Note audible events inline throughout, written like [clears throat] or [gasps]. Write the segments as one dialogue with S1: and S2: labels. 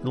S1: And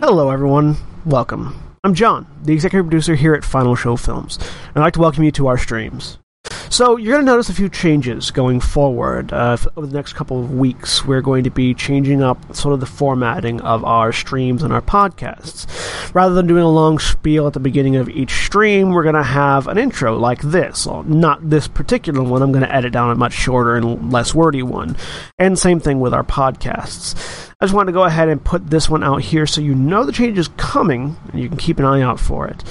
S1: Hello, everyone. Welcome. I'm John, the executive producer here at Final Show Films, and I'd like to welcome you to our streams. So, you're going to notice a few changes going forward. Uh, f- over the next couple of weeks, we're going to be changing up sort of the formatting of our streams and our podcasts. Rather than doing a long spiel at the beginning of each stream, we're going to have an intro like this. Well, not this particular one, I'm going to edit down a much shorter and less wordy one. And same thing with our podcasts. I just wanted to go ahead and put this one out here so you know the change is coming and you can keep an eye out for it.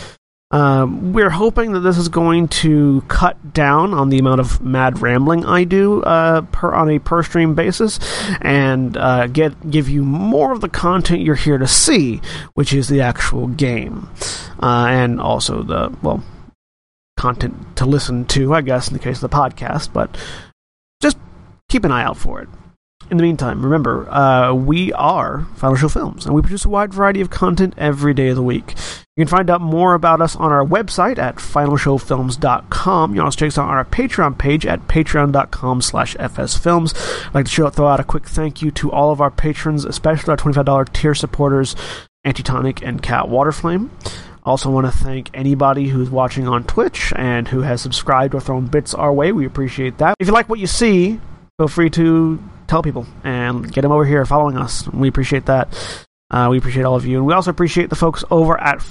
S1: Um, we're hoping that this is going to cut down on the amount of mad rambling I do uh, per on a per stream basis, and uh, get give you more of the content you're here to see, which is the actual game, uh, and also the well content to listen to, I guess, in the case of the podcast. But just keep an eye out for it. In the meantime, remember, uh, we are Final Show Films, and we produce a wide variety of content every day of the week. You can find out more about us on our website at finalshowfilms.com. You can also check us out on our Patreon page at patreon.com slash fsfilms. I'd like to show, throw out a quick thank you to all of our patrons, especially our $25 tier supporters, Antitonic and Cat Waterflame. Also, want to thank anybody who's watching on Twitch and who has subscribed or thrown bits our way. We appreciate that. If you like what you see, feel free to tell people and get them over here following us. We appreciate that. Uh, we appreciate all of you. And we also appreciate the folks over at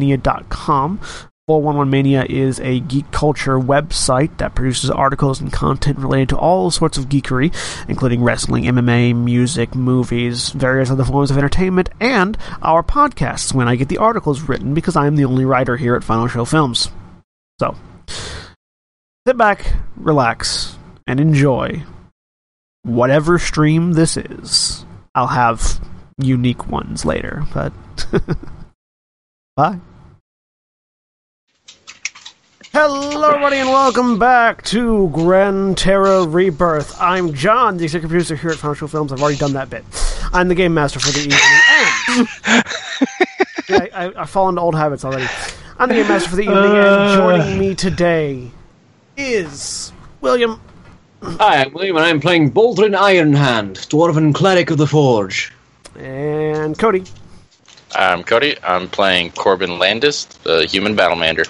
S1: 411mania.com. 411mania is a geek culture website that produces articles and content related to all sorts of geekery, including wrestling, MMA, music, movies, various other forms of entertainment, and our podcasts when I get the articles written because I am the only writer here at Final Show Films. So, sit back, relax, and enjoy whatever stream this is. I'll have unique ones later, but [laughs] bye. Hello, everybody, and welcome back to Grand Terra Rebirth. I'm John, the executive producer here at Final Show Films. I've already done that bit. I'm the game master for the evening. And yeah, I, I, I fall into old habits already. I'm the game master for the evening, and joining me today is William
S2: Hi, I'm William, and I'm playing Baldrin Ironhand, Dwarven Cleric of the Forge.
S1: and Cody.
S3: I'm Cody. I'm playing Corbin Landis, the human battlemander.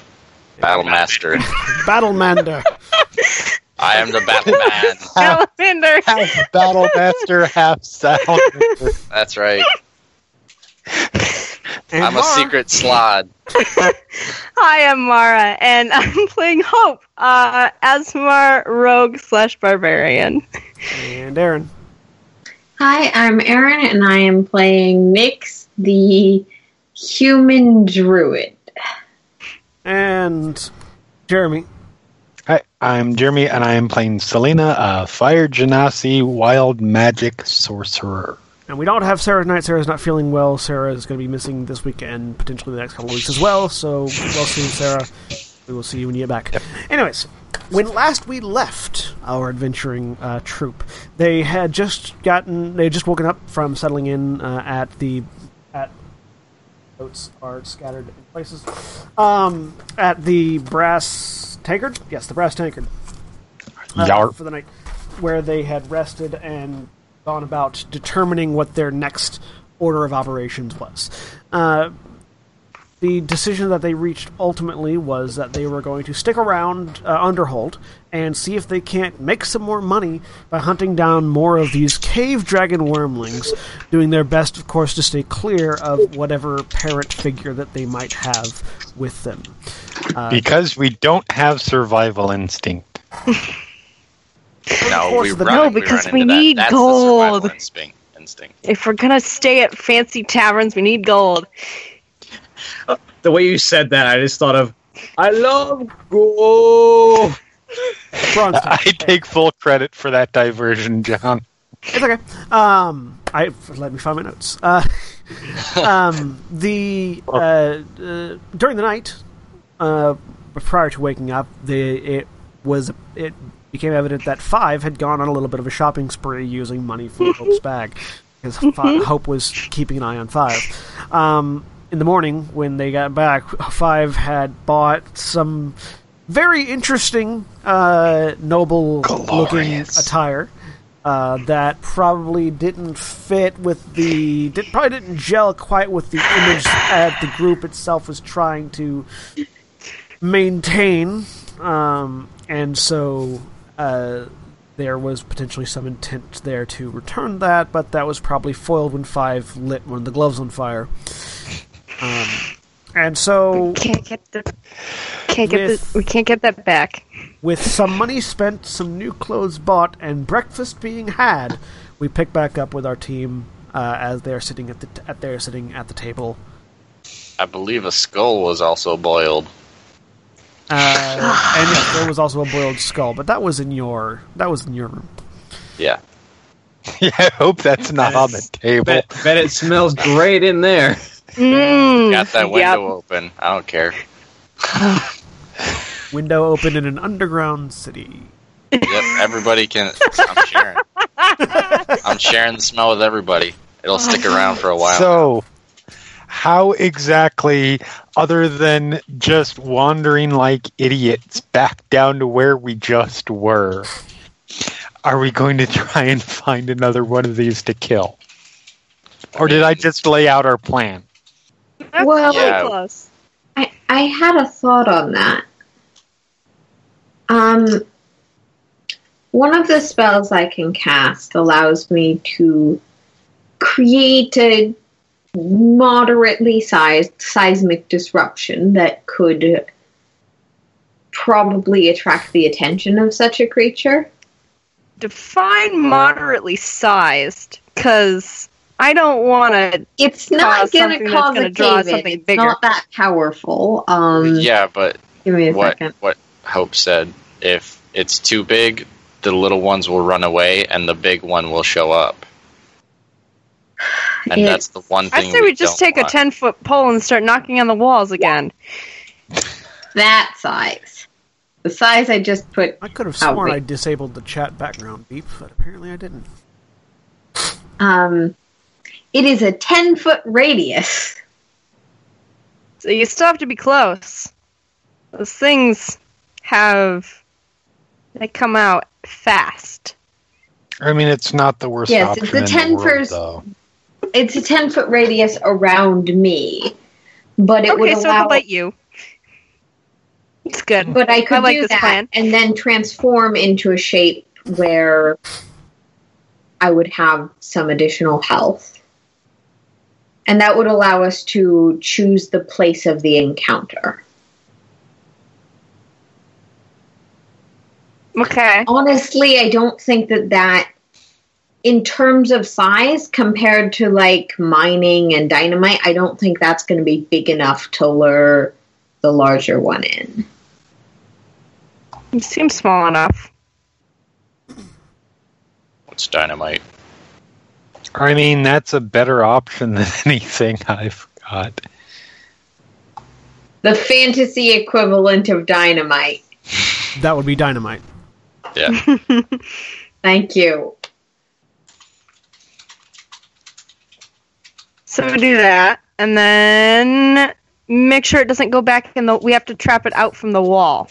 S3: Battlemaster.
S1: Battlemander.
S3: I am the battleman.
S4: Calendar.
S5: half battle master, half sound.
S3: That's right.
S1: And
S3: I'm a
S1: Mara.
S3: secret slod.
S4: Hi, I'm Mara, and [laughs] I'm playing Hope, uh, Asmar Rogue slash Barbarian.
S1: And Aaron.
S6: Hi, I'm Erin, and I am playing Nyx, the human druid.
S1: And Jeremy.
S5: Hi, I'm Jeremy, and I am playing Selena, a fire genasi wild magic sorcerer.
S1: And we don't have Sarah tonight. Sarah's not feeling well. Sarah is going to be missing this weekend, potentially the next couple of weeks as well. So, well soon, Sarah. We will see you when you get back. Anyways, when last we left our adventuring uh, troop, they had just gotten, they had just woken up from settling in uh, at the, at, notes are scattered in places, um, at the brass tankard. Yes, the brass tankard uh,
S5: Yarp.
S1: for the night, where they had rested and gone about determining what their next order of operations was. Uh, the decision that they reached ultimately was that they were going to stick around uh, Underhold and see if they can't make some more money by hunting down more of these cave dragon wormlings, doing their best, of course, to stay clear of whatever parent figure that they might have with them.
S5: because we don't have survival instinct.
S3: No,
S1: course
S3: we
S1: the-
S3: run,
S1: No,
S3: we
S4: because
S3: run
S4: we
S3: into that.
S4: need
S3: That's the survival
S4: gold.
S3: instinct. instinct.
S4: If we're gonna stay at fancy taverns, we need gold.
S2: The way you said that, I just thought of, I love gold.
S1: Bronze
S5: I take full credit for that diversion, John. [laughs]
S1: It's okay. Um, I let me find my notes. Uh, um, the uh, uh, during the night, uh, prior to waking up, the it was it became evident that Five had gone on a little bit of a shopping spree using money from Hope's bag because Fi Hope was keeping an eye on Five. Um, in the morning, when they got back, Five had bought some very interesting, uh, noble-looking
S5: Glorious.
S1: attire uh, that probably didn't fit with the did, probably didn't gel quite with the image that the group itself was trying to maintain um, and so uh, there was potentially some intent there to return that but that was probably foiled when five lit one of the gloves on fire um, and so
S4: Can't get the, can't get
S1: With-
S4: the, we can't get that back.
S1: with some money spent, some new clothes bought, and breakfast being had, we pick back up with our team uh, as they are sitting at the t- at they're sitting at the table.
S3: I believe a skull was also boiled.
S1: Uh, and yes, there was also a boiled skull, but that was in your that was in your room.
S3: Yeah.
S5: Yeah, I hope that's not on the table.
S2: Bet, bet it smells great in there.
S4: Mm,
S3: Got that window
S4: [laughs] yep.
S3: open. I don't care.
S1: Window open in an underground city.
S3: Yep, everybody can. I'm
S4: [laughs]
S3: sharing. I'm sharing the smell with everybody. It'll stick around for a while.
S5: So, how exactly, other than just wandering like idiots back down to where we just were, are we going to try and find another one of these to kill? Or did I just lay out our plan?
S4: That's
S6: Well-
S4: really
S3: Yeah.
S4: close.
S6: I, I had a thought on that. Um, one of the spells I can cast allows me to create a moderately sized seismic disruption that could probably attract the attention of such a creature.
S4: Define moderately sized, because I don't want to.
S6: It's not
S4: Cause
S6: going
S4: something
S6: to
S4: that's
S6: cause
S4: gonna
S6: a
S4: draw
S6: cave
S4: something
S6: in. It's
S4: bigger.
S6: not that powerful. Um,
S3: yeah, but
S6: Give me a
S3: what
S6: second.
S3: what Hope said, if it's too big, the little ones will run away, and the big one will show up. And
S6: Yeah.
S3: that's the one
S4: I
S3: thing.
S4: say we just
S3: don't
S4: take a
S3: want.
S4: ten foot pole and start knocking on the walls again.
S6: That size. The size I just put
S1: I could have
S6: Oh,
S1: sworn
S6: wait.
S1: I disabled the chat background beep, but apparently I didn't.
S6: Um, it is a 10 foot radius.
S4: So you still have to be close. Those things have they come out fast.
S5: I mean, it's not the worst
S6: Yes,
S5: option
S6: it's a
S5: in the
S6: 10
S5: world,
S6: first-
S5: though.
S6: It's a 10 foot radius around me, but it would
S4: okay, so
S6: allow.
S4: it'll bite you. It's good.
S6: but I could
S4: I like
S6: do
S4: this
S6: that
S4: plan.
S6: and then transform into a shape where I would have some additional health. And that would allow us to choose the place of the encounter.
S4: Okay.
S6: honestly, I don't think that that, in terms of size, compared to like mining and dynamite, I don't think that's going to be big enough to lure the larger one in.
S4: You seem small enough.
S3: It's dynamite.
S5: I mean, that's a better option than [laughs] anything I've got.
S6: The fantasy equivalent of dynamite.
S1: That would be dynamite.
S3: Yeah.
S6: Thank you.
S4: So we do that. And then make sure it doesn't go back in the we have to trap it out from the wall.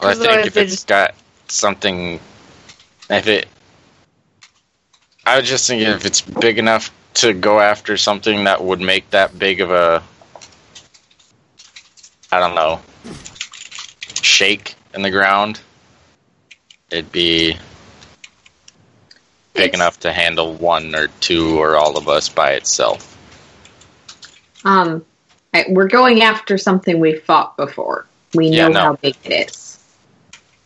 S3: Well, I
S4: Because otherwise
S3: think if
S4: they
S3: it's
S4: just-
S3: got something, if it, I was just thinking if it's big enough to go after something that would make that big of a I don't know shake in the ground, it'd be big
S6: It's-
S3: enough to handle one or two or all of us by itself.
S6: Um, I, we're going after something we fought before. We
S3: Yeah,
S6: know
S3: no.
S6: how big it is.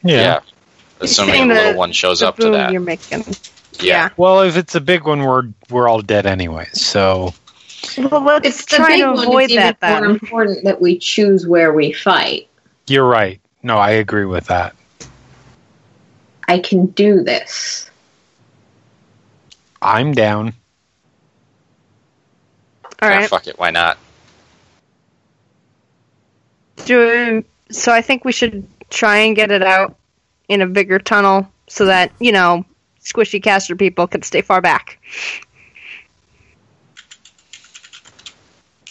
S5: Yeah.
S3: Assuming
S4: saying
S3: the
S4: the-
S3: little one shows
S4: The
S3: up to
S4: boom
S3: that.
S4: You're making.
S3: yeah.
S5: Well, if it's a big one, we're we're all dead anyway. So
S4: Well, let's
S6: It's the
S4: try
S6: big
S4: to
S6: one.
S4: avoid
S6: it's even
S4: that then.
S6: more important that we choose where we fight.
S5: you're right. No, I agree with that.
S6: I can do this.
S5: I'm down.
S4: All
S3: Ah,
S4: right.
S3: fuck it, why not?
S4: Do, so I think we should try and get it out in a bigger tunnel so that, you know, squishy caster people can stay far back.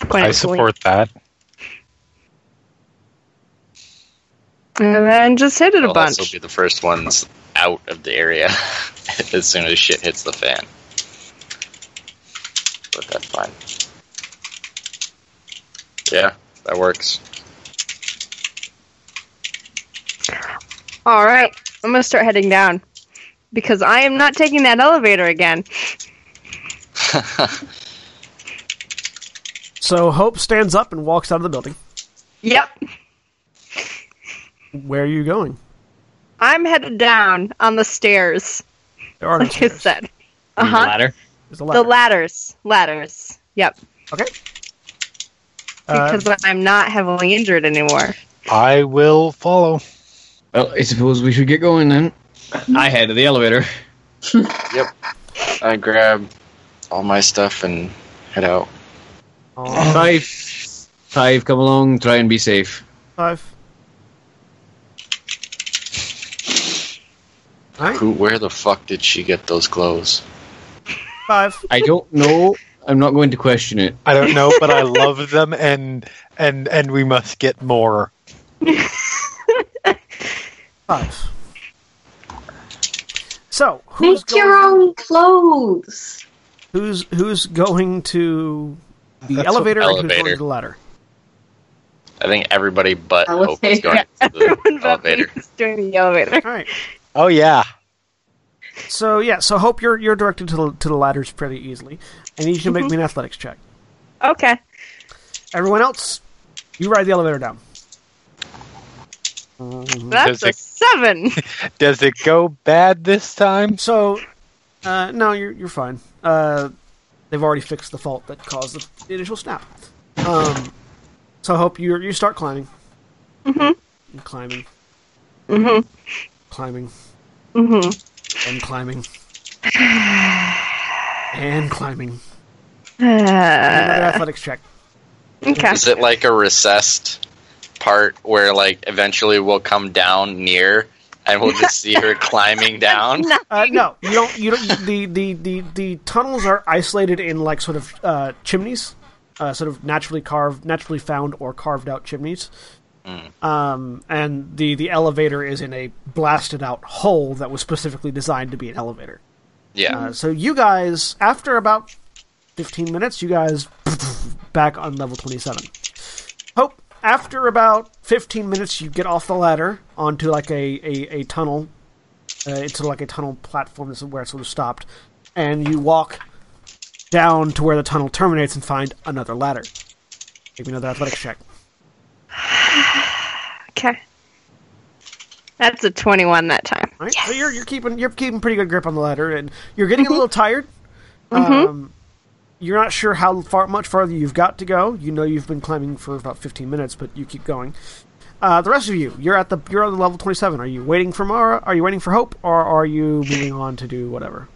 S4: Quite
S5: I
S4: easily.
S5: support that.
S4: And then just hit it a
S3: We'll also
S4: bunch.
S3: be the first ones out of the area [laughs] as soon as shit hits the fan. But that's fine. Yeah, that works. [laughs]
S4: All right. I'm going to start heading down because I am not taking that elevator again.
S1: So Hope stands up and walks out of the building.
S4: Yep.
S1: Where are you going?
S4: I'm headed down on the stairs,
S1: There
S4: [laughs]
S1: are no
S4: like I
S1: stairs.
S4: said.
S2: You
S4: Uh
S2: mean the
S4: huh.
S2: Ladder.
S1: There's a
S4: The
S1: ladder.
S4: ladders. Ladders. Yep.
S1: Uh,
S4: Because I'm not heavily injured anymore.
S5: I will follow.
S7: Well, I suppose we should get going then.
S2: I head to the elevator.
S3: I grab all my stuff and head out.
S1: oh,
S7: Five, five, come along. Try and be safe.
S1: five. All right,
S3: Who? Where the fuck did she get those clothes?
S1: five.
S7: I don't know. I'm not going to question it.
S5: I don't know, but
S1: [laughs]
S5: I love them, and and and we must get more.
S1: Five. So who's
S6: Make your
S1: going,
S6: own clothes.
S1: who's who's going to the
S5: That's
S1: elevator, and who's
S3: Elevator.
S1: going to the ladder?
S3: I think everybody but Hope is going
S6: Elevator.
S3: to
S4: [laughs] Everyone
S3: the
S4: but me
S3: elevator.
S4: is doing the elevator.
S1: All right.
S5: Oh yeah,
S1: So yeah. So hope you're you're directed to the, to the ladders pretty easily. I need you to make me an athletics check.
S4: Okay.
S1: Everyone else, you ride the elevator down.
S4: That's a
S5: Does it-
S4: seven.
S5: does it go bad this time? [laughs]
S1: So, uh, no, you're you're fine. Uh, they've already fixed the fault that caused the, the initial snap. Um, so I hope you you start climbing. Mm-hmm. And climbing,
S4: hmm
S1: climbing,
S4: hmm
S1: and climbing, [sighs] and climbing. Another
S4: Uh,
S1: athletics check.
S4: okay.
S3: Is it like a recessed part where like eventually we'll come down near and we'll just see
S4: [laughs]
S3: her climbing down?
S4: No.
S1: Uh, no, you don't. You don't. The, the the the tunnels are isolated in like sort of uh, chimneys, uh, sort of naturally carved, naturally found or carved out chimneys. Um, and the the elevator is in a blasted out hole that was specifically designed to be an elevator.
S3: Yeah.
S1: Uh, so you guys, after about fifteen minutes, you guys [laughs] back on level twenty seven. Hope after about fifteen minutes, you get off the ladder onto like a a, a tunnel. Uh, it's sort of like a tunnel platform. This is where it sort of stopped, and you walk down to where the tunnel terminates and find another ladder. Give me another athletics check.
S4: Okay. That's a twenty-one that time.
S1: All right, so you're you're keeping you're keeping pretty good grip on the ladder, and you're getting a little tired. Um, you're not sure how far much farther you've got to go. You know you've been climbing for about 15 minutes, but you keep going. Uh, the rest of you, you're at the you're on level 27. Are you waiting for Mara? Are you waiting for Hope, or are you moving on to do whatever?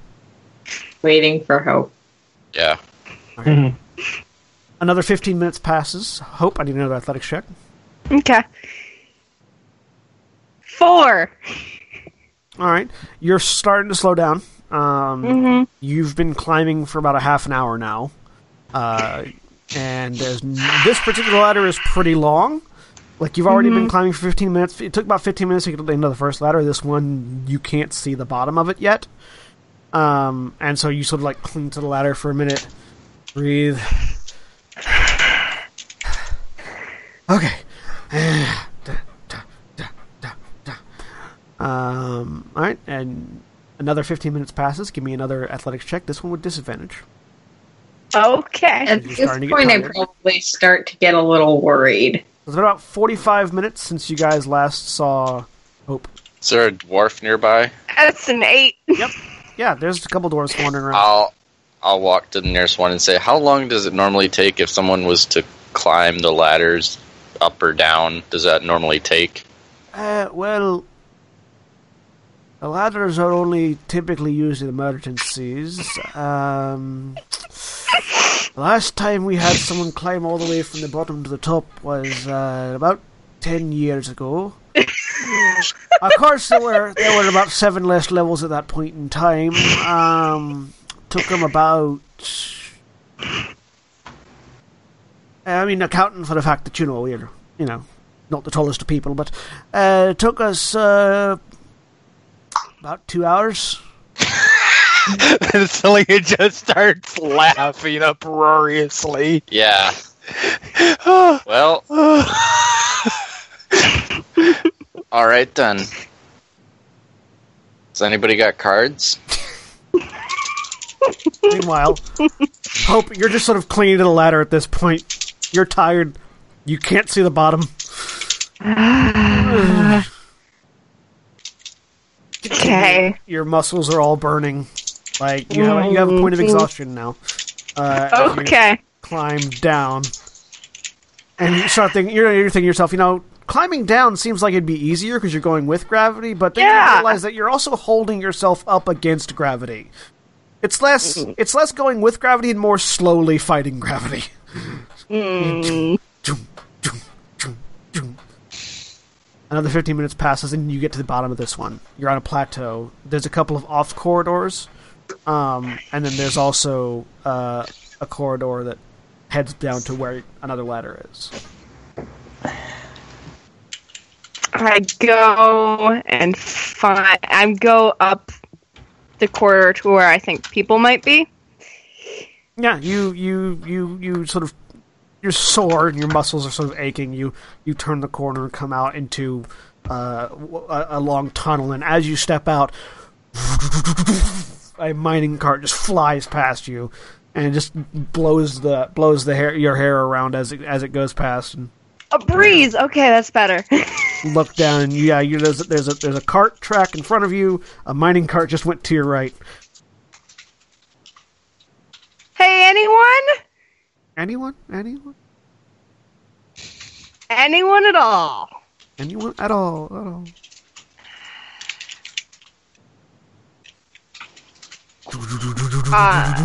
S6: Waiting for hope.
S3: Yeah.
S1: Another 15 minutes passes. Hope, I need another athletics check.
S4: Okay. Four.
S1: All right, you're starting to slow down. Um,
S4: Mm-hmm.
S1: you've been climbing for about a half an hour now, uh, and there's this particular ladder is pretty long. Like you've already been climbing for 15 minutes. It took about 15 minutes to get to the end of the first ladder. This one you can't see the bottom of it yet, um, and so you sort of like cling to the ladder for a minute, Breathe. [sighs] Okay. [sighs] Um, all right, and another 15 minutes passes. Give me another athletics check. This one with disadvantage.
S4: Okay.
S6: At
S1: You're
S6: this
S1: starting to get
S6: point, I
S1: tired.
S6: probably start to get a little worried.
S1: It's been about 45 minutes since you guys last saw Hope.
S3: Is there a dwarf nearby?
S4: That's an eight.
S1: Yeah, there's a couple dwarves wandering around.
S3: I'll I'll walk to the nearest one and say, "How long does it normally take if someone was to climb the ladders up or down? Does that normally take?"
S1: Uh, well, the ladders are only typically used in emergencies. Um, last time we had someone climb all the way from the bottom to the top was uh, about ten years ago. of course, there were there were about seven less levels at that point in time. Um, took them about. Uh, I mean, accounting for the fact that you know we're you know not the tallest of people, but uh, it took us uh, about two hours.
S5: and suddenly it just starts laughing uproariously.
S3: Yeah. Well, all right then. Has anybody got cards?
S1: Meanwhile, Hope, you're just sort of clinging to the ladder at this point. You're tired. You can't see the bottom.
S4: Okay.
S1: Your muscles are all burning. Like you have, you have a point of exhaustion now. Uh, as you
S4: Okay.
S1: climb down, and you start thinking. You're, you're thinking to yourself, you know, climbing down seems like it'd be easier because you're going with gravity, but then you
S4: Yeah.
S1: realize that you're also holding yourself up against gravity. It's less. It's less going with gravity and more slowly fighting gravity. Another 15 minutes passes, and you get to the bottom of this one. You're on a plateau. There's a couple of off corridors, um, and then there's also uh, a corridor that heads down to where another ladder is.
S4: I go and find. I go up the corridor to where I think people might be.
S1: Yeah, you you you you sort of you're sore and your muscles are sort of aching. You you turn the corner and come out into uh, w- a, a long tunnel, and as you step out, a mining cart just flies past you and just blows the blows the hair your hair around as it as it goes past. And
S4: A breeze. Okay, that's better. [laughs]
S1: look down, and yeah, you there's a, there's a there's a cart track in front of you. A mining cart just went to your right.
S4: hey, anyone?
S1: Anyone? Anyone?
S4: Anyone at all?
S1: Anyone at all? At all?
S4: Ah,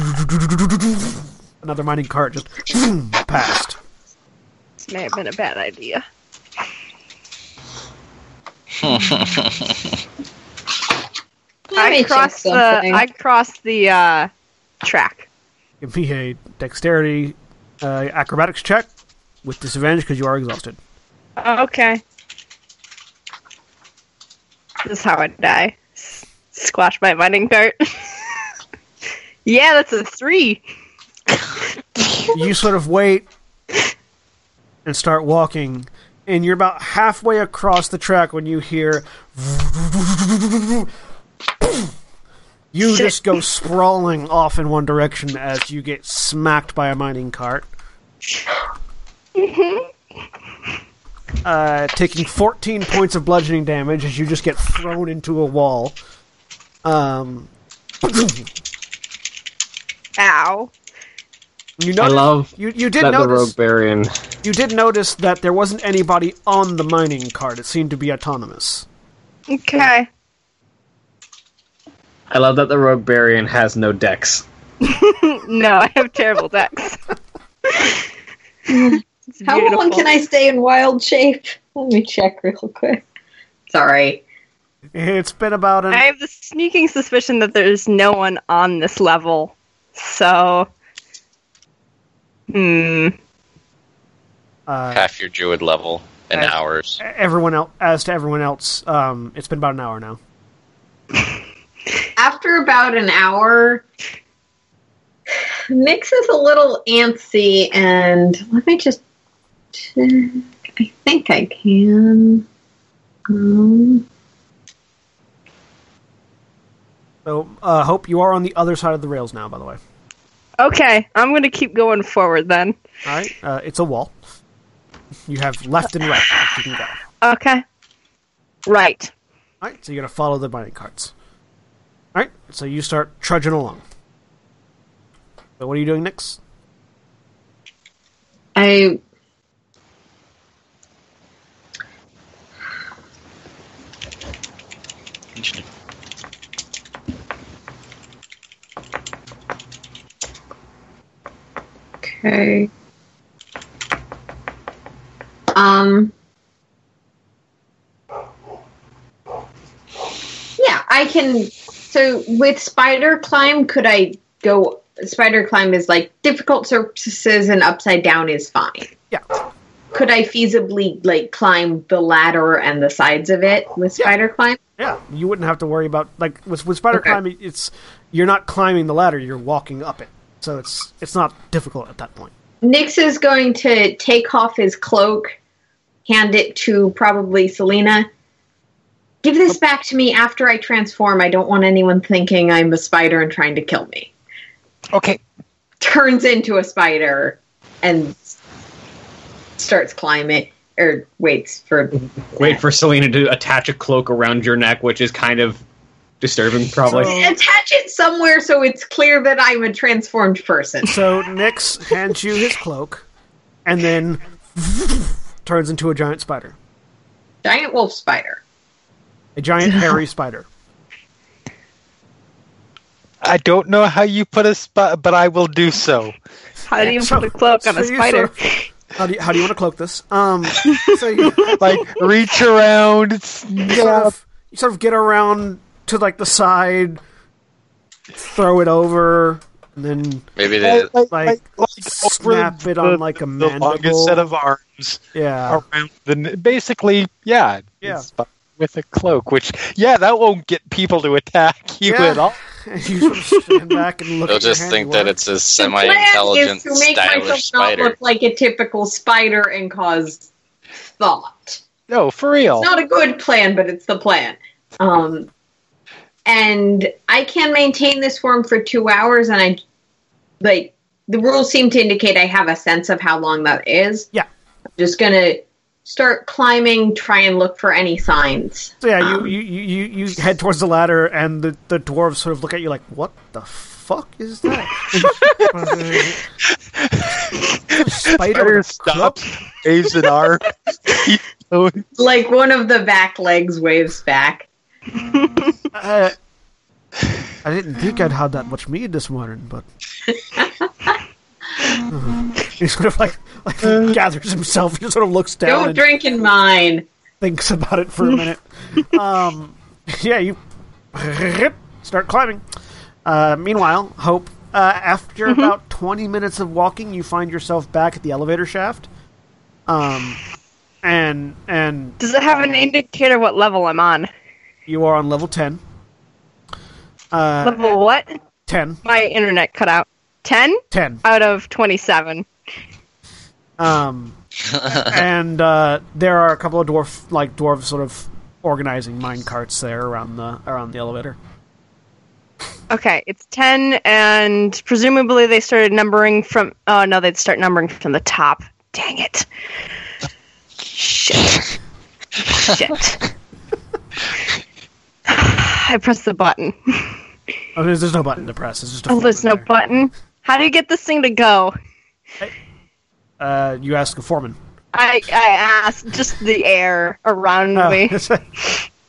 S1: another mining cart just passed.
S4: this may have been a bad
S6: [laughs]
S4: idea.
S6: Let
S4: I
S6: me check
S4: crossed the.
S6: something.
S4: I crossed the uh, track.
S1: Give me a dexterity uh, acrobatics check with disadvantage because you are exhausted.
S4: Okay. This is how I die. S- Squash my mining cart. [laughs] yeah, that's a three.
S1: you sort of wait and start walking, and you're about halfway across the track when you hear. You
S4: Shit.
S1: just go sprawling off in one direction as you get smacked by a mining cart. Uh, taking 14 points of bludgeoning damage as you just get thrown into a wall. Um, [clears throat]
S4: Ow.
S1: you
S8: I
S1: notice,
S8: love
S1: you, you did
S8: that the
S1: notice
S8: rogue baron.
S1: You did notice that there wasn't anybody on the mining cart. It seemed to be autonomous.
S4: Okay.
S8: I love that the rogue baron has no dex.
S4: No, I have terrible
S6: [laughs]
S4: decks. [laughs]
S6: How long can I stay in wild shape? Let me check real quick. Sorry.
S1: It's been about an.
S4: I have the sneaking suspicion that there's no one on this level. So. Hmm.
S1: Uh,
S3: Half your druid level in
S1: Uh,
S3: hours.
S1: everyone else, as to everyone else, um, it's been about an hour now.
S6: After about an hour, Nyx is a little antsy, and let me just check. I think I can. Um,
S1: So, uh, Hope, you are on the other side of the rails now, by the way.
S4: Okay, I'm gonna keep going forward then.
S1: All right, uh, it's a wall. You have left and right that you can go. All
S4: Okay. Right.
S1: right, so you're gonna follow the binding carts. All right, so you start trudging along. So what are you doing next?
S6: I. Okay. Um. Yeah, I can. So with spider climb, could I go? Spider climb is like difficult surfaces, and upside down is fine.
S1: Yeah.
S6: Could I feasibly like climb the ladder and the sides of it with
S1: Yeah.
S6: spider climb?
S1: Yeah, you wouldn't have to worry about like with with spider
S6: Okay.
S1: climbing. It's you're not climbing the ladder; you're walking up it, so it's it's not difficult at that point.
S6: Nix is going to take off his cloak, hand it to probably Selena. Give this back to me after I transform. I don't want anyone thinking I'm a spider and trying to kill me.
S5: Okay.
S6: Turns into a spider and s- starts climbing, or waits for.
S2: Wait for Selena to attach a cloak around your neck, which is kind of disturbing, probably.
S1: So-
S6: Attach it somewhere so it's clear that I'm a transformed person.
S1: So Nyx hands you his cloak, and then turns into a giant spider,
S6: Giant wolf spider.
S1: a giant hairy spider.
S5: I don't know how you put a spot, but I will do so.
S4: How do you
S1: So-
S4: put a cloak on a
S1: so you
S4: spider?
S1: sort of- how do you, how do you want to cloak this? Um, so you
S5: Like reach around, sneak
S1: sort
S5: up.
S1: of you sort of get around to like the side, throw it over, and then
S3: Maybe they.
S5: Like, like,
S1: like, snap it on, like, a
S5: the
S1: mandible.
S5: longest set of arms
S1: yeah,
S5: around the basically yeah
S1: Uh, Yeah.
S5: it's with a cloak which yeah that won't get people to attack you
S1: Yeah.
S5: at all
S1: [laughs] you sort of stand back and look.
S3: They'll
S1: at your
S3: just think
S1: handiwork.
S3: that it's a
S6: The plan
S3: semi-intelligent,
S6: is to make myself
S3: stylish spider.
S6: not look like a typical spider and cause thought.
S5: no for real
S6: It's not a good plan, but it's the plan. Um, and I can maintain this form for two hours, and I like the rules seem to indicate I have a sense of how long that is.
S1: Yeah.
S6: I'm just gonna start climbing, try and look for any signs.
S1: So yeah, you,
S6: Um,
S1: you, you, you you head towards the ladder, and the, the dwarves sort of look at you like, "What the fuck is that?" Spider, with
S5: Spider
S1: a club?
S5: stops, waves an [laughs] arm.
S6: Like one of the back legs waves back.
S1: Uh, I didn't think I'd had that much meat this morning,
S6: [laughs]
S1: but [laughs] he sort of like like gathers himself. He sort of looks down
S6: Don't
S1: and
S6: drink in mine.
S1: thinks about it for a
S4: [laughs]
S1: minute. um, yeah, you start climbing. Uh, meanwhile, Hope. Uh, after
S4: Mm-hmm.
S1: about twenty minutes of walking, you find yourself back at the elevator shaft. Um, and and
S4: Does it have an indicator what level I'm on?
S1: you are on level ten. Uh,
S4: Level what?
S1: 10,
S4: My internet cut out. 10
S1: 10.
S4: out of 27. [laughs]
S1: Um, and uh, there are a couple of dwarf, like dwarves, sort of organizing mine carts there around the around the elevator.
S4: Okay, it's 10, and presumably they started numbering from. Oh, no, they'd start numbering from the top. Dang it. Shit. Shit. [sighs] I pressed the button. [laughs]
S1: Oh, there's, there's no button to press. It's just a
S4: Oh, there's no
S1: foreman there.
S4: button. How do you get this thing to go?
S1: Uh, you ask a foreman.
S4: I, I asked just the air around
S1: Oh, [laughs]
S4: me.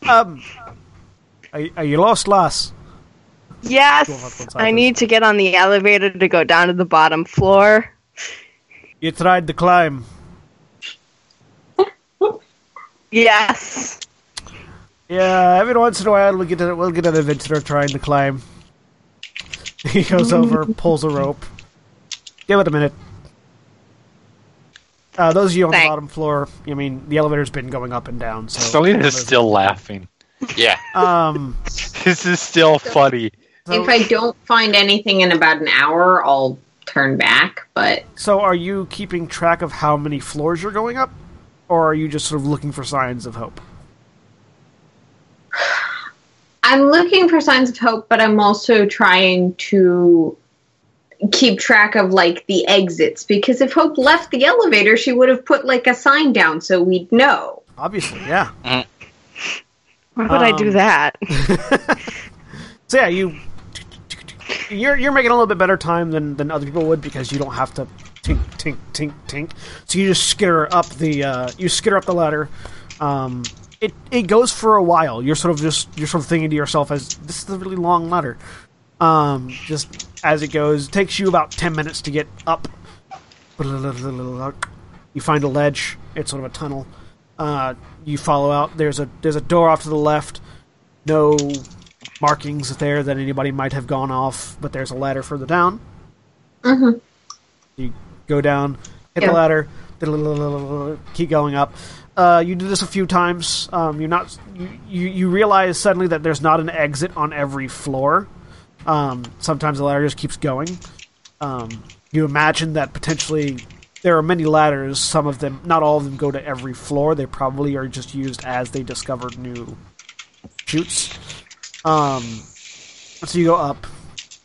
S1: um, are, are you lost, lass?
S4: Yes, I need to get on the elevator to go down to the bottom floor.
S1: You tried to climb.
S4: Yes.
S1: Yeah, every once in a while we get a, we'll get an adventurer trying to climb. [laughs] He goes over, pulls a rope. Give it a minute. Uh, those of you on
S4: Thanks.
S1: the bottom floor, I mean, the elevator's been going up and down. So
S5: Selena's still laughing.
S3: yeah,
S1: Um,
S5: This is still funny.
S1: so-
S6: [laughs] if I don't find anything in about an hour, I'll turn back, but
S1: So, are you keeping track of how many floors you're going up, or are you just sort of looking for signs of hope?
S6: I'm looking for signs of hope, but I'm also trying to keep track of like the exits because if Hope left the elevator, she would have put like a sign down so we'd know.
S1: Obviously, yeah.
S4: Why would I do
S1: Um, [laughs]
S4: that?
S1: So yeah, you you're you're making a little bit better time than than other people would because you don't have to tink tink tink tink. So you just skitter up the uh, you skitter up the ladder. Um, it it goes for a while. You're sort of just you're sort of thinking to yourself as this is a really long ladder. Um, just as it goes, it takes you about ten minutes to get up. You find a ledge. It's sort of a tunnel. Uh, you follow out. There's a there's a door off to the left. No markings there that anybody might have gone off, but there's a ladder further down.
S6: Mhm.
S1: You go down, hit
S6: Yeah.
S1: the ladder, keep going up. Uh, you do this a few times. Um, you're not. You, you you realize suddenly that there's not an exit on every floor. Um, sometimes the ladder just keeps going. Um, you imagine that potentially there are many ladders. Some of them, not all of them, go to every floor. They probably are just used as they discover new shoots. Um, so you go up,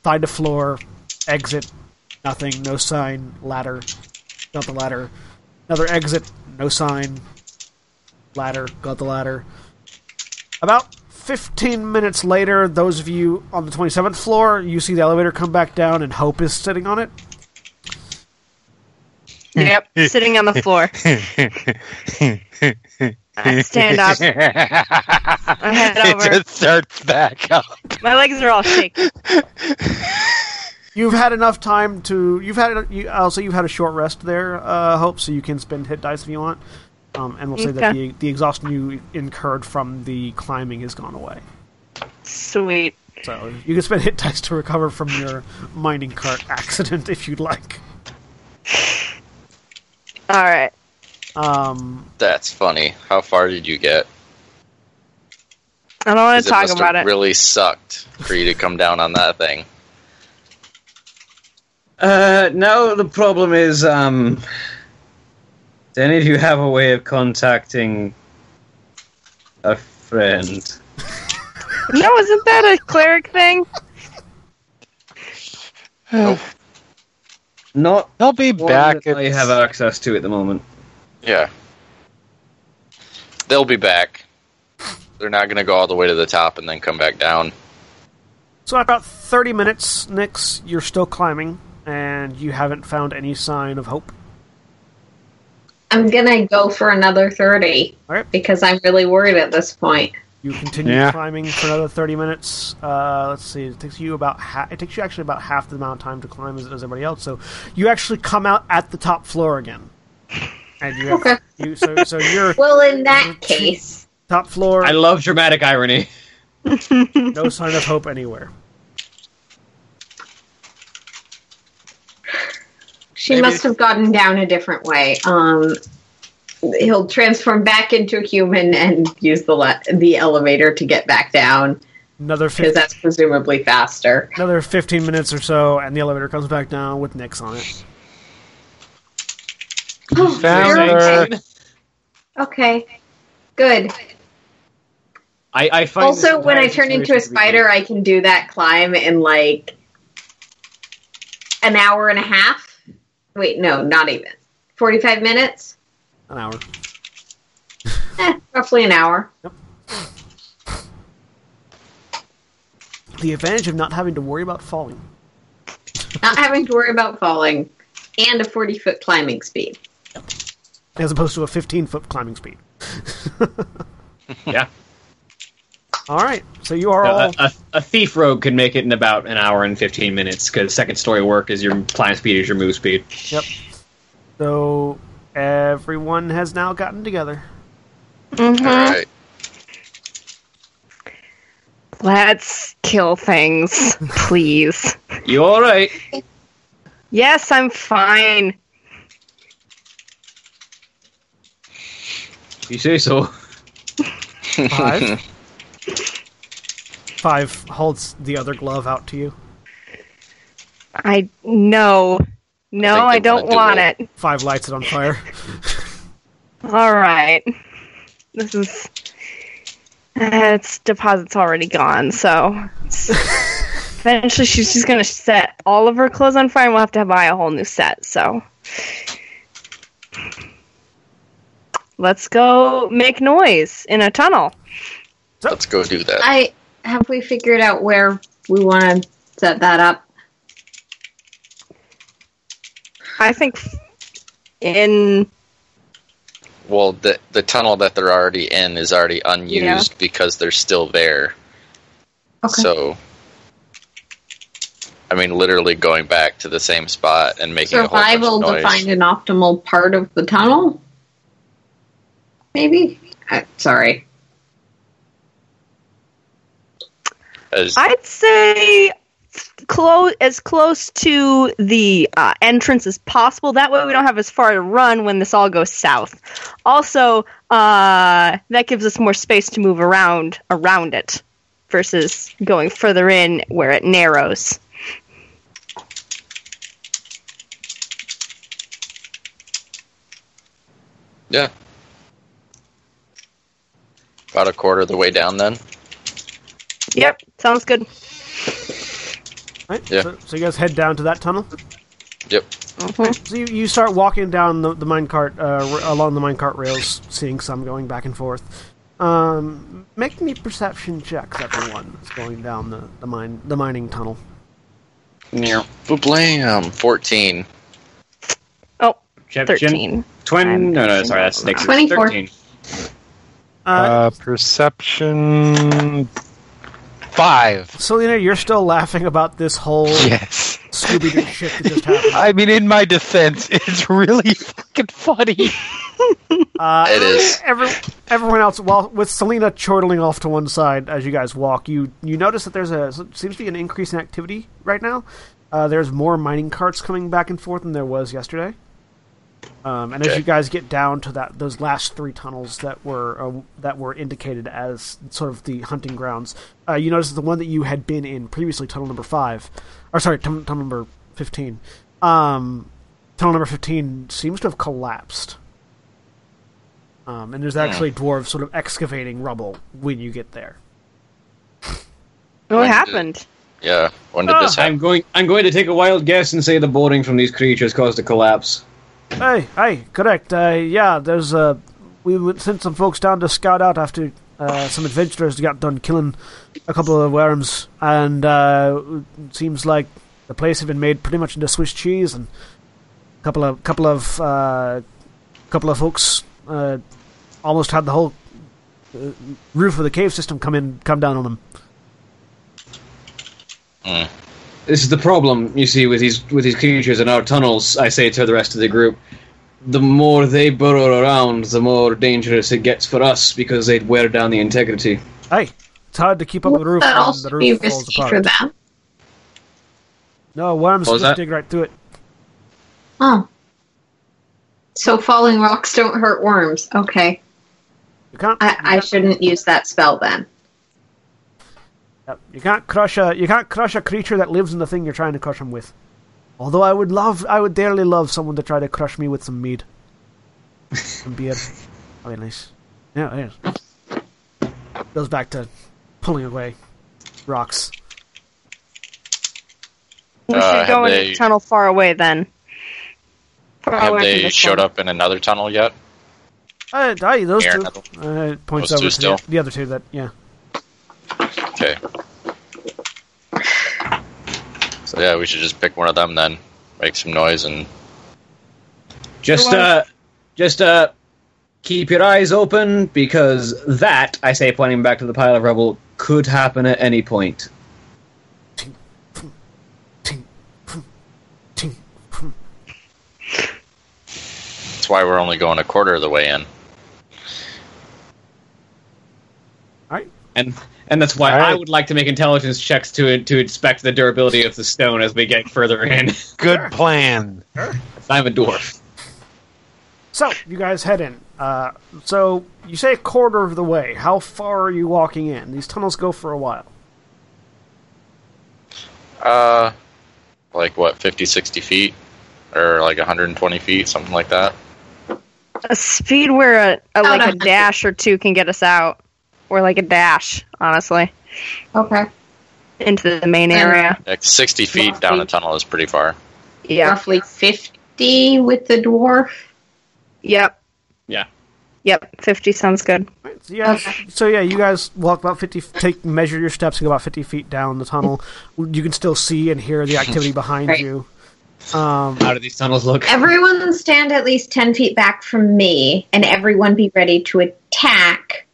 S1: find a floor, exit, nothing, no sign, ladder, got the ladder, another exit, no sign, ladder, got the ladder. About 15 minutes later, those of you on the 27th floor, you see the elevator come back down and Hope is sitting on it.
S4: yep, sitting on the floor. I stand [laughs]
S5: [laughs]
S4: up. I head
S5: It
S4: over.
S5: just starts back up.
S4: My legs are all shaking.
S1: You've had enough time to. You've had. You, I'll say you've had a short rest there, uh, Hope, so you can spend hit dice if you want. Um, and we'll say that
S4: Okay.
S1: the, the exhaustion you incurred from the climbing has gone away.
S4: Sweet.
S1: So you can spend [laughs] hit dice to recover from your mining cart accident if you'd like.
S4: All right.
S1: Um,
S3: That's funny. How far did you get?
S4: I don't want
S3: 'Cause
S4: to talk
S3: must
S4: about
S3: have
S4: it.
S3: really sucked for you to come down on that thing.
S2: Uh, now the problem is, um, do any of you have a way of contacting a friend?
S4: No, isn't that a cleric thing?
S2: Not
S5: They'll be
S2: one
S5: back.
S2: that I
S5: it's-
S2: have access to at the moment.
S3: Yeah. They'll be back. They're not going to go all the way to the top and then come back down.
S1: so after about 30 minutes, Nix, you're still climbing, and you haven't found any sign of hope.
S6: I'm gonna go for another 30
S1: Alright.
S6: because I'm really worried at this point.
S1: You continue
S5: Yeah.
S1: climbing for another 30 minutes. Uh, let's see, it takes you about ha- it takes you actually about half the amount of time to climb as it does everybody else. So you actually come out at the top floor again, and you, have,
S6: Okay.
S1: you so so you're
S6: [laughs] Well, in that case,
S1: top floor,
S2: I love dramatic irony.
S1: no sign of hope anywhere.
S6: she
S5: Maybe-
S6: must have gotten down a different way. Um, he'll transform back into a human and use the le- the elevator to get back down
S1: Another 15
S6: because that's presumably faster.
S1: Another 15 minutes or so, and the elevator comes back down with Nix on it.
S5: Found
S6: [gasps]
S5: her.
S6: Okay, good.
S2: I, I find
S6: Also,
S2: this
S6: when I
S2: entire
S6: turn into a
S2: situation really-
S6: spider, I can do that climb in like an hour and a half. Wait, no, not even forty-five minutes.
S1: An hour.
S6: Eh, roughly an hour.
S1: The advantage of not having to worry about falling.
S6: Not having to worry about falling, and a forty-foot climbing speed.
S1: as opposed to a 15 foot climbing speed. [laughs]
S2: Yeah.
S1: All right. So you are
S2: A,
S1: all.
S2: a, a thief rogue can make it in about an hour and 15 minutes because second story work is your climb speed is your move speed.
S1: Yep. So everyone has now gotten together.
S4: Mhm.
S3: All right.
S4: Let's kill things, please.
S2: You alright?
S4: yes, I'm fine.
S2: You say so.
S1: Five. Five holds the other glove out to you.
S4: I know.
S3: I
S4: No,
S3: think
S4: I,
S3: they
S4: don't
S3: wanna do
S4: want
S3: it.
S4: it.
S1: Five lights it on fire.
S4: All right. This is. Uh, its deposit's already gone, so. it's- Eventually, she's just gonna set all of her clothes on fire, and we'll have to buy a whole new set, so. Let's go make noise in a tunnel.
S3: [laughs] Let's go do that.
S6: I have we figured out where we want to set that up?
S4: I think in
S3: Well, the the tunnel that they're already in is already unused because they're still there.
S6: Okay.
S3: So, I mean, literally going back to the same spot and making a whole
S6: Survival
S3: bunch
S6: to
S3: of noise.
S6: find an optimal part of the tunnel. Maybe. I, sorry.
S3: As-
S4: I'd say close as close to the uh, entrance as possible. That way, we don't have as far to run when this all goes south. Also, uh, that gives us more space to move around around it versus going further in where it narrows.
S3: yeah. About a quarter of the way down, then.
S4: Yep, sounds good.
S1: Right?
S3: Yeah.
S1: So, so you guys head down to that tunnel.
S3: Yep. Mm-hmm.
S1: So you, you start walking down the, the minecart, uh, r- along the minecart rails, seeing some going back and forth. Um, make me perception checks, everyone, that's going down the, the, mine, the mining tunnel.
S3: Blam. Um, Fourteen.
S4: Oh,
S2: Perception.
S4: 13.
S2: Twenty.
S4: I'm
S2: No, no, sorry, that's six. It's
S6: 24.
S2: 13.
S1: Uh,
S5: Uh, perception five.
S1: so, you know, you're still laughing about this whole
S5: Yes.
S1: Scooby Doo shit that just happened.
S5: [laughs] I mean, in my defense, [laughs] it's really fucking funny.
S1: Uh,
S3: It is.
S1: Every, everyone else, while with Selena chortling off to one side as you guys walk, you you notice that there's a seems to be an increase in activity right now. Uh, there's more mining carts coming back and forth than there was yesterday. Um, and as
S3: Okay.
S1: you guys get down to that those last three tunnels that were uh, that were indicated as sort of the hunting grounds, uh, you notice the one that you had been in previously, tunnel number five, or sorry, tun- tunnel number fifteen. Um, tunnel number fifteen seems to have collapsed. Um, and there's actually dwarves sort of excavating rubble when you get there.
S4: What happened?
S3: Yeah. When
S4: Oh,
S3: did this happen?
S8: I'm going. I'm going to take a wild guess and say the boring from these creatures caused the collapse.
S1: Hey, hey, correct. Uh, yeah, there's uh, we would sent some folks down to scout out after uh, some adventurers got done killing a couple of worms, and uh, it seems like the place had been made pretty much into Swiss cheese, and a couple of couple of uh, couple of folks uh, almost had the whole uh, roof of the cave system come in come down on them.
S8: This is the problem you see with these with these creatures in our tunnels. I say to the rest of the group, the more they burrow around, the more dangerous it gets for us because they'd wear down the integrity.
S1: Hey, it's hard to keep up with the
S6: Would
S1: roof.
S6: that
S1: when the
S6: also be
S1: roof falls
S6: risky for
S1: apart.
S6: them?
S1: No, worms
S8: What was
S1: just
S8: that?
S1: dig right through it.
S6: Oh. So falling rocks don't hurt worms. Okay.
S1: You can't.
S6: I, I shouldn't use that spell then.
S1: Yep. You can't crush a you can't crush a creature that lives in the thing you're trying to crush him with. Although I would love, I would dearly love someone to try to crush me with some mead,
S6: [laughs]
S1: some beer. that would be nice. Yeah, yeah. Goes back to pulling away rocks.
S4: We
S3: Uh,
S4: should
S3: have
S4: go in
S3: they-
S4: a tunnel far away then. Far
S3: Have
S4: away from
S3: they
S4: this
S3: showed
S4: one.
S3: up in another tunnel yet?
S1: Uh, aye, those
S3: Here,
S1: two.
S3: another
S1: Uh, points
S3: Those two
S1: over to the,
S3: still?
S1: the other two. That yeah.
S3: Okay. So yeah, we should just pick one of them then, make some noise, and
S2: Just
S4: Go on.
S2: uh, just uh, keep your eyes open because that I say, pointing back to the pile of rubble, could happen at any point.
S1: Ting, phoom, ting, phoom.
S3: that's why we're only going a quarter of the way in.
S2: And and that's why
S5: All right.
S2: I would like to make intelligence checks to to inspect the durability of the stone as we get further in.
S8: [laughs]
S5: Good plan.
S2: I'm a dwarf.
S1: So you guys head in. Uh, so you say a quarter of the way. How far are you walking in? These tunnels go for a while.
S3: Uh, like what, 50, 60 feet? or like 120 feet, something like that.
S4: A speed where a, a
S6: no,
S4: like a
S6: no.
S4: dash or two can get us out, or like a dash, honestly,
S6: Okay.
S4: into the main
S6: Um,
S4: area.
S3: Like 60 feet down the tunnel is pretty far.
S4: Yeah.
S6: Roughly 50 with the dwarf.
S4: Yep.
S8: Yeah.
S4: Yep. Fifty sounds good.
S1: Right, So yeah,
S6: Okay.
S1: so yeah, you guys walk about fifty, f- take measure your steps and go about fifty feet down the tunnel. You can still see and hear the activity behind
S6: Right.
S1: you. Um,
S8: How do these tunnels look?
S6: Everyone stand at least 10 feet back from me, and everyone be ready to attack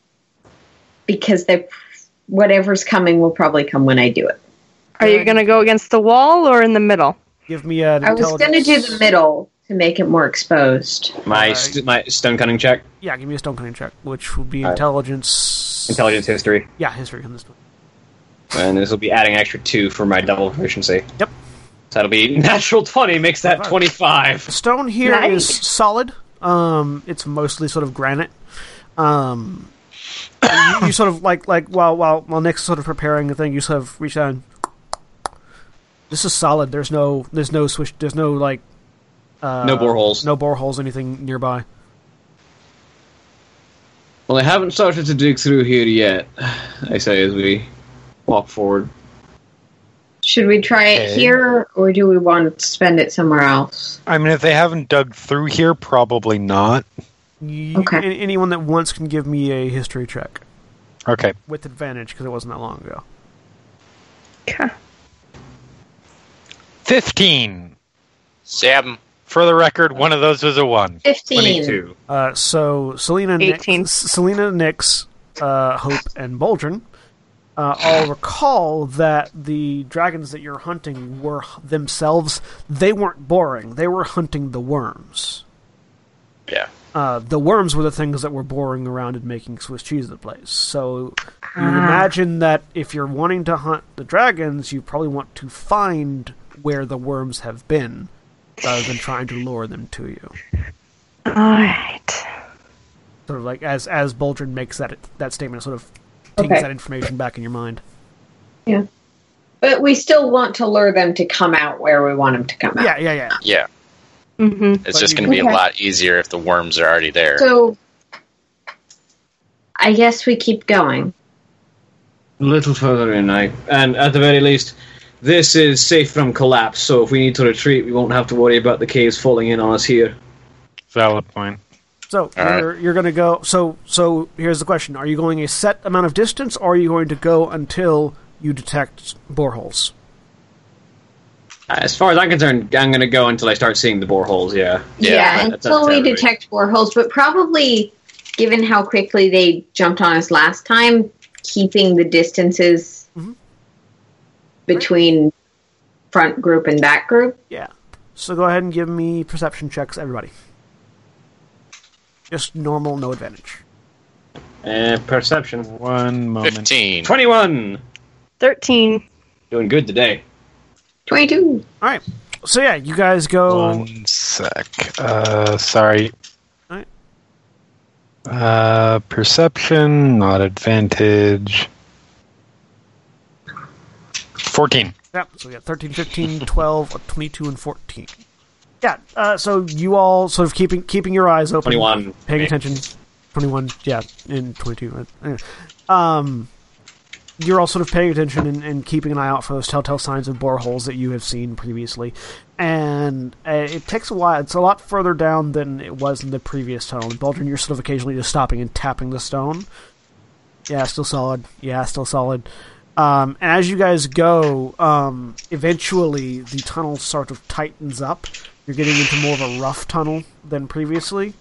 S6: because they're, whatever's coming will probably come when I do it.
S4: Are you gonna go against the wall or in the middle?
S1: give me an.
S6: I was going to do
S1: intelligence-
S6: the middle to make it more exposed.
S8: My st- my stone cutting check,
S1: Yeah, give me a stone cutting check, which would be
S8: Alright.
S1: intelligence.
S8: intelligence history,
S1: Yeah, history on this one.
S8: and this will be adding an extra two for my double proficiency.
S1: Yep.
S8: So that'll be [laughs] natural twenty makes that twenty
S1: The
S8: five.
S1: stone here is
S4: Nice.
S1: solid. Um, it's mostly sort of granite. Um, you, you sort of like like while while while Nick's sort of preparing the thing, you sort of reach out. And, this is solid. There's no there's no swish. There's no like uh,
S8: No boreholes.
S1: No boreholes. Anything nearby.
S7: Well, I haven't started to dig through here yet, I say as we walk forward.
S6: Should we try it
S5: Okay.
S6: here, or do we want to spend it somewhere else?
S5: I mean, if they haven't dug through here, probably not.
S1: You,
S6: Okay.
S1: a- Anyone that wants can give me a history check
S5: Okay.
S1: with advantage because it wasn't that long ago.
S4: 'Kay.
S5: 15.
S3: Sam,
S5: For the record, one of those was a one.
S6: 15.
S8: Twenty two.
S1: Uh, so Selena,
S4: Eighteen.
S1: Nix, Selena, Nix, uh, Hope, and Boldrin uh, all recall that the dragons that you're hunting were h- themselves. They weren't boring. They were hunting the worms.
S3: Yeah.
S1: Uh, the worms were the things that were boring around and making Swiss cheese the place. So you imagine that if you're wanting to hunt the dragons, you probably want to find where the worms have been rather than trying to lure them to you
S4: All right.
S1: sort of like as as Boldrin makes that that statement, it sort of takes
S6: Okay.
S1: that information back in your mind.
S6: But we still want to lure them to come out where we want them to come out.
S1: Yeah, yeah, yeah.
S3: yeah,
S4: hmm
S3: it's
S1: But
S3: just
S1: you-
S3: going to be
S6: Okay.
S3: a lot easier if the worms are already there.
S6: So I guess we keep going.
S8: A little further in, I and at the very least, this is safe from collapse. So if we need to retreat, we won't have to worry about the caves falling in on us here.
S5: Valid point.
S1: So
S3: All right.
S1: you're you're gonna go. So so here's the question: Are you going a set amount of distance, or are you going to go until you detect boreholes?
S8: As far as I'm concerned, I'm going to go until I start seeing the boreholes. Yeah.
S3: Yeah,
S8: that- that
S6: until
S8: sounds
S6: we
S8: about right.
S6: detect boreholes, but probably given how quickly they jumped on us last time, keeping the distances
S1: Mhm.
S6: between front group and back group.
S1: Yeah. So go ahead and give me perception checks, everybody. Just normal, no advantage.
S8: Uh, perception.
S5: One moment.
S3: 15.
S8: Twenty-one.
S4: Thirteen.
S8: Doing good today.
S6: 22.
S1: All right. So yeah, you guys go.
S5: One sec. Uh, sorry.
S1: Alright.
S5: Uh, perception, not advantage.
S4: Uh,
S5: 14.
S1: Yeah, so we got 13, [laughs] 15, 12, uh, 22, and 14. Yeah, uh, so you all sort of keeping keeping your eyes open.
S8: 21.
S1: Paying attention. 21, yeah, and 22. uh, anyway. Um, you're all sort of paying attention and, and keeping an eye out for those telltale signs of boreholes that you have seen previously. And uh, it takes a while. It's a lot further down than it was in the previous tunnel. And Baldwin, you're sort of occasionally just stopping and tapping the stone. Yeah, still solid. Yeah, still solid. Um, and as you guys go, um, eventually the tunnel sort of tightens up. You're getting into more of a rough tunnel than previously.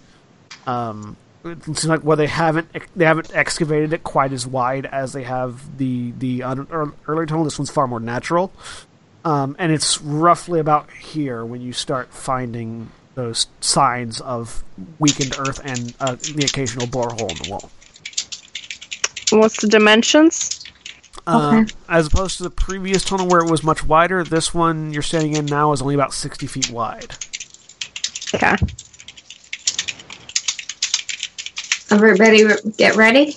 S1: Um, it seems like where they haven't they haven't excavated it quite as wide as they have the the un- ear- earlier tunnel. This one's far more natural, um, and it's roughly about here when you start finding those signs of weakened earth and uh, the occasional borehole in the wall.
S4: What's the dimensions?
S1: Um, as opposed to the previous tunnel where it was much wider, this one you're standing in now is only about 60 feet wide.
S4: Okay.
S6: Everybody re- get ready.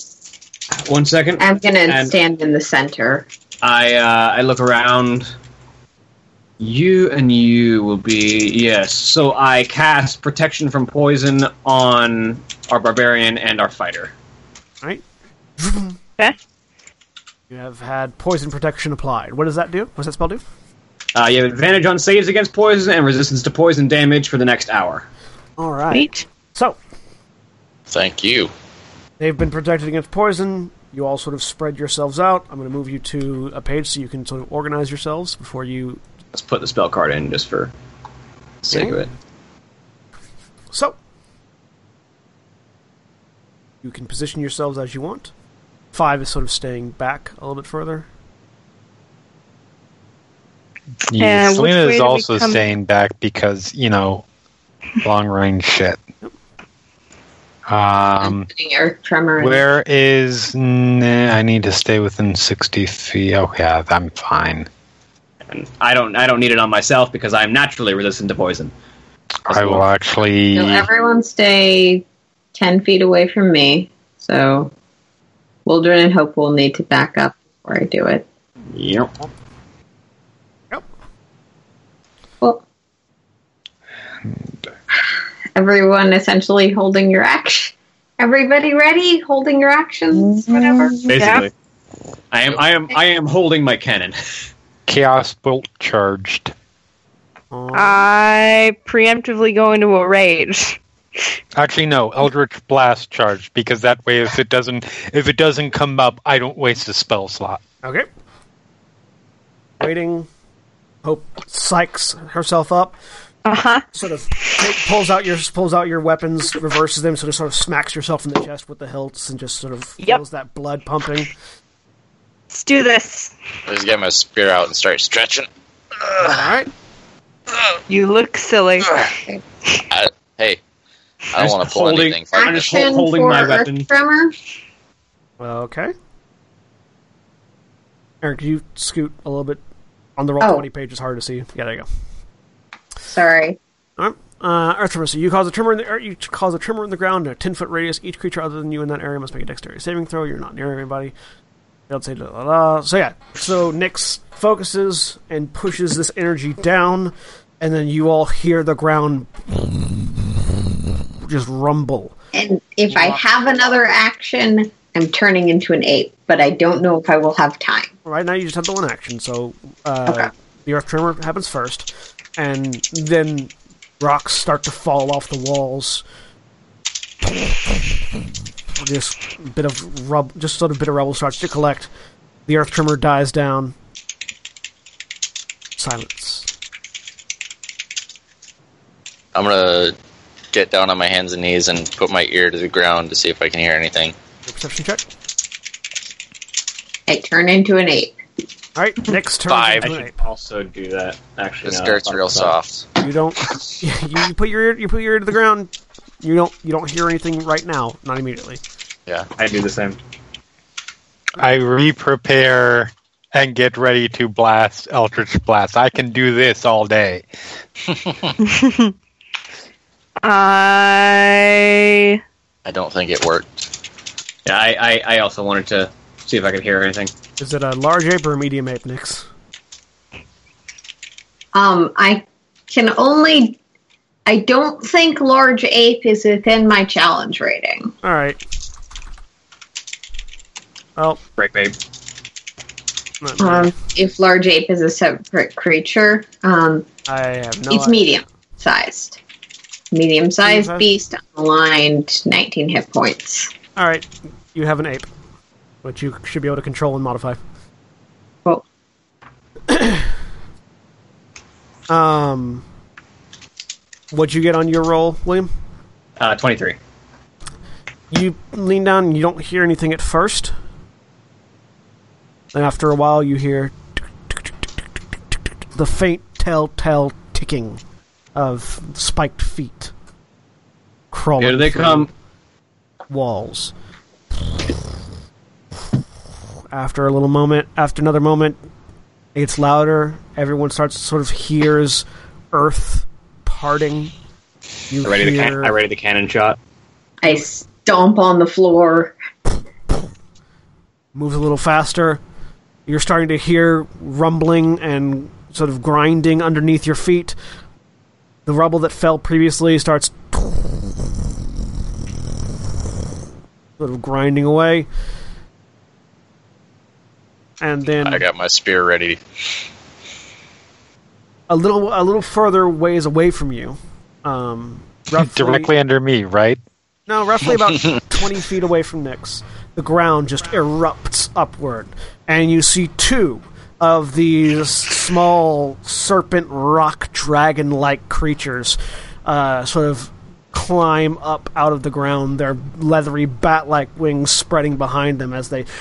S8: One second.
S6: I'm going to
S8: And-
S6: stand in the center.
S8: I uh, I look around
S2: You and you will be yes. So I cast protection from poison on our barbarian and our fighter.
S4: Okay.
S1: You have had poison protection applied. What does that do? What does that spell do?
S2: Uh, you have advantage on saves against poison and resistance to poison damage for the next hour.
S1: All right.
S4: Sweet.
S1: So
S3: Thank you.
S1: they've been protected against poison. You all sort of spread yourselves out. I'm going to move you to a page so you can sort of organize yourselves before you.
S2: Let's put the spell card in just for sake of it.
S1: So you can position yourselves as you want. Five is sort of staying back a little bit further.
S5: Yeah,
S4: which
S5: Selena
S4: way
S5: is
S4: do we
S5: also
S4: come-
S5: staying back because you know, long range
S4: [laughs]
S5: shit. Um,
S6: Including earth tremor. and-
S5: where is? Nah, I need to stay within sixty feet. Oh yeah, I'm fine.
S2: And I don't I don't need it on myself because I'm naturally resistant to poison.
S5: I will actually.
S6: So everyone stay 10 feet away from me. So Wildren and Hope will need to back up before I do it.
S2: Yep.
S6: Well, everyone essentially holding your action. Everybody ready? Holding your actions? Whatever.
S2: Basically. I am I am I am holding my cannon.
S5: Chaos bolt charged.
S1: Um,
S4: I preemptively go into a rage. [laughs]
S5: Actually, no, Eldritch Blast charged because that way, if it doesn't, if it doesn't come up, I don't waste a spell slot.
S1: Okay. Waiting. Hope psychs herself up.
S4: Uh huh.
S1: Sort of take, pulls out your pulls out your weapons, reverses them, sort of sort of smacks yourself in the chest with the hilts, and just sort of
S4: Yep.
S1: feels that blood pumping.
S4: Let's do this.
S3: I just get my spear out and start stretching.
S1: All right.
S4: You look silly.
S3: I, hey, I don't
S2: Just
S3: want to pull
S2: holding-
S3: anything.
S2: I'm
S3: From
S2: just
S3: it.
S2: hol-
S6: Action
S2: holding
S6: for
S2: my
S6: Earth
S2: weapon.
S6: Tremor?
S1: Okay. Eric, could you scoot a little bit on the roll
S6: Oh.
S1: twenty page? It's hard to see. Yeah, there you go.
S6: Sorry.
S1: All right. Uh, Earth tremor. So you cause a tremor in the air, you cause a tremor in the ground in a ten foot radius. Each creature other than you in that area must make a dexterity saving throw. You're not near anybody. They'll say la la la. So yeah. So Nyx focuses and pushes this energy down, and then you all hear the ground just rumble.
S6: And if I have another action, I'm turning into an ape, but I don't know if I will have time.
S1: Right now you just have the one action. So uh,
S6: Okay.
S1: the earth tremor happens first, and then rocks start to fall off the walls. This bit of rub, just sort of bit of rubble starts to collect. The earth tremor dies down. Silence.
S3: I'm gonna get down on my hands and knees and put my ear to the ground to see if I can hear anything.
S1: Your perception check.
S6: I turn into an ape.
S1: All right, next turn.
S3: Five.
S2: I should also do that. Actually,
S3: This
S2: no,
S3: dirt's
S2: I'll
S3: real
S2: stop.
S3: soft.
S1: You don't. [laughs] You put your ear, you put your ear to the ground. You don't. You don't hear anything right now. Not immediately.
S2: I do the same.
S5: I re-prepare and get ready to blast Eldritch Blast. I can do this all day.
S4: I.
S3: I don't think it worked.
S2: Yeah, I, I, I also wanted to see if I could hear anything.
S1: Is it a large ape or a medium ape, Nix?
S6: Um, I can only. I don't think large ape is within my challenge rating.
S1: All right. Well,
S2: Break, babe.
S1: not
S6: Um,
S1: really.
S6: if large ape is a separate creature, um,
S1: I have no.
S6: it's
S1: idea.
S6: medium sized. Medium
S1: Medium-sized?
S6: sized beast, aligned, 19 hit points.
S1: All right, you have an ape, which you should be able to control and modify.
S6: Well,
S1: Um, what'd you get on your roll, William?
S2: Uh, 23.
S1: You lean down. and You don't hear anything at first. And after a while, you hear the faint telltale ticking of spiked feet crawling.
S2: Here they
S1: through.
S2: come.
S1: walls. After a little moment, after another moment, it gets louder. Everyone starts sort of hears earth parting. You
S2: I ready the
S1: hear
S2: can- I ready the cannon shot.
S6: I stomp on the floor.
S1: moves a little faster. You're starting to hear rumbling and sort of grinding underneath your feet. The rubble that fell previously starts sort of grinding away. And then
S3: I got my spear ready.
S1: a little a little further ways away from you. Um, roughly,
S5: Directly under me, right?
S1: No, roughly about 20 feet away from Nyx, the ground just erupts upward, and you see two of these small serpent rock dragon like creatures uh, sort of climb up out of the ground, their leathery bat like wings spreading behind them as they. [sighs]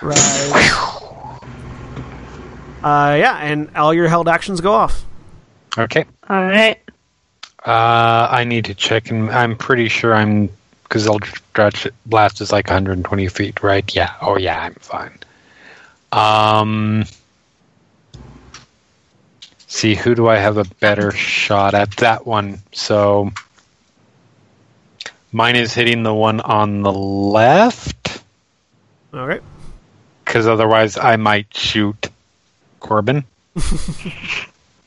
S1: Rise. Uh, yeah, and all your held actions go off.
S5: Okay.
S4: All right.
S5: Uh, I need to check, and I'm pretty sure I'm because Eldritch Blast is like 120 feet, right? Yeah. Oh yeah, I'm fine. Um, see, who do I have a better shot at that one? So mine is hitting the one on the left,
S1: All right.
S5: because otherwise I might shoot Corbin.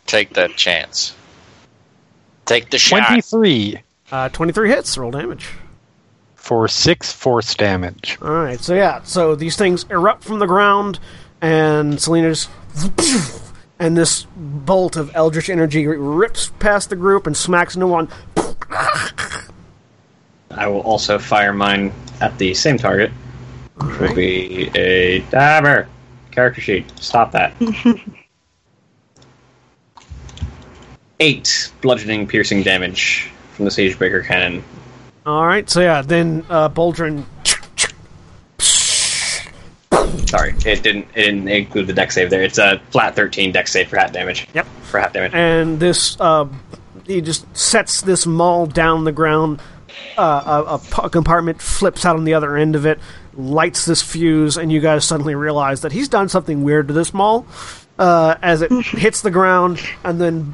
S3: Take that chance. Take the shot.
S5: 23
S1: Uh, 23 hits, roll damage.
S5: for six force damage.
S1: All right, so yeah, so these things erupt from the ground, and Selena's, [laughs] and this bolt of eldritch energy rips past the group and smacks into one.
S2: I will also fire mine at the same target. Which will be a dabber. Character sheet. Stop that. Eight bludgeoning piercing damage from the Sagebreaker cannon.
S1: All right, so yeah, then uh, Boldrin
S2: Sorry, it didn't it didn't include the deck save there. It's a flat thirteen deck save for hat damage.
S1: [laughs] Yep.
S2: For hat damage.
S1: and this uh, he just sets this maul down the ground. Uh, a, a p- compartment flips out on the other end of it, lights this fuse, and you guys suddenly realize that he's done something weird to this maul. Uh, as it hits the ground, and then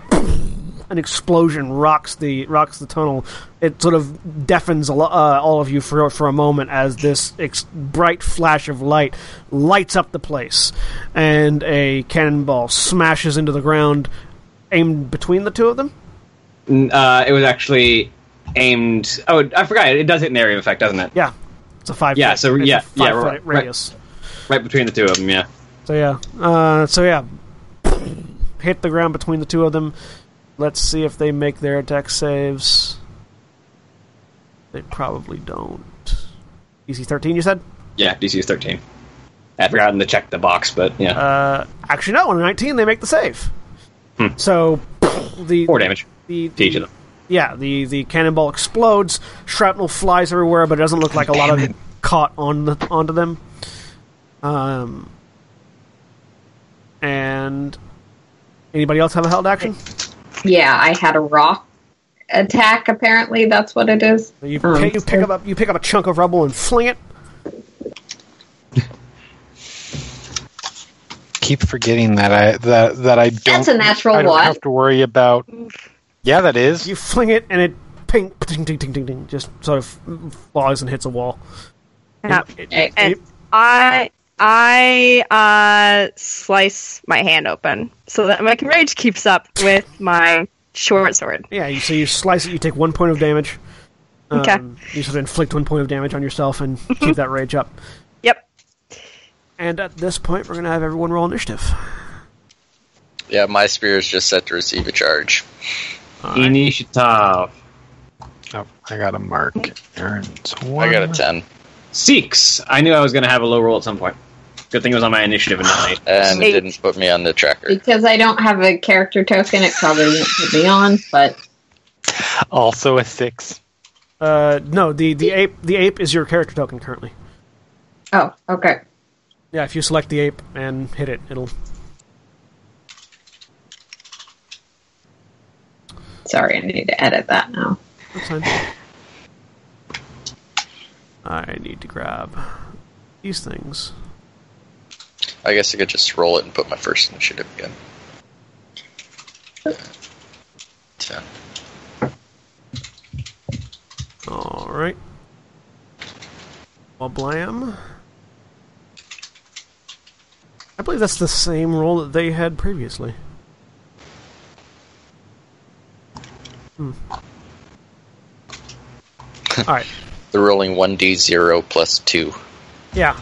S1: an explosion rocks the rocks the tunnel. It sort of deafens a lo- uh, all of you for for a moment as this ex- bright flash of light lights up the place, and a cannonball smashes into the ground, aimed between the two of them.
S2: Uh, it was actually aimed. Oh, I forgot. It does hit an area of effect, doesn't it?
S1: Yeah, it's a five.
S2: Yeah,
S1: foot-
S2: so,
S1: it's a
S2: yeah,
S1: five
S2: yeah,
S1: foot
S2: right, right.
S1: radius.
S2: Right between the two of them. Yeah.
S1: So yeah, uh, so yeah, [clears throat] hit the ground between the two of them. Let's see if they make their attack saves. They probably don't. EC thirteen, you said?
S2: Yeah. DC is thirteen. I forgotten to check the box, but yeah,
S1: Uh, actually, no. On a nineteen, they make the save. So [clears throat] the
S2: Hmm. four damage
S1: The,
S2: to each of them.
S1: Yeah, the the cannonball explodes. Shrapnel flies everywhere, but it doesn't look like a lot of it caught on the, onto them. Um, and anybody else have a held action?
S6: Yeah, I had a rock attack. Apparently, that's what it is.
S1: You,
S4: um,
S1: pick- you pick
S4: uh,
S1: up a, you pick up a chunk of rubble and fling it.
S5: keep forgetting that I that that I don't.
S6: That's a natural
S5: I don't
S6: one.
S5: have to worry about. Yeah, that is.
S1: You fling it, and it ping, ding, ding, ding, ding, ding, just sort of flies and hits a wall.
S4: Yeah.
S1: It-
S6: Eh,
S4: And
S1: it-
S4: I I uh slice my hand open so that my rage keeps up with my short sword.
S1: yeah, you, so you slice it. You take one point of damage.
S4: Okay.
S1: Um, you sort of inflict one point of damage on yourself and keep that rage up.
S4: Yep.
S1: And at this point, we're going to have everyone roll initiative.
S3: Yeah, my spear is just set to receive a charge.
S2: Initiative
S5: Oh, I got a mark. Aaron's one.
S3: I got a ten,
S2: six. I knew I was going to have a low roll at some point. Good thing it was on my initiative and not me. Um,
S3: and
S4: Eight.
S3: it didn't put me on the tracker.
S6: Because I don't have a character token, it probably won't put me on, but
S5: Also a six.
S1: Uh, no, the, the ape the ape is your character token currently.
S6: oh, okay.
S1: Yeah, if you select the ape and hit it, it'll.
S6: Sorry, I need to edit that now.
S1: That's fine. I need to grab these things.
S3: I guess I could just roll it and put my first initiative again. Ten.
S1: All right. Well, blam. I believe that's the same roll that they had previously. Hmm. All right.
S3: They're rolling 1d0 plus 2.
S1: Yeah.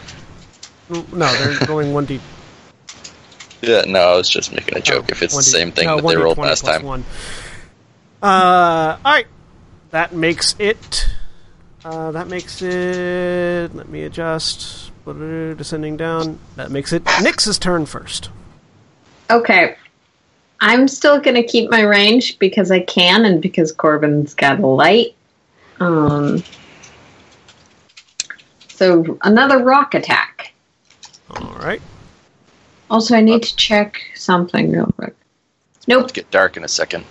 S1: N- No, they're going one
S3: [laughs]
S1: d.
S3: Yeah, no, I was just making a joke if it's the
S1: 1D
S3: same thing
S1: Oh, no,
S3: that they
S1: 1D20
S3: rolled last
S1: plus
S3: time.
S1: One. Uh, all right, that makes it. Uh, that makes it. Let me adjust. Descending down. That makes it Nix's turn first.
S6: Okay. I'm still going to keep my range because I can and because Corbin's got a light. Um, so another rock attack.
S1: All right.
S6: Also, I need to check something real quick. Nope,
S3: It'll get dark in a second.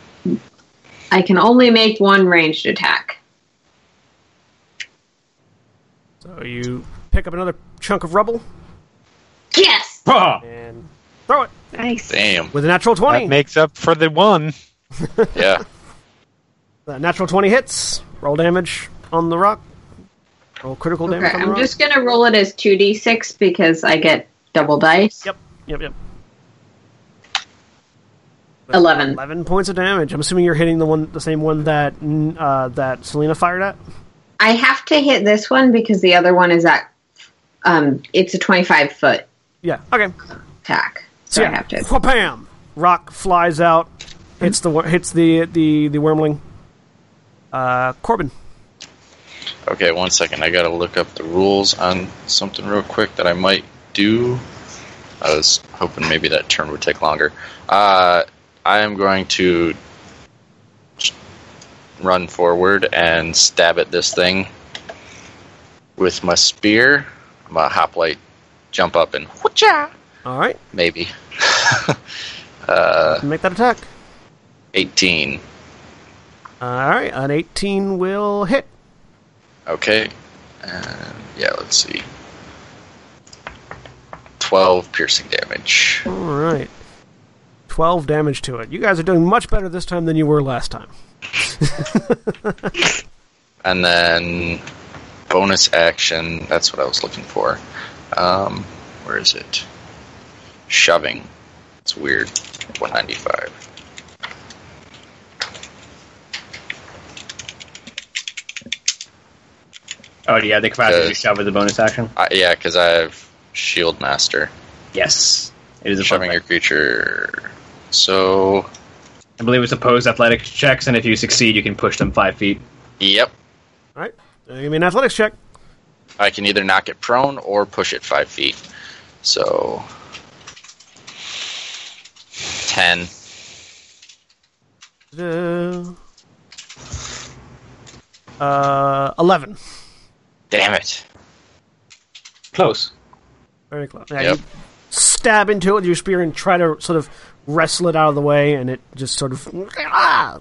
S6: I can only make one ranged attack.
S1: So you pick up another chunk of rubble
S6: Yes!
S7: Ha!
S1: and throw it
S4: Nice.
S1: [laughs]
S3: Damn.
S1: with a natural twenty.
S5: That makes up for the one. [laughs]
S3: Yeah.
S1: the natural twenty hits. Roll damage on the rock. Roll critical
S6: Okay,
S1: damage on the
S6: I'm
S1: rock.
S6: just going to roll it as 2d6 because I get double dice.
S1: Yep. Yep. Yep.
S6: 11.
S1: 11 points of damage. I'm assuming you're hitting the one, the same one that mm, uh, that Selena fired at.
S6: I have to hit this one because the other one is at. Um, it's a 25 foot
S1: Yeah. Okay.
S6: attack. So I have to.
S1: Wham! Rock flies out, hits the wor- hits the the the wormling. Uh, Corbin.
S3: Okay, one second. I gotta look up the rules on something real quick that I might do. I was hoping maybe that turn would take longer. Uh, I am going to run forward and stab at this thing with my spear. I'm gonna hoplite, jump up, and whatcha?
S1: All right,
S3: Maybe. uh,
S1: make that attack.
S3: 18.
S1: All right, an 18 will hit.
S3: Okay. Uh, yeah, let's see. 12 piercing damage.
S1: All right, 12 damage to it. You guys are doing much better this time than you were last time.
S3: And then bonus action. That's what I was looking for. Um, where is it? Shoving. It's weird. 195.
S2: Oh, yeah, the capacity
S3: Okay.
S2: to shove with the bonus action.
S3: I, yeah, because I have Shield Master.
S2: Yes, it is a
S3: Shoving
S2: shoving.
S3: your creature. So,
S2: I believe it's opposed athletics checks, and if you succeed, you can push them five feet.
S3: yep.
S1: All right, uh, give me an athletics check.
S3: I can either knock it prone or push it five feet. So, 10.
S1: Uh, 11.
S3: Damn it.
S2: Close.
S1: Very close. Yeah,
S3: Yep.
S1: you stab into it with your spear and try to sort of wrestle it out of the way, and it just sort of. Ah!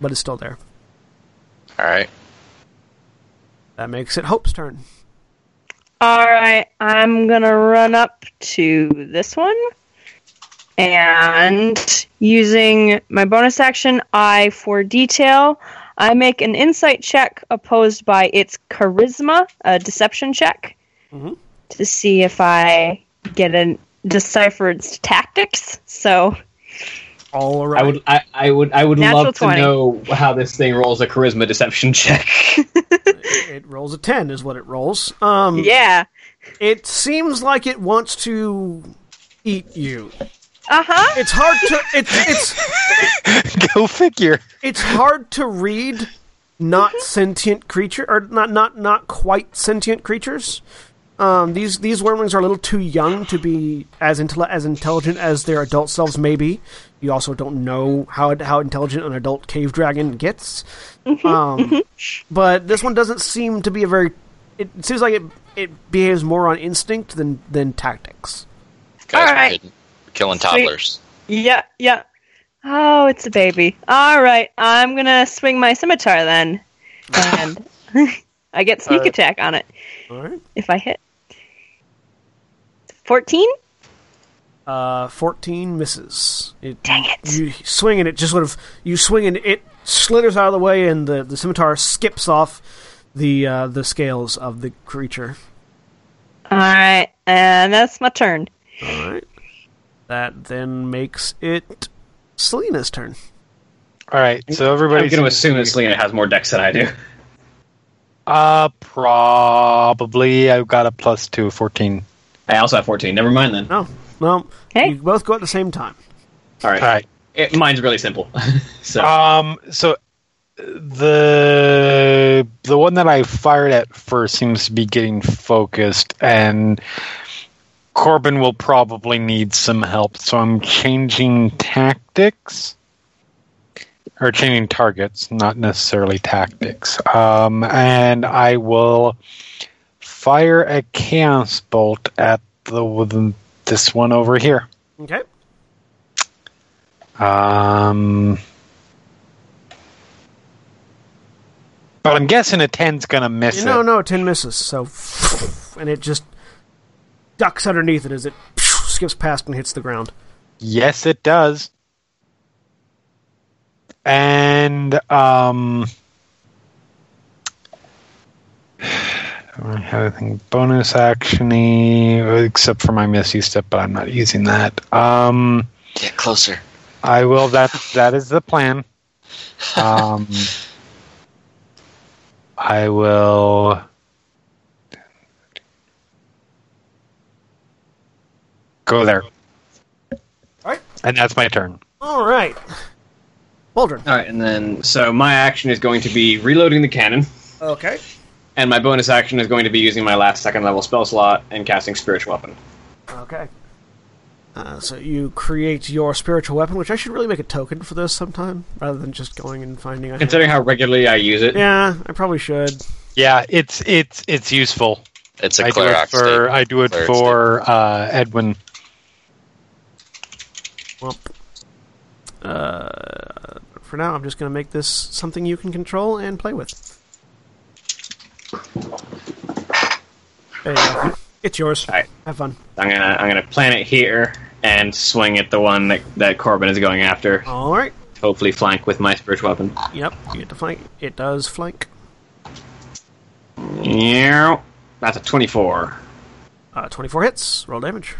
S1: But it's still there.
S3: All right.
S1: That makes it Hope's turn.
S4: All right, I'm gonna run up to this one, and using my bonus action, I for detail, I make an insight check opposed by its charisma, a deception check,
S1: Mhm.
S4: to see if I get a decipher its tactics. So
S1: All right.
S2: I would, I, I would, I would
S4: Natural
S2: love to
S4: 20.
S2: know how this thing rolls a charisma
S8: [laughs]
S2: deception check.
S1: It rolls a 10, is what it rolls. Um,
S4: yeah,
S1: It seems like it wants to eat you.
S4: uh huh.
S1: It's hard to. It's, it's,
S5: Go figure.
S1: it's hard to read not sentient creature or not not not quite sentient creatures. Um, these these wormlings are a little too young to be as intel- as intelligent as their adult selves may be. You also don't know how how intelligent an adult cave dragon gets. um, But this one doesn't seem to be a very. It seems like it it behaves more on instinct than than tactics.
S3: Guys,
S4: All
S3: we're
S4: right.
S3: kidding. killing
S4: Sweet.
S3: toddlers.
S4: Yeah, yeah. Oh, it's a baby. All right, I'm gonna swing my scimitar then, and [laughs] I get sneak
S1: Alright.
S4: attack on it
S1: All right.
S4: if I hit. Fourteen.
S1: Uh, fourteen misses. It,
S4: Dang it.
S1: You swing and it just sort of you swing and it slithers out of the way, and the, the scimitar skips off the uh, the scales of the creature.
S4: All right, and that's my turn.
S1: All right. That then makes it Selena's turn.
S5: All right, so
S8: I'm
S5: everybody's
S8: going to assume that Selena has more decks than I do.
S5: Uh, probably. I've got a plus two, 14.
S8: I also have 14. Never mind then.
S1: No, no.
S4: Hey.
S1: You both go at the same time.
S8: All right.
S5: All right.
S8: It, mine's really simple. [laughs] so
S1: Uh,
S5: Um, so the the one that I fired at first seems to be getting focused, and Corbin will probably need some help. So I'm changing tactics or changing targets, not necessarily tactics. Um, and I will fire a chaos bolt at the this one over here.
S1: Okay.
S5: Um, but I'm guessing a 10's gonna miss
S1: no,
S5: it.
S1: no, ten misses. So, and it just ducks underneath it as it skips past and hits the ground.
S5: Yes, it does. And um, I don't have anything bonus actiony except for my misty step, but I'm not using that. Um.
S3: Get closer.
S5: I will. That that is the plan. Um, I will. Go there.
S1: Alright.
S5: And that's my turn.
S1: All right, Waldron.
S8: all right, and then so my action is going to be reloading the cannon,
S1: Okay.
S8: and my bonus action is going to be using my last second level spell slot and casting spiritual weapon.
S1: Okay. Uh, so you create your spiritual weapon, which I should really make a token for this sometime, rather than just going and finding a.
S8: Considering how regularly I use it,
S1: Yeah, I probably should.
S5: Yeah, it's it's it's useful.
S3: It's
S5: I
S3: a
S5: do it
S3: Clarax.
S5: for I do it
S3: Cleric
S5: for uh, Edwin.
S1: Well, uh, for now, I'm just going to make this something you can control and play with. There you go. It's yours.
S8: Alright.
S1: Have fun.
S8: I'm gonna I'm gonna plant it here and swing at the one that, that Corbin is going after.
S1: All right.
S8: Hopefully, flank with my spiritual weapon.
S1: Yep. You get to flank. It does flank.
S8: Yeah, that's a 24,
S1: Uh, 24 hits. Roll damage.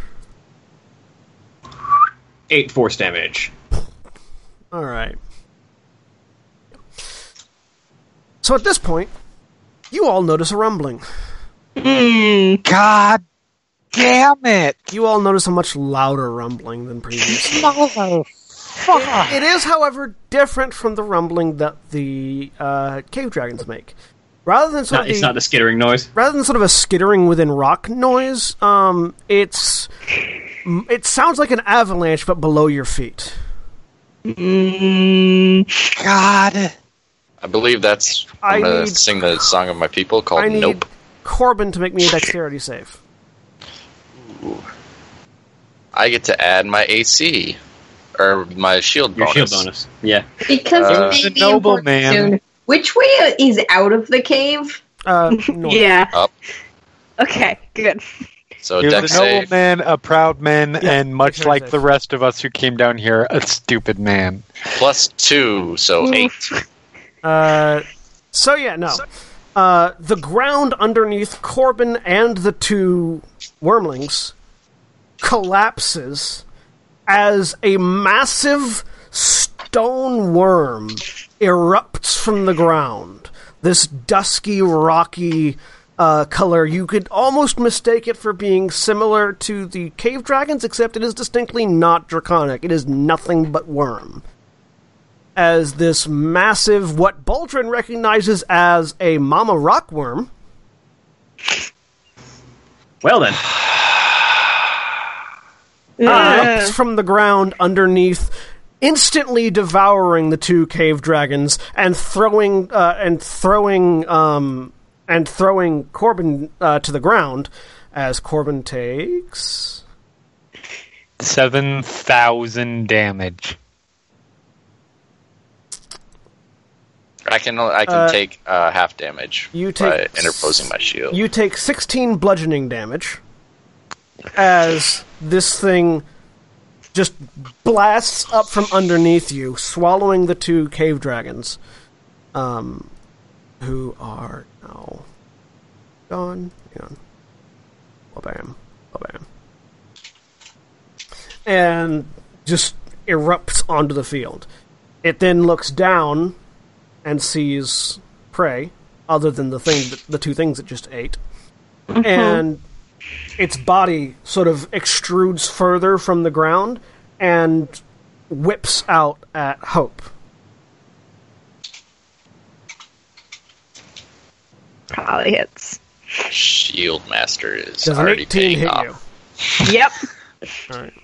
S8: eight force damage.
S1: All right. So at this point, you all notice a rumbling.
S5: God damn it!
S1: You all notice a much louder rumbling than previously. It is, however, different from the rumbling that the uh, cave dragons make. Rather than sort
S8: Not,
S1: of
S8: it's
S1: the-
S8: not the skittering noise.
S1: rather than sort of a skittering within rock noise, um, it's m- it sounds like an avalanche, but below your feet.
S5: God.
S3: I believe that's.
S1: I
S3: I'm gonna
S1: need-
S3: sing the song of my people called
S1: I need
S3: Oh, Nope.
S1: Corbin to make me a dexterity save.
S3: I get to add my AC or my shield
S8: Your
S3: bonus.
S8: shield bonus. Yeah.
S6: Because
S3: Uh,
S6: it
S5: the
S6: may be
S5: noble
S6: important
S5: man.
S6: soon. Which way is out of the cave?
S1: Uh, north.
S4: Yeah.
S3: Up.
S4: Okay, good.
S3: So
S5: He was
S3: deck
S5: an old
S3: save.
S5: man, a proud man, and much
S1: exactly.
S5: like the rest of us who came down here, a stupid man.
S3: plus two, so eight.
S1: Uh, so yeah, no. Uh, the ground underneath Corbin and the two wormlings collapses as a massive stone worm erupts from the ground. This dusky, rocky uh, color. You could almost mistake it for being similar to the cave dragons, except it is distinctly not draconic. It is nothing but worm as this massive, what Baldrin recognizes as a mama rockworm,
S8: Well then,
S1: erupts from the ground underneath, instantly devouring the two cave dragons and throwing uh, and throwing um, and throwing Corbin uh, to the ground. As Corbin takes,
S5: 7,000 damage.
S3: I can I can
S1: Uh,
S3: take uh, half damage
S1: you
S3: by
S1: take
S3: interposing my shield.
S1: you take sixteen bludgeoning damage as this thing just blasts up from underneath you, swallowing the two cave dragons, um, who are now gone. Hang on. Bam. Bam. and just erupts onto the field. It then looks down and sees prey, other than the thing, that, the two things it just ate, and its body sort of extrudes further from the ground and whips out at Hope.
S4: Probably hits.
S3: Shield Master is
S1: Does an
S3: already
S1: 18
S3: paying
S1: hit
S3: off.
S1: you?
S4: Yep.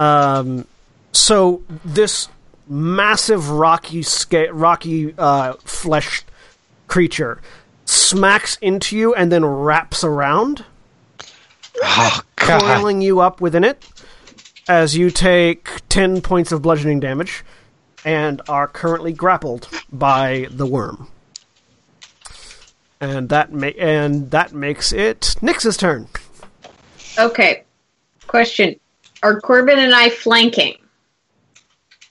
S1: Um, so this massive rocky sca- rocky uh, flesh creature smacks into you and then wraps around,
S5: Oh, God.
S1: coiling you up within it. As you take ten points of bludgeoning damage, and are currently grappled by the worm, and that ma- and that makes it Nyx's turn.
S6: Okay. Question. Are Corbin and I flanking?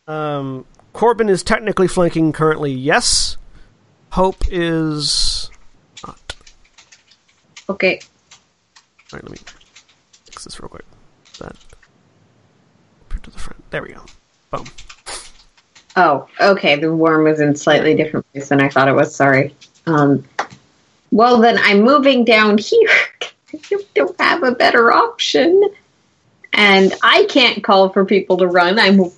S1: Um, Corbin is technically flanking currently, yes. Hope is.
S6: Okay.
S1: Alright, let me fix this real quick. That. Up to the front. There we go. Boom.
S6: Oh, okay. The worm was in slightly different place than I thought it was. Sorry. Um, well, then I'm moving down [laughs] here. 'cause I don't have a better option, and I can't call for people to run. I'm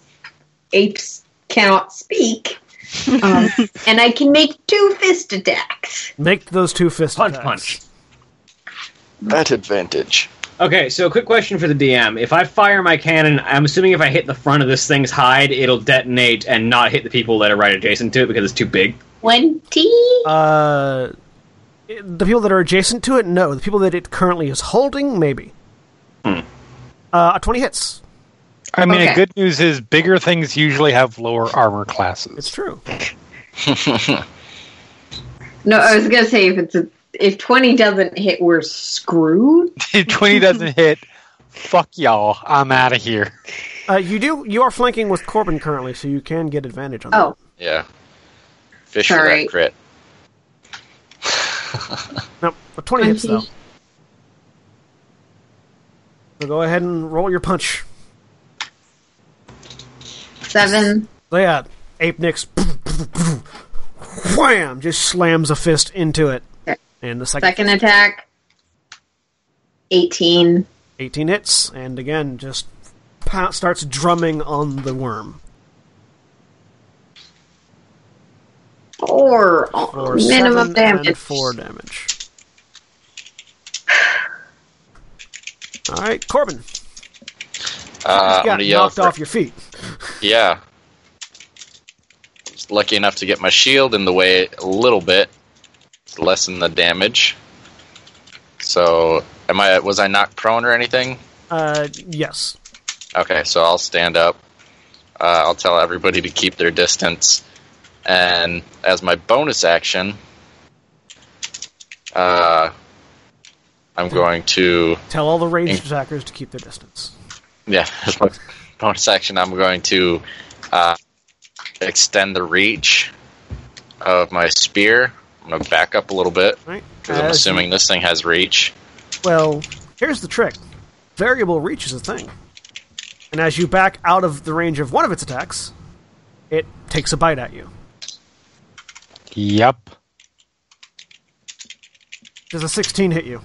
S6: apes cannot speak, [laughs] um, and I can make two fist attacks.
S1: Make those two fist
S2: Punch,
S1: attacks.
S2: punch.
S3: That advantage.
S2: [sighs] Okay, so a quick question for the DM. If I fire my cannon, I'm assuming if I hit the front of this thing's hide, it'll detonate and not hit the people that are right adjacent to it because it's too big.
S6: Twenty.
S1: Uh, the people that are adjacent to it, no. The people that it currently is holding, maybe. Uh, a 20 hits.
S5: I mean,
S6: Okay.
S5: the good news is bigger things usually have lower armor
S1: It's
S5: classes.
S1: true.
S6: No, I was gonna say if it's a, if twenty doesn't hit, we're screwed.
S5: [laughs] If 20 doesn't hit, fuck y'all. I'm out of here.
S1: Uh, you do. You are flanking with Corbin currently, so you can get advantage on
S6: Oh,
S3: Yeah. Fish for
S6: Sorry.
S3: that crit.
S1: that. No, a 20 hits though.
S6: 20.
S1: So go ahead and roll your punch.
S6: seven.
S1: So yeah, Ape Nix, wham, just slams a fist into it. And the second,
S6: Second attack. Eighteen.
S1: 18 hits, and again, just pow- starts drumming on the worm.
S6: Four. oh,
S1: For
S6: minimum
S1: seven
S6: damage.
S1: And 4 damage. Alright, Corbin,
S3: Uh,
S1: you
S3: I'm
S1: got
S3: gonna yell
S1: knocked
S3: for,
S1: off your feet.
S3: yeah. I was lucky enough to get my shield in the way a little bit, to lessen the damage. So, am I? Was I knocked prone or anything?
S1: Uh, yes.
S3: Okay, so I'll stand up. Uh, I'll tell everybody to keep their distance. And as my bonus action, uh, I'm going to.
S1: Tell all the ranged
S3: Mm.
S1: attackers to keep their distance.
S3: Yeah, [laughs] as my bonus action, I'm going to uh, extend the reach of my spear. I'm going to back up a little bit
S1: Right?
S3: because I'm
S1: As
S3: assuming this thing has reach.
S1: Well, here's the trick. Variable reach is a thing. And as you back out of the range of one of its attacks, it takes a bite at you.
S5: Yep.
S1: Does a 16 hit you?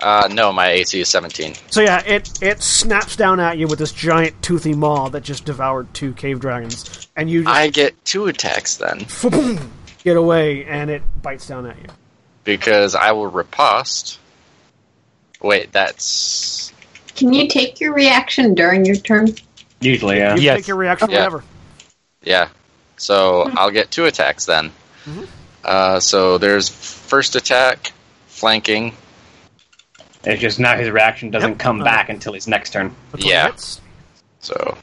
S3: Uh, no, my AC is 17.
S1: So yeah, it it snaps down at you with this giant toothy maw that just devoured two cave dragons, and you just
S3: I get two attacks then
S1: [clears throat] get away, and it bites down at you.
S3: because I will riposte. Wait, that's
S6: Can you take your reaction during your turn?
S2: Usually,
S1: You
S2: yeah.
S1: can
S5: Yes.
S1: take your reaction
S3: Yeah.
S1: whatever.
S3: Yeah. So I'll get two attacks then. Uh, so there's first attack, flanking.
S2: It's just now his reaction doesn't
S1: Yep.
S2: come back until his next turn.
S1: A 20
S3: Yeah.
S1: Hits.
S3: So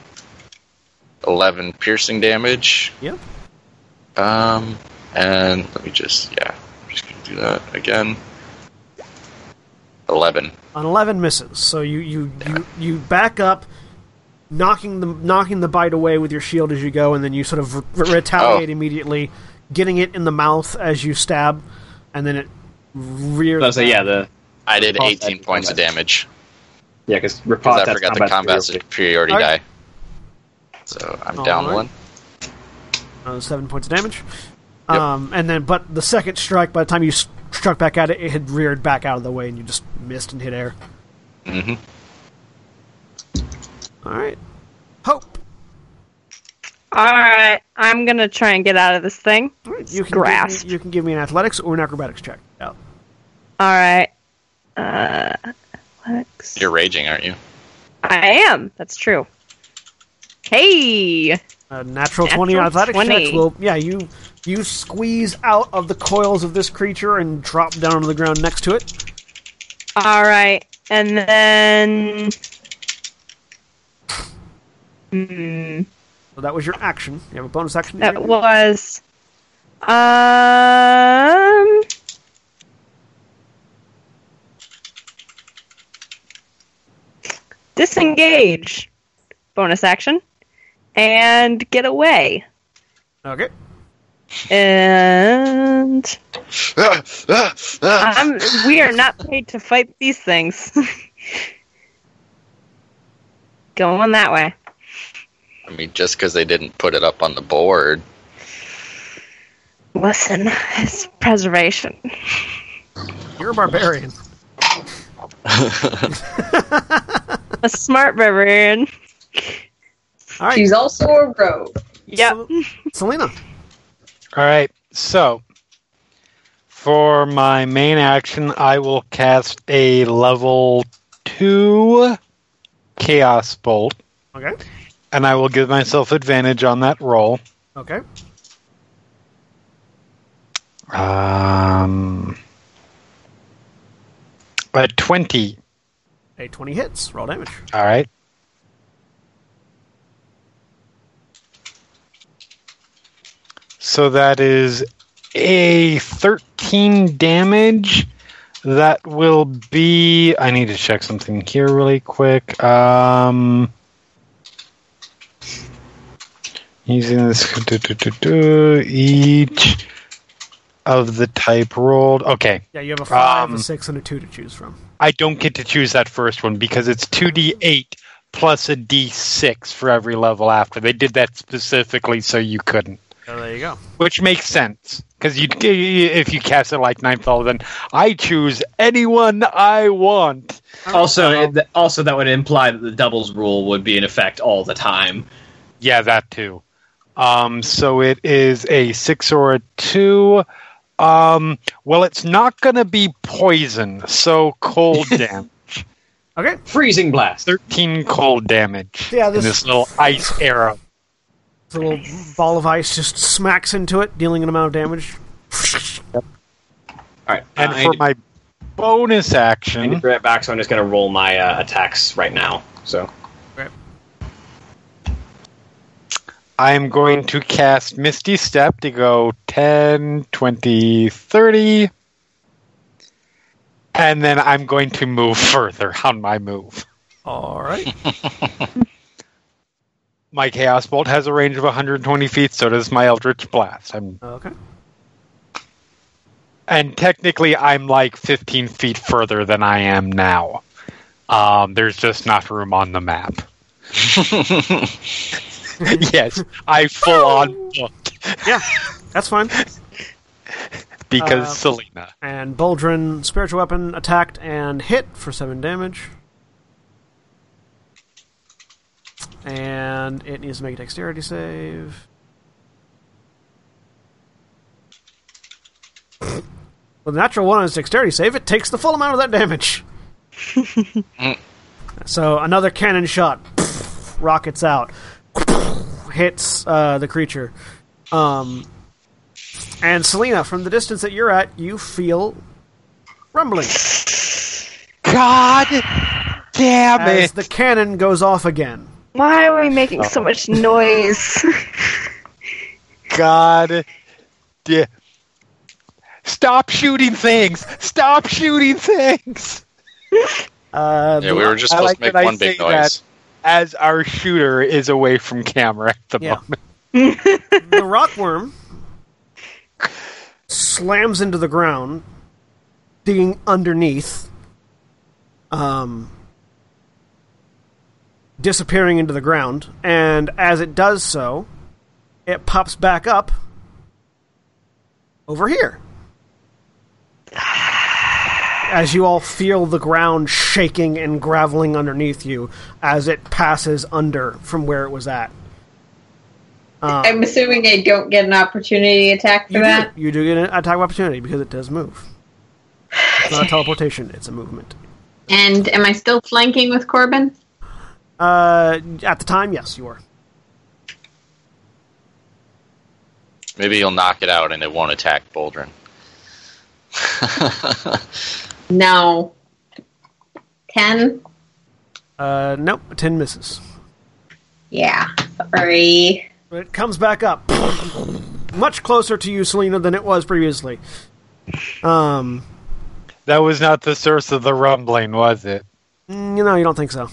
S3: 11 piercing damage.
S1: Yep.
S3: Um, and let me just, yeah, I'm just going to do that again. 11.
S1: An 11 misses. So you you, you you back up, knocking the knocking the bite away with your shield as you go, and then you sort of re- retaliate
S3: Oh.
S1: immediately, getting it in the mouth as you stab, and then it rears.
S2: So, so yeah, the
S3: I did
S2: Oh,
S3: 18
S2: that's
S3: points of
S2: okay.
S3: damage.
S8: Yeah, because
S3: Because
S5: Oh,
S8: repot.
S3: I
S8: that's
S3: forgot the
S8: combat
S3: combat
S8: superiority.
S3: superiority
S1: Alright.
S3: die. So I'm
S1: All
S3: down
S1: right.
S3: one.
S1: uh, seven points of damage.
S3: Yep.
S1: Um, and then, but the second strike, by the time you s- struck back at it, it had reared back out of the way, and you just missed and hit air.
S3: Mm-hmm.
S1: All right, hope.
S4: All right, I'm gonna try and get out of this thing.
S1: All right, you can
S4: Grasp.
S1: Give me, you can give me an athletics or an acrobatics check. Yeah.
S4: All right. Uh, athletics.
S3: You're raging, aren't you?
S4: I am. That's true. Hey.
S1: A natural, twenty on
S4: Natural
S1: athletics
S4: 20.
S1: checks will yeah you you squeeze out of the coils of this creature and drop down to the ground next to it.
S4: All right, and then. Hmm.
S1: So that was your action. You have a bonus action.
S4: That was. Um. Disengage. Bonus action. And get away.
S1: okay.
S4: And
S3: Ah, ah, ah.
S1: [laughs]
S4: I'm, we are not paid to fight these things. [laughs] Going that way.
S3: I mean, just because they didn't put it up on the board.
S4: Listen, it's preservation.
S1: You're a barbarian.
S4: A smart barbarian.
S1: All
S6: [laughs]
S1: right,
S6: She's also a rogue.
S4: Yep.
S1: Selena.
S5: All right. So, for my main action, I will cast a level two Chaos Bolt,
S1: Okay.
S5: and I will give myself advantage on that roll.
S1: Okay.
S5: Um, a 20.
S1: A twenty hits. Roll damage.
S5: All right. So that is a 13 damage. That will be. I need to check something here really quick. Um, using this. do, do, do, do, each of the type rolled. Okay.
S1: Yeah, you have a five, a
S5: Um,
S1: six, and a two to choose from.
S5: I don't get to choose that first one because it's 2d8 plus a d6 for every level after. They did that specifically so you couldn't,
S1: Oh, there you go.
S5: which makes sense because you if you cast it like ninth level, then I choose anyone I want.
S2: Also, it, th- also that would imply that the doubles rule would be in effect all the time.
S5: Yeah, that too. Um, so it is a six or a two. Um, well, it's not going to be poison, so
S1: [laughs]
S5: cold damage.
S1: Okay.
S2: Freezing blast.
S5: 13 cold damage.
S1: Yeah,
S5: in
S1: this-
S5: this little ice arrow.
S1: The little ball of ice just smacks into it, dealing an amount of damage.
S8: All right,
S5: And
S8: uh, I
S5: for
S8: need, to-
S5: my bonus
S8: I need to
S5: action,
S8: bring it back, so I'm just gonna roll my uh, attacks right now. So
S5: I am going to cast Misty Step to go 10, 20, 30. And then I'm going to move [laughs] further on my move.
S1: All right.
S5: My Chaos Bolt has a range of 120 feet, so does my Eldritch Blast. I'm,
S1: [laughs] Okay.
S5: and technically, I'm like 15 feet further than I am now. Um, there's just not room on the
S8: [laughs]
S5: map. [laughs] yes, I full
S8: [laughs]
S5: on booked
S1: Yeah, that's fine.
S5: because
S1: Uh,
S5: Selena.
S1: And Boldrin, spiritual weapon, attacked and hit for seven damage. And it needs to make a dexterity save. With a natural one on its dexterity save, it takes the full amount of that damage. so another cannon shot rockets out, hits uh, the creature. Um, and Selena, from the distance that you're at, you feel rumbling
S5: God damn
S1: as
S5: it!
S1: the cannon goes off again.
S4: Why are we making
S1: Oh.
S4: so much noise? [laughs]
S5: God da- Stop shooting things! Stop shooting things!
S1: Uh,
S3: yeah, we were just
S5: I
S3: supposed to make
S5: like that I
S3: one big
S5: say
S3: noise.
S5: As our shooter is away from camera at the
S1: Yeah.
S5: moment.
S1: [laughs] the rockworm slams into the ground, digging underneath. Um, disappearing into the ground, and as it does so, it pops back up over here. As you all feel the ground shaking and graveling underneath you as it passes under from where it was at.
S6: I'm assuming I don't get an opportunity attack
S1: Oh.
S6: for
S1: You do,
S6: that.
S1: you do get an attack of opportunity because it does move. It's not teleportation, it's a movement.
S6: And am I still flanking with Corbin?
S1: Uh, at the time, yes, you were.
S3: Maybe he'll knock it out and it won't attack [laughs] Boldrin.
S6: No. Ten?
S1: Uh, nope, 10 misses.
S6: Yeah. Sorry.
S1: But it comes back up. [sniffs] Much closer to you, Selena, than it was previously. Um,
S5: That was not the source of the rumbling, was it?
S1: mm, you know, you don't think so.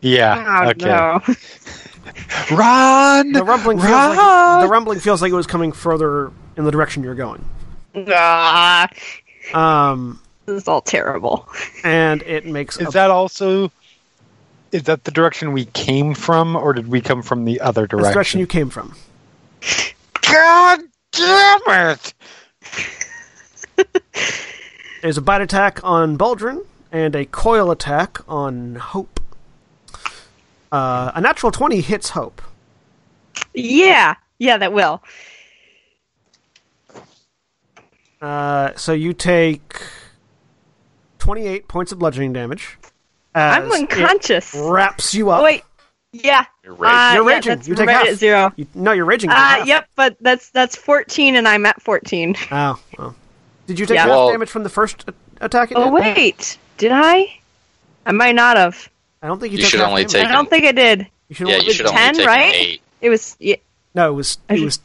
S5: Yeah.
S4: Oh
S5: okay.
S4: no.
S5: Run!
S1: The rumbling, feels like,
S5: Run!
S1: the rumbling feels like it was coming further in the direction you're going.
S4: Ah,
S1: Um,
S4: this is all terrible.
S1: and it makes a
S5: is that also? Is that the direction we came from, or did we come from the other
S1: that's the
S5: direction?
S1: direction you came from.
S5: God damn it!
S1: There's a bite attack on Baldrin and a coil attack on Hope. Uh, a natural 20 hits Hope.
S4: Yeah, yeah, that will.
S1: Uh, so you take 28 points of bludgeoning damage. as
S4: I'm unconscious.
S1: It wraps you up.
S4: oh wait, yeah.
S3: You're
S4: Uh,
S3: right.
S1: You're
S4: yeah,
S1: raging.
S4: that's
S1: You take
S4: right
S1: half.
S4: at zero.
S1: You- no, you're raging. Ah,
S4: Uh,
S1: half.
S4: yep, but that's that's 14, and I'm at 14.
S1: Oh, well. Did you take
S4: Yeah.
S1: half
S3: Well-
S1: damage from the first a- attack? it
S4: Oh
S1: did?
S4: wait, did I? I might not have.
S1: I don't think you,
S3: You
S1: took
S3: should
S1: half
S3: only
S1: damage.
S3: take-
S4: I don't think I did.
S1: You should
S3: yeah,
S1: only
S3: you should only
S4: 10,
S3: take
S4: right?
S3: an eight.
S4: It was yeah,
S1: No, it was
S4: I
S1: it
S4: should-
S1: was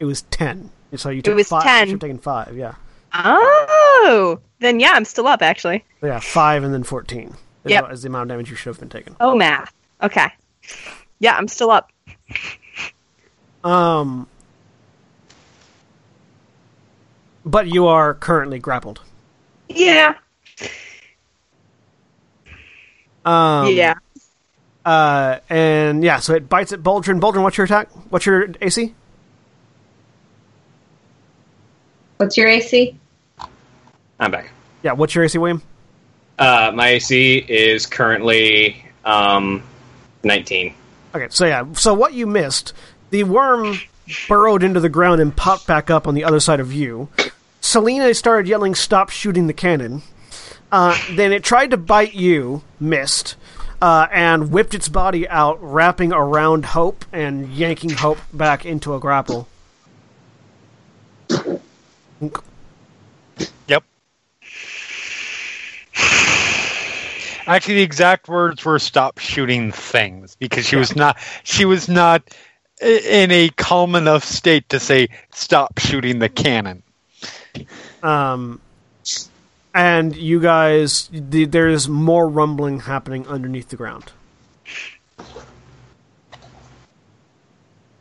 S1: it was 10. So you took
S4: was
S1: five.
S4: 10.
S1: You should have taken 5, yeah.
S4: Oh, then yeah, I'm still up actually.
S1: So yeah, 5 and then 14. is
S4: Yep.
S1: how- Is the amount of damage you should have been taking.
S4: Oh math. Okay. Yeah, I'm still up.
S1: Um But you are currently grappled.
S4: Yeah.
S1: Um,
S4: yeah.
S1: Uh, and yeah, so it bites at Baldrin. Baldrin, what's your attack? What's your AC?
S6: What's your AC?
S8: I'm back.
S1: Yeah, what's your AC, William?
S8: Uh, my AC is currently um, 19.
S1: Okay, so yeah, so what you missed, the worm burrowed into the ground and popped back up on the other side of you. Selena started yelling, "Stop shooting the cannon!" Uh, then it tried to bite you, missed, uh, and whipped its body out, wrapping around Hope and yanking Hope back into a grapple.
S5: Yep. Actually, the exact words were "stop shooting things" because she was not she was not i- in a calm enough state to say "stop shooting the cannon."
S1: Um, and you guys, the, there's more rumbling happening underneath the ground.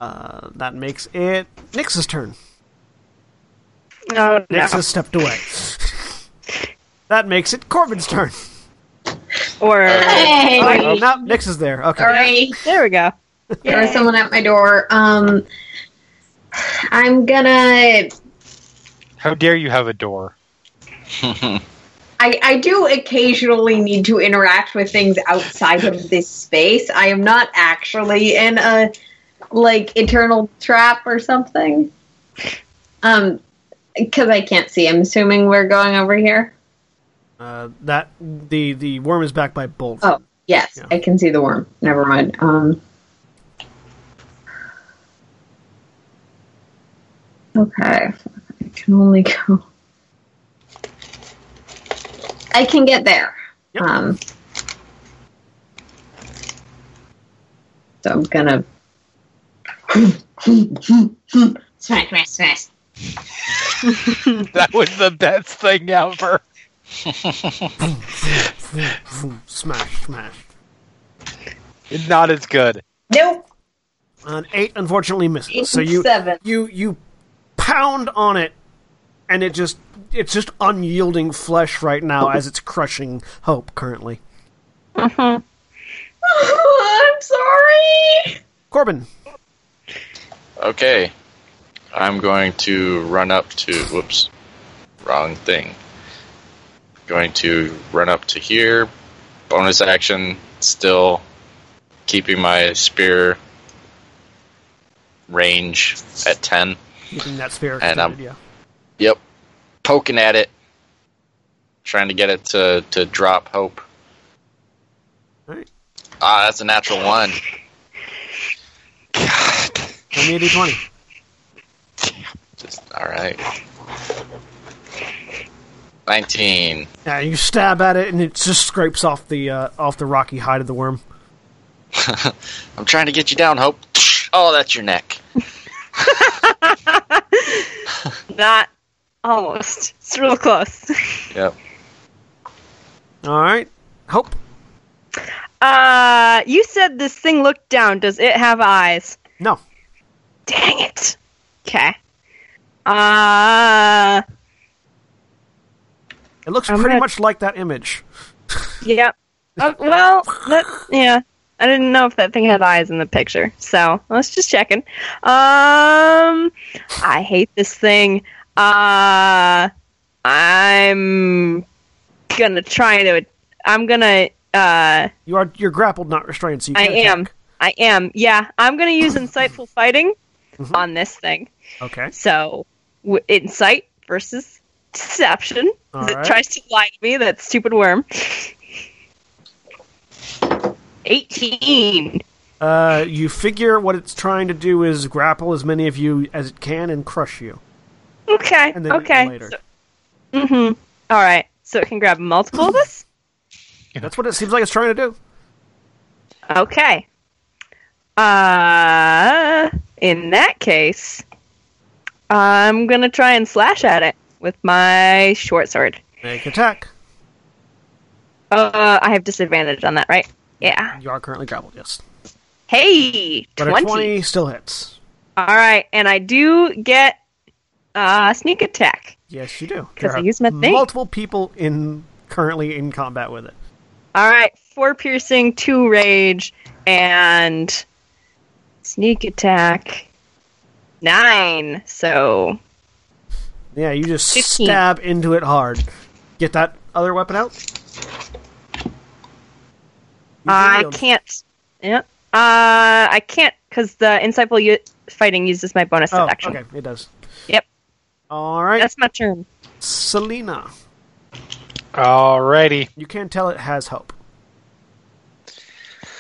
S1: Uh, that makes it Nix's turn.
S4: Oh no.
S1: Nix has stepped away. that makes it Corbin's
S6: [laughs]
S1: turn.
S3: [laughs]
S4: Or
S6: Hey!
S1: Oh, no, Nix is there. Okay.
S6: Sorry.
S4: there we go.
S6: There was someone at my door. Um, I'm gonna.
S5: How dare you have a door? [laughs]
S6: I, I do occasionally need to interact with things outside of this space. I am not actually in a like eternal trap or something. Um, because I can't see. I'm assuming we're going over here.
S1: Uh, that the the worm is backed by Bolt.
S6: Oh, yes,
S1: Yeah.
S6: I can see the worm. Never mind. Um. Okay, I can only go. I can get there.
S1: Yep.
S6: Um. So I'm gonna. Smash, smash, smash.
S5: That was the best thing ever.
S1: Vroom, Smash, smash.
S5: Not as good.
S6: Nope.
S1: An eight unfortunately misses.
S6: Eight
S1: so
S6: and
S1: you
S6: seven.
S1: you you pound on it, and it just it's just unyielding flesh right now as it's crushing hope currently.
S6: Mm-hmm. [laughs] I'm sorry.
S1: Corbin.
S3: Okay. I'm going to run up to. Whoops. Wrong thing. Going to run up to here. Bonus action. Still keeping my spear range at 10.
S1: Using that spear.
S3: And I'm-
S1: yeah.
S3: Yep. Poking at it. Trying to get it to, to drop hope.
S1: Alright.
S3: Ah, that's a natural one.
S5: God.
S1: Let me a d20.
S3: Just, all right. 19.
S1: Yeah, you stab at it, and it just scrapes off the uh, off the rocky hide of the worm.
S3: I'm trying to get you down, Hope. Oh, that's your neck.
S4: [laughs] Not almost. It's real close. [laughs]
S3: Yep.
S1: All right, hope.
S4: Uh, you said this thing looked down. Does it have eyes?
S1: No,
S4: Dang it. Okay. Uh,
S1: it looks
S4: I'm
S1: pretty
S4: gonna-
S1: much like that image.
S4: yep. Oh, well, that, yeah. I didn't know if that thing had eyes in the picture, so let's just checking. Um, I hate this thing. Uh, I'm gonna try to. I'm gonna. Uh,
S1: You are you're grappled, not restrained. So you
S4: I
S1: can't attack.
S4: am. I am. Yeah, I'm gonna use insightful fighting on this thing. [laughs]
S1: Okay.
S4: So, w- insight versus deception. [laughs]
S1: All
S4: It
S1: right.
S4: tries to lie to me, that stupid worm. 18.
S1: Uh, you figure what it's trying to do is grapple as many of you as it can and crush you.
S4: Okay.
S1: And then
S4: okay.
S1: later.
S4: mm-hmm. All right. So it can grab multiple of us?
S1: That's what it seems like it's trying to do.
S4: Okay. Uh, in that case, I'm going to try and slash at it with my short sword.
S1: Make attack.
S4: Uh, I have disadvantage on that, right? Yeah.
S1: You are currently grappled. Yes,
S4: Hey,
S1: but
S4: 20.
S1: a twenty still hits.
S4: All right, and I do get uh, sneak attack.
S1: Yes, you do.
S4: 'Cause
S1: There
S4: I
S1: are
S4: used my thing.
S1: Multiple people in currently in combat with it.
S4: All right, four piercing, two rage, and sneak attack. Nine. So
S1: Yeah, you just
S4: 15.
S1: stab into it hard. Get that other weapon out. You
S4: Uh, I
S1: nailed.
S4: can't. Yeah. Uh, I can't because the insightful u- fighting uses my bonus
S1: Oh,
S4: action.
S1: okay, it does.
S4: Yep.
S1: All right,
S4: That's my turn.
S1: Selena.
S5: Alrighty.
S1: You can tell it has hope.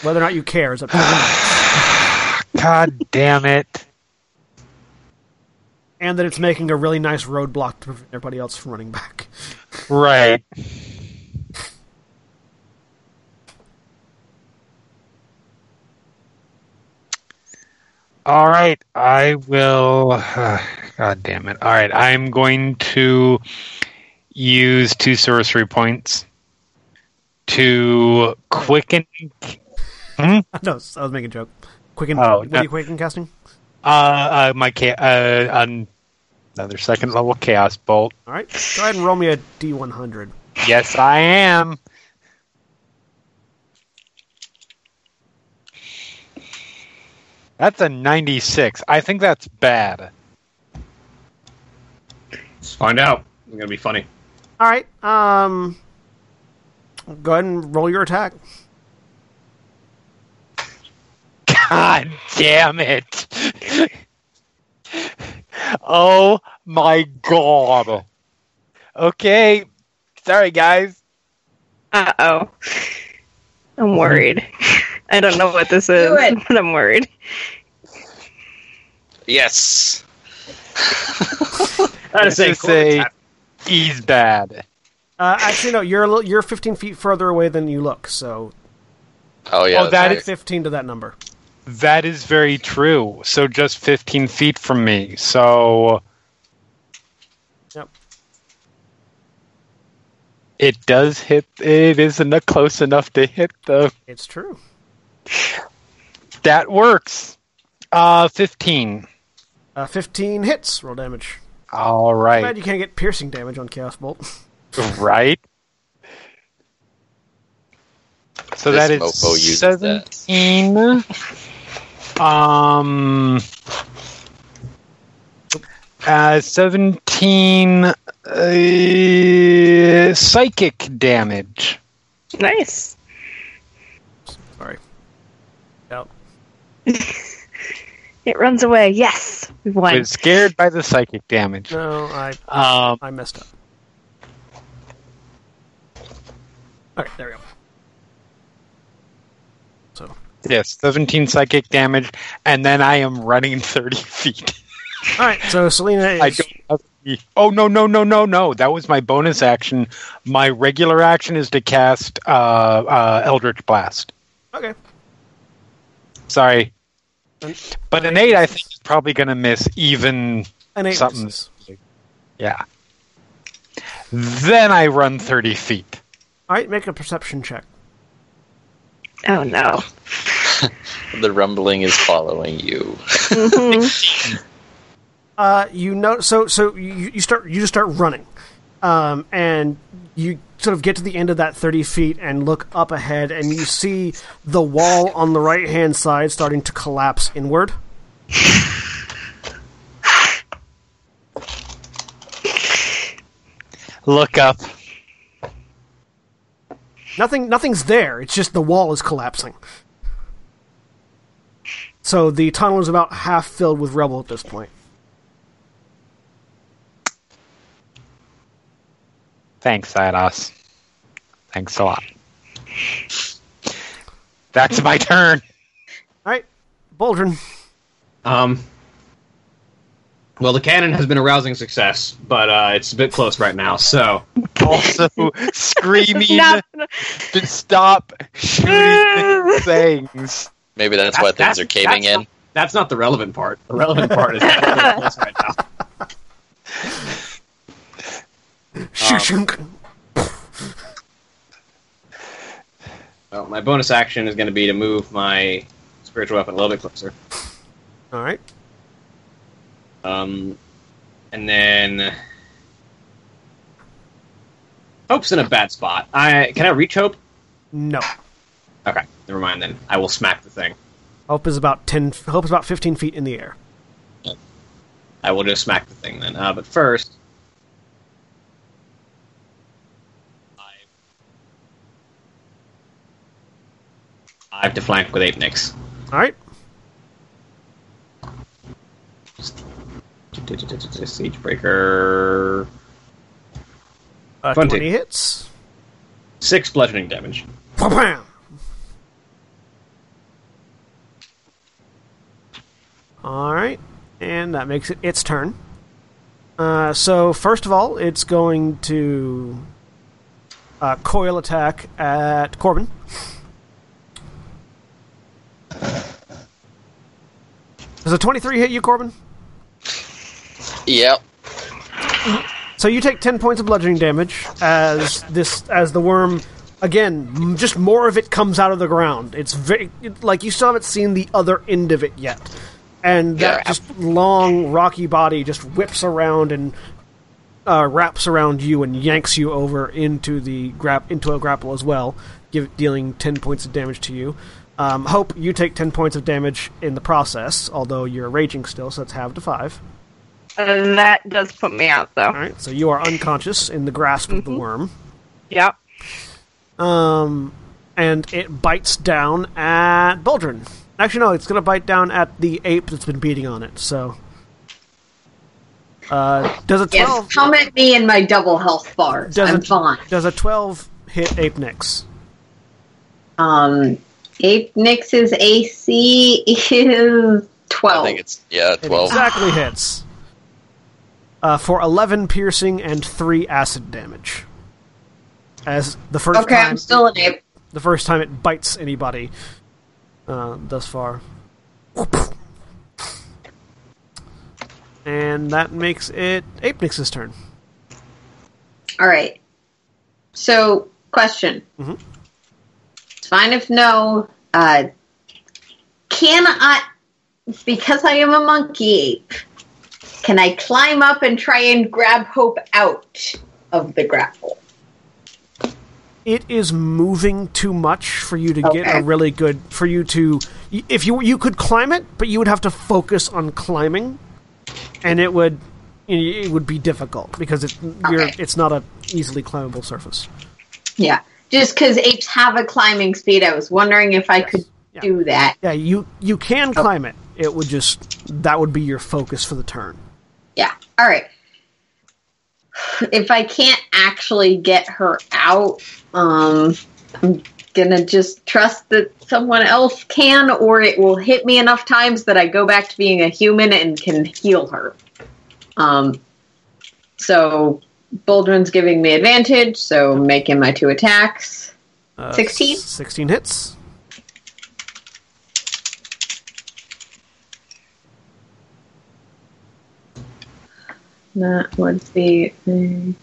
S1: Whether or not you care is up to you.
S4: [sighs]
S5: God damn it.
S1: And that it's making a really nice roadblock to prevent everybody else from running back. [laughs]
S5: Right. All right, I will. [sighs] God damn it. All right, I'm going to use two sorcery points to quicken.
S1: no, I was making a joke. Quicken.
S5: Oh,
S1: what
S5: no.
S1: are you quicken casting?
S5: Uh, uh, my cha- uh, another second level chaos bolt.
S1: All right, go ahead and roll me a d100.
S5: Yes, I am. That's a 96. I think that's bad. [laughs]
S7: Let's find out. It's gonna be funny.
S1: All right, um, go ahead and roll your attack.
S5: God damn it. oh my god. Okay. Sorry, guys.
S4: Uh oh. I'm worried. [laughs] I don't know what this is,
S6: Do it.
S4: but I'm worried.
S3: Yes.
S7: That
S5: Let's just say he's bad.
S1: Uh, actually, no. You're a little, you're 15 feet further away than you look, so
S3: Oh, yeah.
S5: Oh, that
S3: that's
S5: is-
S1: 15 to that number.
S5: That is very true. So just 15 feet from me. So.
S1: Yep.
S5: It does hit. It is enough, close enough to hit the.
S1: It's true.
S5: That works. Uh, 15.
S1: Uh, 15 hits. Roll damage.
S5: All
S1: Glad
S5: right.
S1: you can't get piercing [laughs] damage on Chaos Bolt.
S5: Right. So
S3: This
S5: that is
S3: mofo uses that.
S5: seventeen. um, uh, seventeen uh, psychic damage.
S4: Nice.
S1: Sorry. Out.
S4: It runs away. Yes, we
S5: I
S4: won.
S5: was scared by the psychic damage.
S1: No, I
S5: Um,
S1: I messed up. All right, there we go. So,
S5: yes, seventeen psychic damage, and then I am running [laughs] thirty feet.
S1: all right, so Selena is
S5: I don't have any- Oh no no no no no! That was my bonus action. My regular action is to cast uh, uh, Eldritch Blast.
S1: okay.
S5: Sorry,
S1: An-
S5: but an eight I think is probably going to miss. Even
S1: An eight
S5: Something.
S1: misses.
S5: yeah. Then I run thirty feet.
S1: All right, make a perception check.
S4: Oh no.
S3: The rumbling is following you.
S4: Mhm.
S1: Uh, you know, so so you, you start you just start running, um, and you sort of get to the end of that thirty feet and look up ahead, and you see the wall on the right hand side starting to collapse inward.
S5: Look up.
S1: Nothing, nothing's there. It's just the wall is collapsing. So the tunnel is about half filled with rubble at this point.
S5: Thanks, Ados. Thanks a lot. That's my turn.
S1: All right, [laughs] Boldrin.
S8: Um, well, the cannon has been a rousing success, but uh, it's a bit close right now. So
S5: Also
S4: [laughs]
S5: screaming
S4: No.
S5: to stop shooting things.
S3: Maybe that's, why
S8: That's-
S3: things
S8: that's-
S3: are caving
S8: that's
S3: in.
S8: not- that's not the relevant part. The relevant part is that it's very close right now.
S1: Shoo-shunk.
S8: Well, my bonus action is going to be to move my spiritual weapon a little bit closer.
S1: All right.
S8: Um, and then Hope's in a bad spot. I can I reach Hope?
S1: No.
S8: Okay, never mind then. I will smack the thing.
S1: Hope is about ten. Hope is about fifteen feet in the air.
S8: I will just smack the thing then. Uh, but first, I I have to flank with eight nicks.
S1: All right.
S8: Siegebreaker.
S1: Uh,
S8: Twenty.
S1: Twenty hits.
S8: Six bludgeoning damage.
S1: Bam. All right, and that makes it its turn. Uh, so first of all, it's going to uh, coil attack at Corbin. Does a twenty-three hit you, Corbin?
S3: Yep.
S1: So you take ten points of bludgeoning damage as this as the worm again m- just more of it comes out of the ground. It's very it- like you still haven't seen the other end of it yet, and that
S3: Yeah.
S1: just long rocky body just whips around and uh, wraps around you and yanks you over into the grap into a grapple as well, give, dealing ten points of damage to you. Um, Hope you take ten points of damage in the process, although you're raging still, so it's halved to five.
S4: Uh, that does put me out though.
S1: All right, so you are unconscious in the grasp of the worm,
S4: Yep.
S1: and it bites down at Boldrin. Actually, no, it's going to bite down at the ape that's been beating on it. So, uh, does a
S6: Yes,
S1: twelve?
S6: come at me and my double health bars.
S1: Does
S6: I'm
S1: it-
S6: fine.
S1: Does a twelve hit ape Nix?
S6: Um, Ape Nix's AC is
S3: I
S6: twelve.
S3: think it's yeah,
S1: It
S3: twelve.
S1: exactly hits. Uh, for eleven piercing and three acid damage. As the first
S6: okay,
S1: time,
S6: I'm still an ape.
S1: the first time it bites anybody uh, thus far. And that makes it Apenix's turn.
S6: All right. So, question.
S3: Mm-hmm.
S1: Mhm.
S6: It's fine if no. Uh, can I, because I am a monkey ape, can I climb up and try and grab Hope out of the grapple?
S1: it is moving too much for you to get
S6: Okay.
S1: a really good for you to y- if you you could climb it, but you would have to focus on climbing, and it would it would be difficult because it you're,
S6: Okay.
S1: it's not a easily climbable surface.
S6: Yeah, just because apes have a climbing speed, I was wondering if I could
S1: Yeah.
S6: do that.
S1: Yeah, you you
S6: Oh.
S1: can climb it. It would just that would be your focus for the turn.
S6: Yeah. All right. If I can't actually get her out, um, I'm gonna just trust that someone else can, or it will hit me enough times that I go back to being a human and can heal her. Um, so Baldwin's giving me advantage, so making my two attacks.
S1: Uh,
S6: 16?
S1: Sixteen hits.
S6: That would be. mm,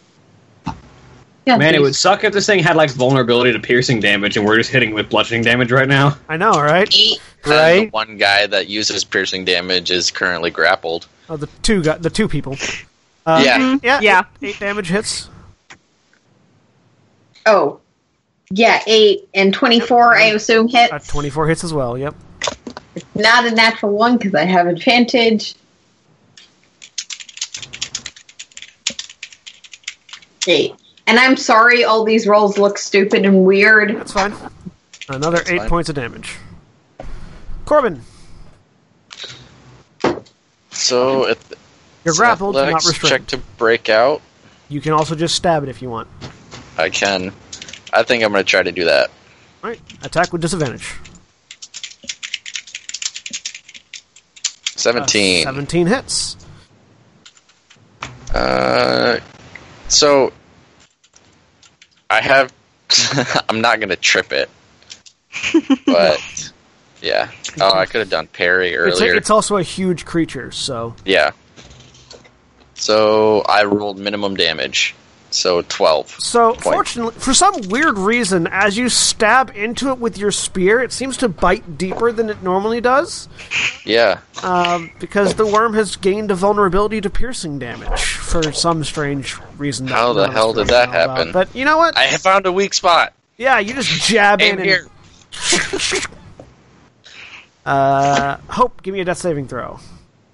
S6: yeah,
S2: Man, it
S6: these-
S2: would suck if this thing had like vulnerability to piercing damage, and we're just hitting with bludgeoning damage right now.
S1: I know, right?
S6: eight.
S3: And the
S5: Right?
S3: one guy that uses piercing damage is currently grappled.
S1: Uh, the two got the two people. Uh,
S3: yeah.
S1: yeah,
S4: Yeah.
S1: Eight, eight damage hits.
S6: Oh, yeah, eight and twenty-four. I assume hits.
S1: Uh, Twenty-four hits as well. Yep.
S6: Not a natural one because I have advantage. Eight. And I'm sorry, all these rolls look stupid and weird.
S1: That's fine. Another eight
S3: fine.
S1: points of damage. Corbin,
S3: So at the
S1: you're
S3: so
S1: grappled, but not
S3: athletics
S1: restrained.
S3: check to break out.
S1: You can also just stab it if you want.
S3: I can. I think I'm going to try to do that.
S1: All right, attack with disadvantage. Uh,
S3: 17.
S1: Seventeen hits.
S3: Uh, so I have. [laughs] I'm not gonna trip it,
S1: [laughs]
S3: but yeah. Oh, I could have done parry
S1: It's,
S3: earlier.
S1: it's also a huge creature, so
S3: yeah. So I rolled minimum damage, so twelve.
S1: So,
S3: Quite.
S1: fortunately, for some weird reason, as you stab into it with your spear, it seems to bite deeper than it normally does
S3: Yeah.
S1: um, because the worm has gained a vulnerability to piercing damage for some strange reason. that
S3: How
S1: none
S3: the
S1: of us
S3: hell did
S1: really
S3: that
S1: know about.
S3: happen?
S1: But you know what?
S3: I have found a weak spot.
S1: yeah, you just jab in
S3: Aim here.
S1: and. [laughs] uh, Hope, give me a death saving throw.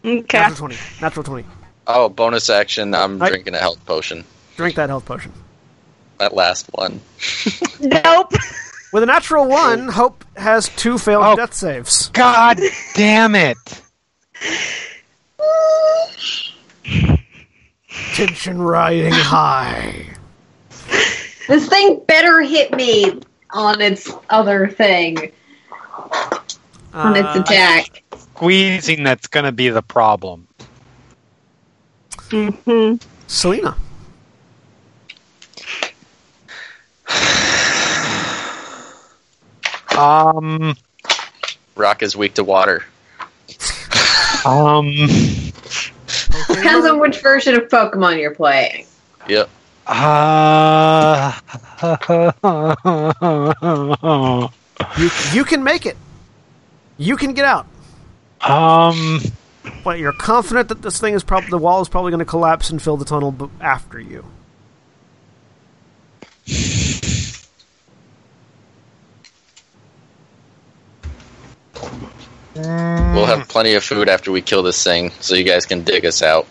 S4: Okay.
S1: Natural 20. Natural 20.
S3: Oh, bonus action. I'm
S1: I-
S3: drinking a health potion.
S1: Drink that health potion.
S3: That last one.
S4: Nope.
S1: With a natural 1, Hope has two failed
S5: Oh.
S1: death saves.
S5: God damn it.
S1: Tension riding high.
S6: This thing better hit me on its other thing, on its
S1: Uh,
S6: attack.
S5: Squeezing that's going to be the problem.
S4: hmm
S1: Selena.
S5: Um
S3: Rock is weak to water.
S5: um
S6: Depends on which version of Pokemon you're playing.
S3: Yep.
S5: uh,
S1: You, you can make it. You can get out.
S5: [laughs] um
S1: But you're confident that this thing is probably the wall is probably going to collapse and fill the tunnel b- after you.
S3: We'll
S1: Hmm.
S3: have plenty of food after we kill this thing, so you guys can dig us out.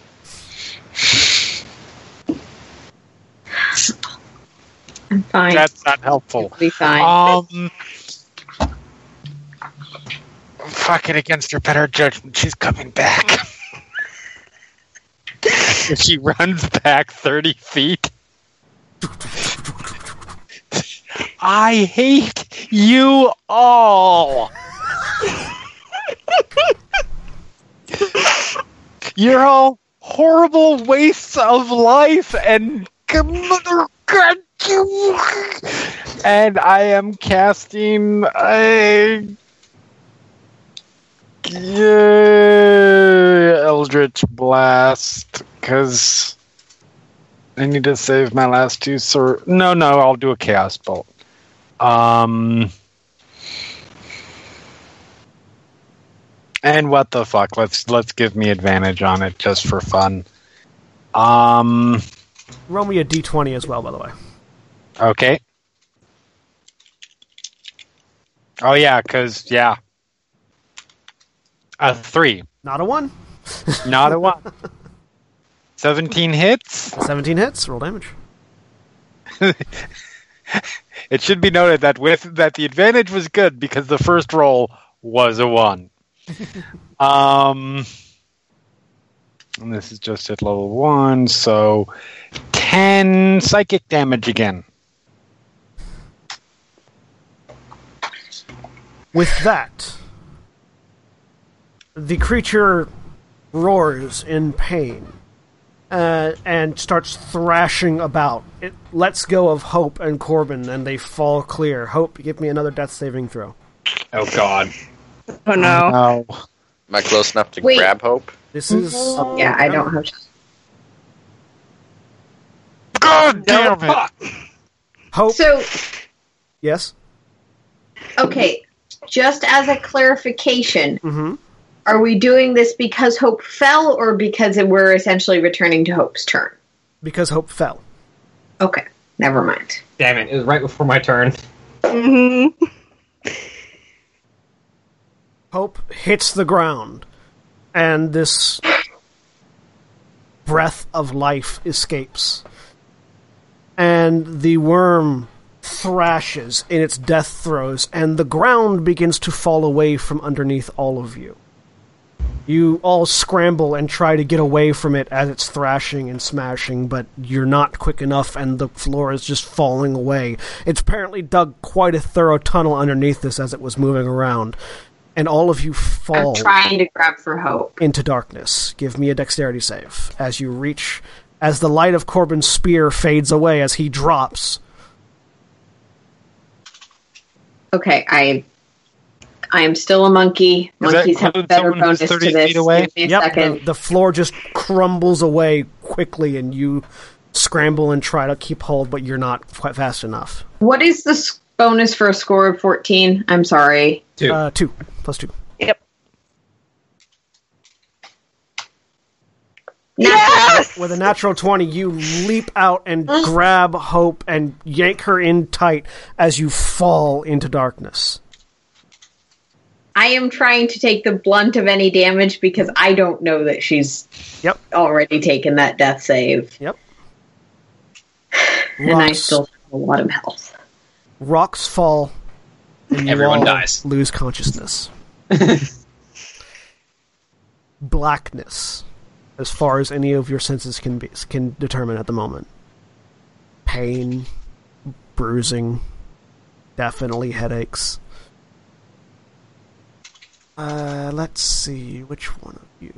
S6: I'm fine.
S5: that's not helpful.
S6: It'll be fine.
S5: Um, fuck it against her better judgment. She's coming back. [laughs] if she runs back 30 feet. I hate you all. You're all horrible wastes of life and God, you. And I am casting a yeah, Eldritch Blast because I need to save my last two. Sir, no, no, I'll do a Chaos Bolt. Um, and what the fuck? Let's let's give me advantage on it just for fun. Um,
S1: Roll me a d20 as well, by the way.
S5: okay. Oh yeah, because yeah, a three,
S1: Not a one.
S5: not a one. Seventeen hits.
S1: 17 hits, roll damage.
S5: It should be noted that with that the advantage was good because the first roll was a one. um, and this is just at level one, so ten psychic damage again.
S1: With that, the creature roars in pain uh, and starts thrashing about. It lets go of Hope and Corbin, and they fall clear. Hope, give me another death saving throw.
S7: Oh God.
S4: Oh no.
S5: Oh,
S3: Am I close enough to
S6: Wait.
S3: grab Hope?
S1: This is
S6: Mm-hmm. Yeah, I don't have.
S5: god damn it!
S1: Hope.
S6: So
S1: yes.
S6: okay, just as a clarification,
S1: Mm-hmm.
S6: are we doing this because Hope fell, or because we're essentially returning to Hope's turn?
S1: Because Hope fell.
S6: Okay, never mind.
S7: Damn it! It was right before my turn.
S4: hmm
S1: Hope hits the ground, and this breath of life escapes. And the worm thrashes in its death throes, and the ground begins to fall away from underneath all of you. You all scramble and try to get away from it as it's thrashing and smashing, but you're not quick enough, and the floor is just falling away. It's apparently dug quite a thorough tunnel underneath this as it was moving around, and all of you
S6: I'm
S5: Oh.
S1: fall
S6: trying to grab for Hope.
S1: into darkness. Give me a dexterity save as you reach, as the light of Corbin's spear fades away as he drops.
S6: Okay, I. I am still a monkey.
S5: Does that
S6: Monkeys have a
S5: include
S6: better
S5: someone who's
S6: bonus to
S5: 30
S6: this.
S5: feet away?
S6: Give me a
S1: Yep,
S6: second.
S1: the, the floor just crumbles away quickly, and you scramble and try to keep hold, but you're not quite fast enough.
S6: What is the s- bonus for a score of 14? I'm sorry.
S7: Two.
S2: Um,
S1: Uh, two plus two.
S4: Yep.
S6: Yes!
S1: With a natural 20, you leap out and grab Hope and yank her in tight as you fall into darkness.
S6: I am trying to take the blunt of any damage because I don't know that she's
S1: Yep.
S6: already taken that death save.
S1: Yep.
S6: And I
S1: Rocks-
S6: still have a lot of health.
S1: rocks fall and you
S7: Everyone
S1: all
S7: dies.
S1: lose consciousness blackness as far as any of your senses can be can determine at the moment pain bruising definitely headaches uh, let's see which one of you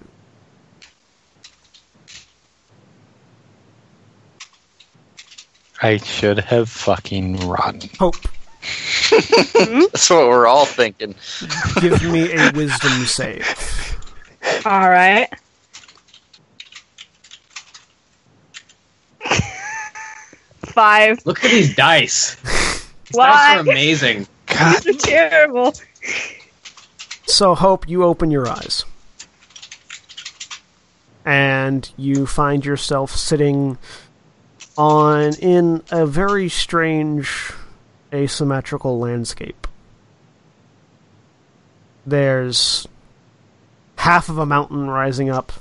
S5: I should have fucking run.
S1: hope
S3: That's what we're all thinking.
S1: give me a wisdom save
S4: All right. [laughs] Five.
S7: Look at these
S4: [laughs]
S7: dice. Dice are
S4: Why? [laughs]
S7: amazing.
S5: God,
S4: They're terrible.
S1: So, Hope, you open your eyes. And you find yourself sitting on in a very strange asymmetrical landscape. There's half of a mountain rising up,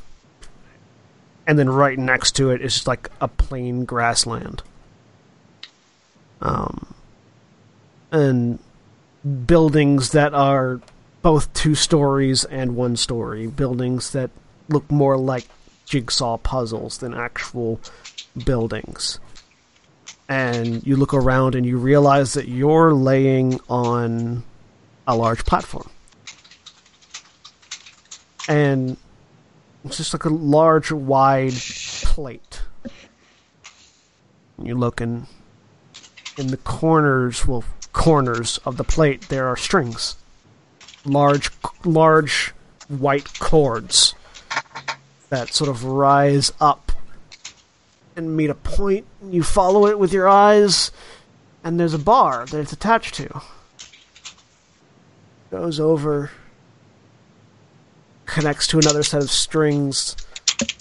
S1: and then right next to it is just like a plain grassland. Um, and buildings that are both two stories and one story buildings that look more like jigsaw puzzles than actual buildings. And you look around and you realize that you're laying on a large platform. And it's just like a large, wide plate. You look and in the corners, well, corners of the plate, there are strings large, large white cords that sort of rise up and meet a point. You follow it with your eyes, and there's a bar that it's attached to. Goes over, connects to another set of strings.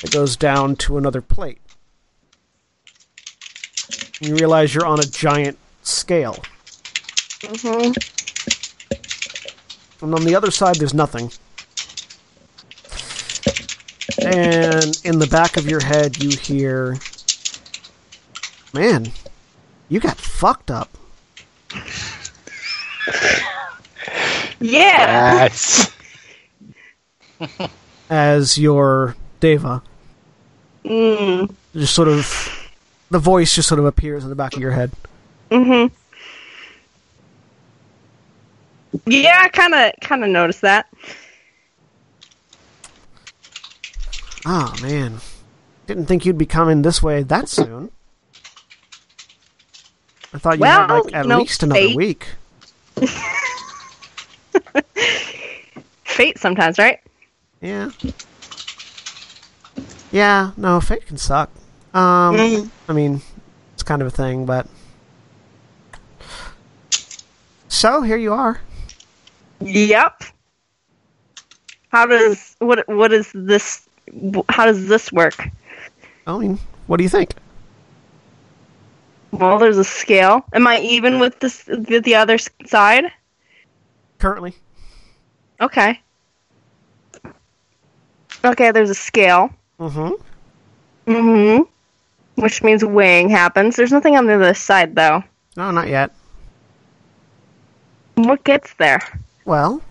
S1: It goes down to another plate. You realize you're on a giant scale.
S4: hmm
S1: And on the other side, there's nothing. And in the back of your head, you hear, "Man, you got fucked up."
S4: Yeah.
S5: Yes.
S1: As your deva
S4: Mm.
S1: just sort of, the voice just sort of appears in the back of your head.
S4: Mm-hmm. Yeah, I kind of kind of noticed that.
S1: Ah, man. Didn't think you'd be coming this way that soon. I thought you had
S4: Well,
S1: like at
S4: you know,
S1: least another
S4: fate.
S1: week.
S4: Fate sometimes, right?
S1: Yeah. Yeah, no, fate can suck. Um
S4: Mm.
S1: I mean, it's kind of a thing, but So here you are.
S4: Yep. How does what what is this? wh- How does this work?
S1: I mean, what do you think?
S4: Well, there's a scale. Am I even with this with the other s- side?
S1: Currently.
S4: Okay. Okay, there's a scale.
S1: Mm-hmm.
S4: Mm-hmm. Which means weighing happens. There's nothing on the other side though.
S1: No, not yet.
S4: What gets there?
S1: Well,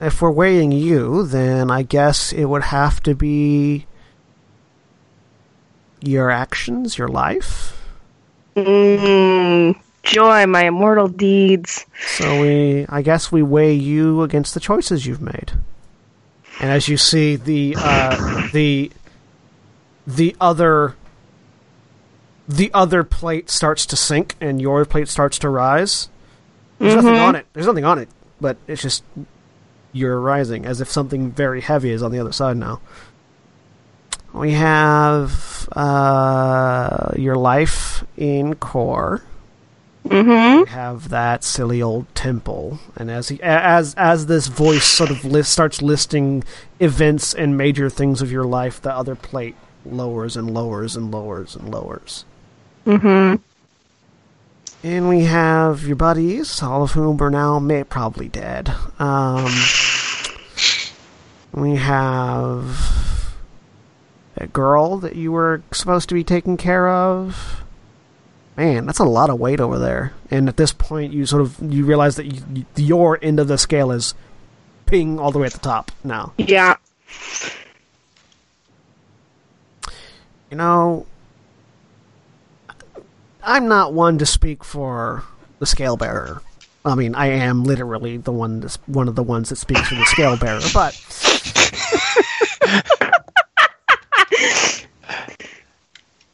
S1: if we're weighing you, then I guess it would have to be your actions, your life.
S4: Mm, joy, my immortal deeds.
S1: So we, I guess, we weigh you against the choices you've made. And as you see, the uh, [coughs] the the other the other plate starts to sink, and your plate starts to rise. There's nothing on it. There's nothing on it, but it's just you're rising, as if something very heavy is on the other side now. We have uh, your life in core
S4: Mm-hmm.
S1: we have that silly old temple and as he, as as this voice sort of list, starts listing events and major things of your life the other plate lowers and lowers and lowers and lowers
S4: Mm-hmm.
S1: and we have your buddies all of whom are now may probably dead um we have a girl that you were supposed to be taking care of Man, that's a lot of weight over there. And at this point, you sort of you realize that you, you- your end of the scale is ping all the way at the top now.
S4: Yeah.
S1: You know, I'm not one to speak for the scale bearer. I mean, I am literally the one that's one of the ones that speaks for the scale bearer, but [laughs]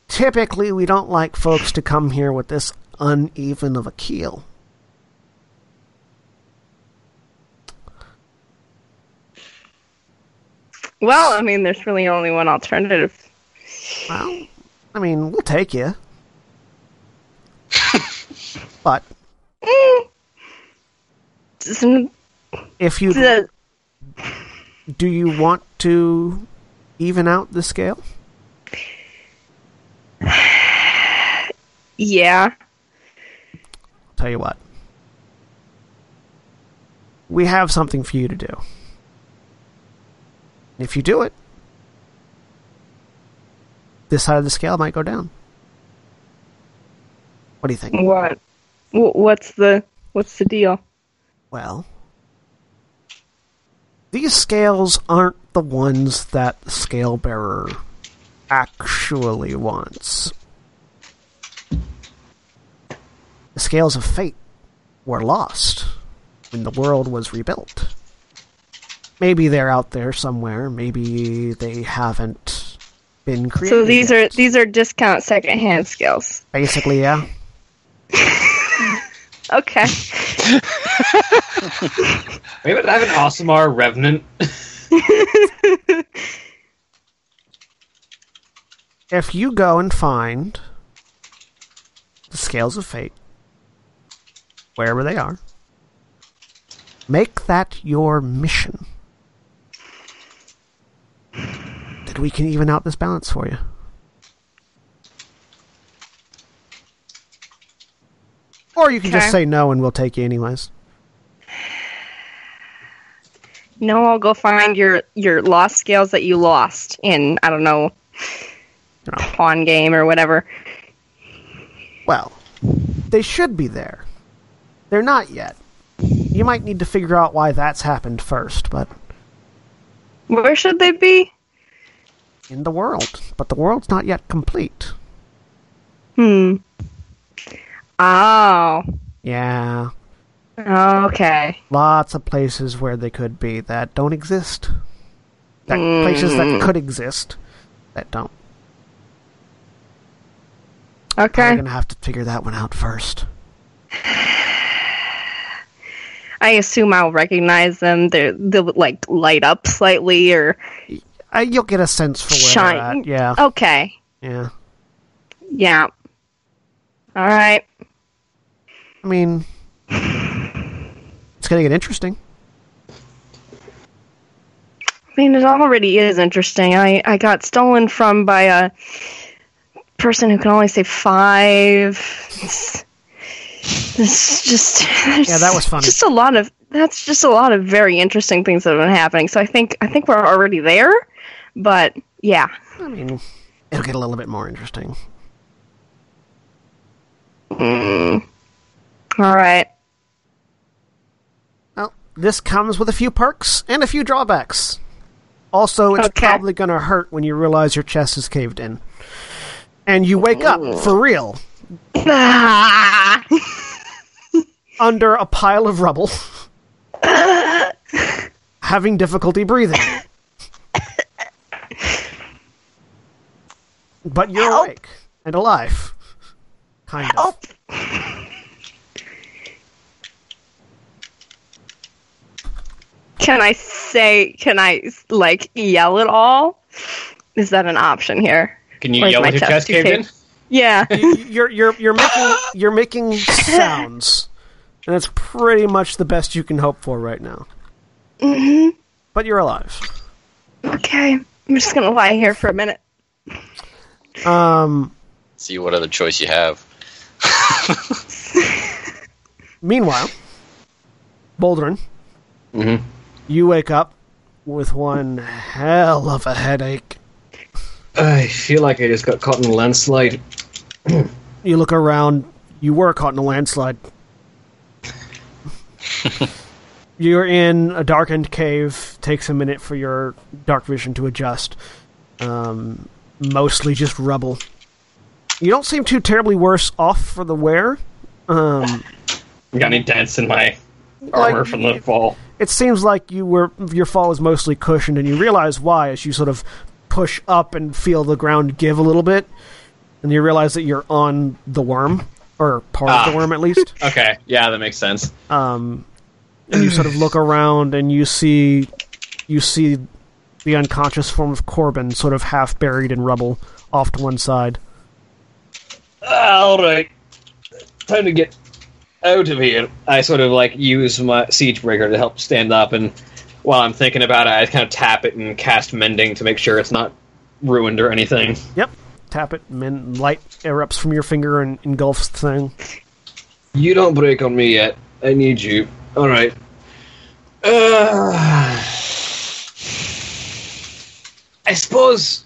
S1: typically we don't like folks to come here with this uneven of a keel.
S4: Well, I mean, there's really only one alternative.
S1: Well, I mean, we'll take you. but
S4: Isn't uh,
S1: if you
S4: the-
S1: do you want to even out the scale?
S4: yeah.
S1: I'll tell you what. We have something for you to do. If you do it, this side of the scale might go down. What do you think?
S4: What? Wh- What's the What's the deal?
S1: Well, these scales aren't the ones that the scale bearer actually wants. The scales of fate were lost when the world was rebuilt. Maybe they're out there somewhere. Maybe they haven't been created.
S4: So these are
S1: yet.
S4: these are discount secondhand scales.
S1: basically, yeah.
S4: Okay.
S2: Maybe I have an Osimar Revenant.
S1: if you go and find the scales of fate, wherever they are, make that your mission. That we can even out this balance for you. Or you can just
S4: Okay.
S1: say no and we'll take you anyways.
S4: No, I'll go find your your lost scales that you lost in I don't know pawn game or whatever.
S1: Well, they should be there. They're not yet. You might need to figure out why that's happened first, but
S4: Where should they be?
S1: in the world. But the world's not yet complete.
S4: Hmm. Oh.
S1: Yeah.
S4: Okay.
S1: Lots of places where they could be that don't exist. That places that
S4: Mm.
S1: could exist that don't. We're
S4: Okay.
S1: gonna have to figure that one out first.
S4: I assume I'll recognize them. They're they'll like light up slightly or
S1: Uh, you'll get a sense for where they're
S4: shine.
S1: at. Yeah.
S4: Okay.
S1: Yeah.
S4: Yeah. All right.
S1: I mean, it's gonna get interesting.
S4: I mean, it already is interesting. I, I got stolen from by a person who can only say five. It's, it's just
S1: Yeah, that was funny.
S4: Just a lot of that's just a lot of very interesting things that have been happening. So I think I think we're already there, but yeah,
S1: I mean, it'll get a little bit more interesting.
S4: all right. [laughs]
S1: Well, this comes with a few perks and a few drawbacks. Also, it's
S4: Okay.
S1: probably going to hurt when you realize your chest is caved in. And you wake
S4: Mm.
S1: up, for real,
S4: Ah!
S1: under a pile of rubble,
S4: [laughs]
S1: having difficulty breathing. But you're
S4: Help.
S1: awake and alive. Kind of.
S4: Help. Can I say? Can I like yell at all? Is that an option here?
S2: Can you
S4: Where's
S2: yell
S4: my
S2: at your chest
S4: chest?
S2: caved
S4: [laughs]
S2: in?
S1: [laughs]
S4: Yeah.
S1: you're you're you're making you're making sounds, and that's pretty much the best you can hope for right now. Mm-hmm. But you're alive.
S4: okay. I'm just gonna lie here for a minute.
S1: Um,
S3: See what other choice you have.
S1: meanwhile, Bouldrin,
S2: Mhm.
S1: you wake up with one hell of a headache.
S2: I feel like I just got caught in a landslide.
S1: You look around. You were caught in a landslide. You're in a darkened cave. Takes a minute for your dark vision to adjust. Um, mostly just rubble. You don't seem too terribly worse off for the wear. Um,
S2: Got any dents in my
S1: like,
S2: armor from the fall?
S1: it seems like you were your fall was mostly cushioned, and you realize why as you sort of push up and feel the ground give a little bit, and you realize that you're on the worm or part of
S2: Ah.
S1: the worm at least.
S2: Okay, yeah, that makes sense.
S1: um, and you sort of look around and you see you see the unconscious form of Corbin sort of half buried in rubble off to one side.
S2: All right, time to get out of here. I sort of like use my siegebreaker to help stand up, and while I'm thinking about it, I kind of tap it and cast mending to make sure it's not ruined or anything.
S1: Yep. Tap it, and then light erupts from your finger and engulfs the thing.
S2: You don't break on me yet. I need you. All right. Uh, I suppose.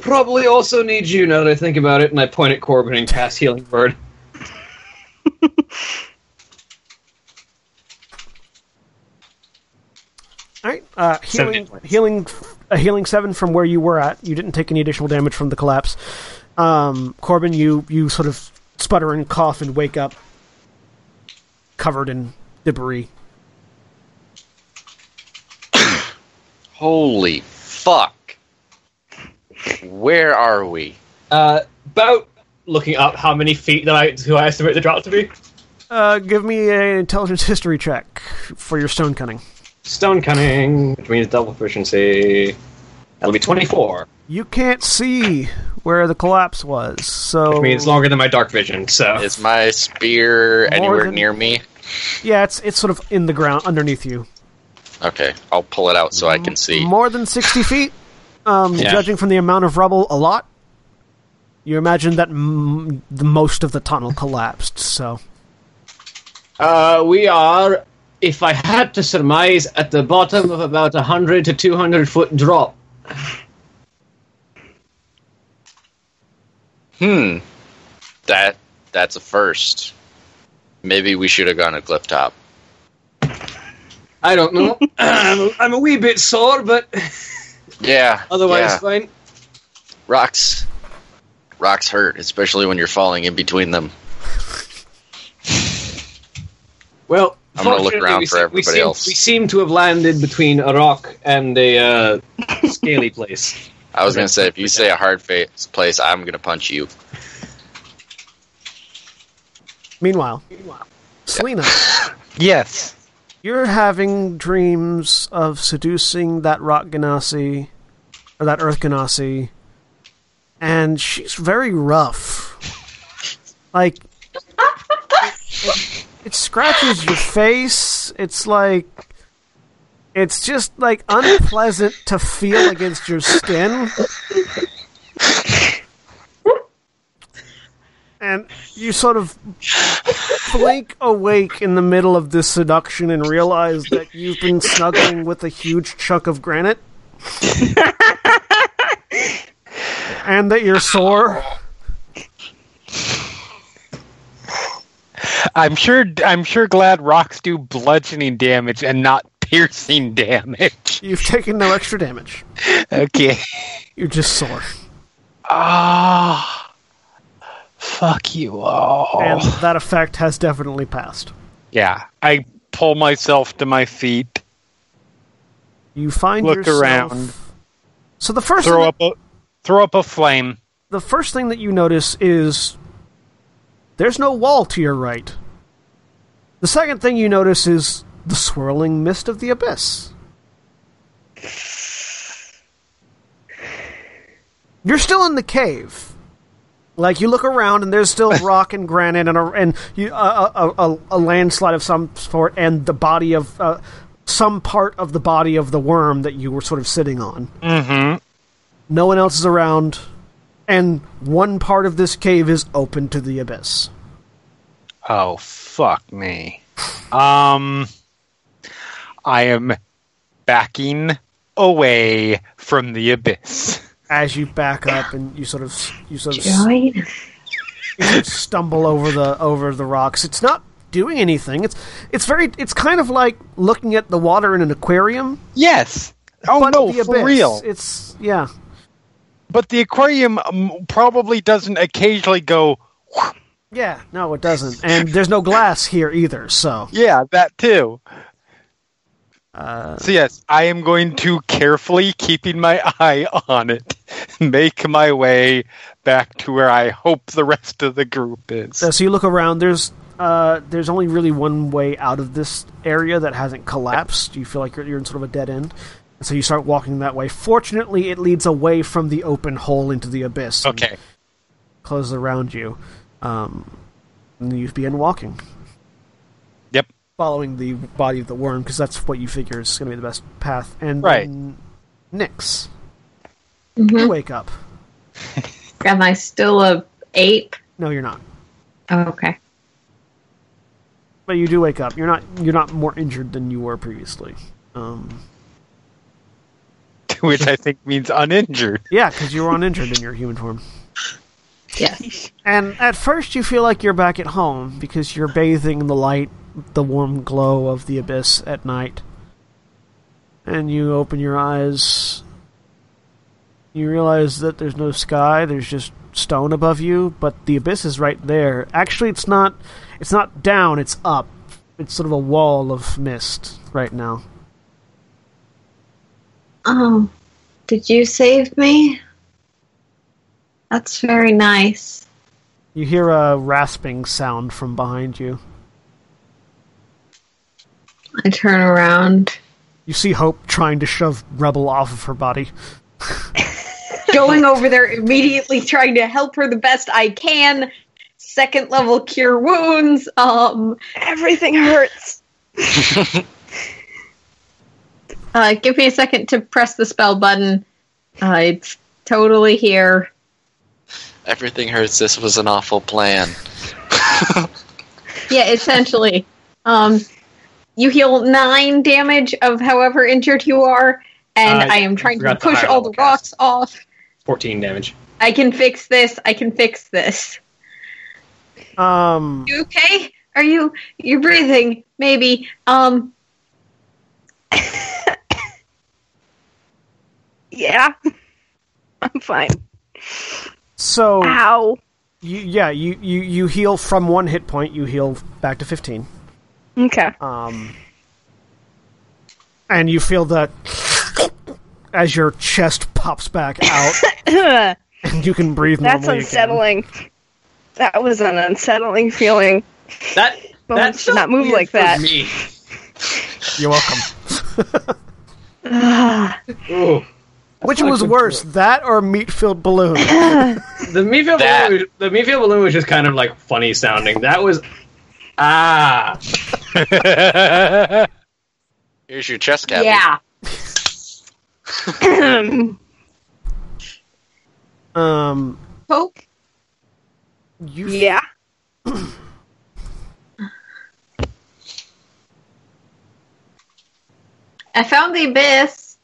S2: Probably also need you now that I think about it, and I point at Corbin and cast Healing Bird.
S1: All right, uh, healing,
S2: Seven points.
S1: healing, a healing seven from where you were at. You didn't take any additional damage from the collapse. Um, Corbin, you you sort of sputter and cough and wake up, covered in debris.
S3: Holy fuck! Where are we?
S2: Uh, about looking up how many feet that I do I estimate the drop to be.
S1: Uh, give me an intelligence history check for your stone cutting.
S2: Stone cunning, which means double efficiency. That'll be twenty-four,
S1: You can't see where the collapse was, so
S2: which means longer than my dark vision. So
S3: Is my spear anywhere
S1: than-
S3: near me?
S1: yeah, it's it's sort of in the ground underneath you,
S3: Okay, I'll pull it out so I can see.
S1: more than sixty feet. Um,
S2: Yeah.
S1: Judging from the amount of rubble, a lot. You imagine that m- the most of the tunnel collapsed, so
S2: Uh, we are if I had to surmise, at the bottom of about a hundred to two hundred foot drop.
S3: Hmm. That that's a first. Maybe we should have gone to cliff top.
S2: I don't
S3: [laughs]
S2: know. I'm, I'm a wee bit sore, but [laughs]
S3: Yeah.
S2: otherwise
S3: yeah.
S2: fine.
S3: rocks. Rocks hurt, especially when you're falling in between them.
S2: Well,
S3: I'm gonna look
S2: fortunately,
S3: around
S2: we
S3: for
S2: se- we
S3: everybody
S2: seem,
S3: else.
S2: We seem to have landed between a rock and a uh,
S3: [laughs]
S2: scaly place.
S3: I was gonna say if you say a hard face place, I'm gonna punch you.
S1: Meanwhile, Selena,
S5: Yes.
S1: you're having dreams of seducing that rock ganassi or that earth ganassi, and she's very rough. Like it, it scratches your face. It's like it's just like unpleasant to feel against your skin. And you sort of blink awake in the middle of this seduction and realize that you've been snuggling with a huge chunk of granite. and that you're sore.
S5: I'm sure I'm sure glad rocks do bludgeoning damage and not piercing damage.
S1: You've taken no extra damage.
S5: Okay.
S1: You're just sore.
S5: Ah. fuck you all.
S1: And that effect has definitely passed.
S5: yeah. I pull myself to my feet,
S1: You find
S5: Look
S1: yourself.
S5: around.
S1: So the first
S5: throw
S1: thing
S5: up a throw up a flame.
S1: the first thing that you notice is there's no wall to your right. The second thing you notice is the swirling mist of the abyss. You're still in the cave. Like you look around and there's still rock and granite and a and you, a, a, a, a landslide of some sort and the body of uh, some part of the body of the worm that you were sort of sitting on.
S5: Mm-hmm.
S1: No one else is around, and one part of this cave is open to the abyss.
S5: Oh fuck me. Um I am backing away from the abyss.
S1: As you back up and you sort of you sort of, s-
S6: Join.
S1: you sort of stumble over the over the rocks, it's not doing anything. It's it's very it's kind of like looking at the water in an aquarium.
S5: Yes. Oh
S1: but
S5: no,
S1: the
S5: for
S1: abyss.
S5: real.
S1: It's yeah.
S5: But the aquarium um, probably doesn't occasionally go,
S1: Yeah, no, it doesn't, and there's no glass here either. So,
S5: yeah, that too.
S1: uh,
S5: So, yes, I am going to carefully, keeping my eye on it, [laughs] make my way back to where I hope the rest of the group is.
S1: Uh, so you look around. There's uh, there's only really one way out of this area that hasn't collapsed. You feel like you're, you're in sort of a dead end. And so you start walking that way. Fortunately, it leads away from the open hole into the abyss. and
S5: okay. [laughs]
S1: Closes around you. Um, and you begin walking.
S5: Yep.
S1: Following the body of the worm, because that's what you figure is going to be the best path. And
S5: Right.
S1: then Nyx, you
S6: Mhm.
S1: wake up.
S6: Am I still a ape?
S1: No, you're not.
S6: Okay.
S1: But you do wake up. You're not. You're not more injured than you were previously. Um,
S5: Which I think means uninjured. [laughs]
S1: yeah, because you were uninjured in your human form.
S6: Yes.
S1: And at first, you feel like you're back at home because you're bathing in the light, the warm glow of the abyss at night. And you open your eyes. You realize that there's no sky, there's just stone above you, but the abyss is right there. Actually, it's not it's not down, it's up. It's sort of a wall of mist right now.
S6: Oh, did you save me? That's very nice.
S1: You hear a rasping sound from behind you.
S6: I
S2: [laughs]
S6: turn around.
S1: You see Hope trying to shove rubble off of her body.
S6: Going over there immediately, trying to help her the best I can. Second level cure wounds. Um,
S4: Everything hurts.
S6: uh, give me a second to press the spell button. Uh, it's totally here.
S3: Everything hurts. This was an awful plan.
S2: [laughs]
S6: Yeah, essentially. Um, you heal nine damage of however injured you are, and
S2: Uh,
S6: I am trying to
S2: forgot the
S6: push
S2: higher
S6: all
S2: level
S6: the
S2: cast.
S6: rocks off.
S2: 14 damage.
S6: I can fix this. I can fix this.
S1: Um,
S6: You okay? Are you you're breathing? Maybe. Um.
S4: Yeah. I'm fine.
S1: so
S4: Ow.
S1: you, yeah, you, you you heal from one hit point. You heal back to fifteen.
S4: Okay. [laughs]
S1: Um, and you feel that as your chest pops back
S4: [laughs]
S1: out,
S4: That's
S1: and you can breathe normally. again.
S4: unsettling. That was an unsettling feeling. [clears throat]
S2: That
S4: Bones
S2: that
S4: should not
S2: felt
S4: move
S2: weird
S4: like
S2: for
S4: that.
S2: Me.
S1: You're welcome.
S2: Ooh.
S1: Which
S2: not a
S1: was
S2: good
S1: worse, that or meat-filled
S4: [laughs]
S1: balloon?
S2: The Mefield
S3: That.
S2: balloon, was- the Mefield balloon was just kind of like funny sounding. That was ah.
S3: Here's your chest cavity.
S6: Yeah.
S1: um,
S6: Hope.
S1: you
S4: yeah.
S6: I found the abyss.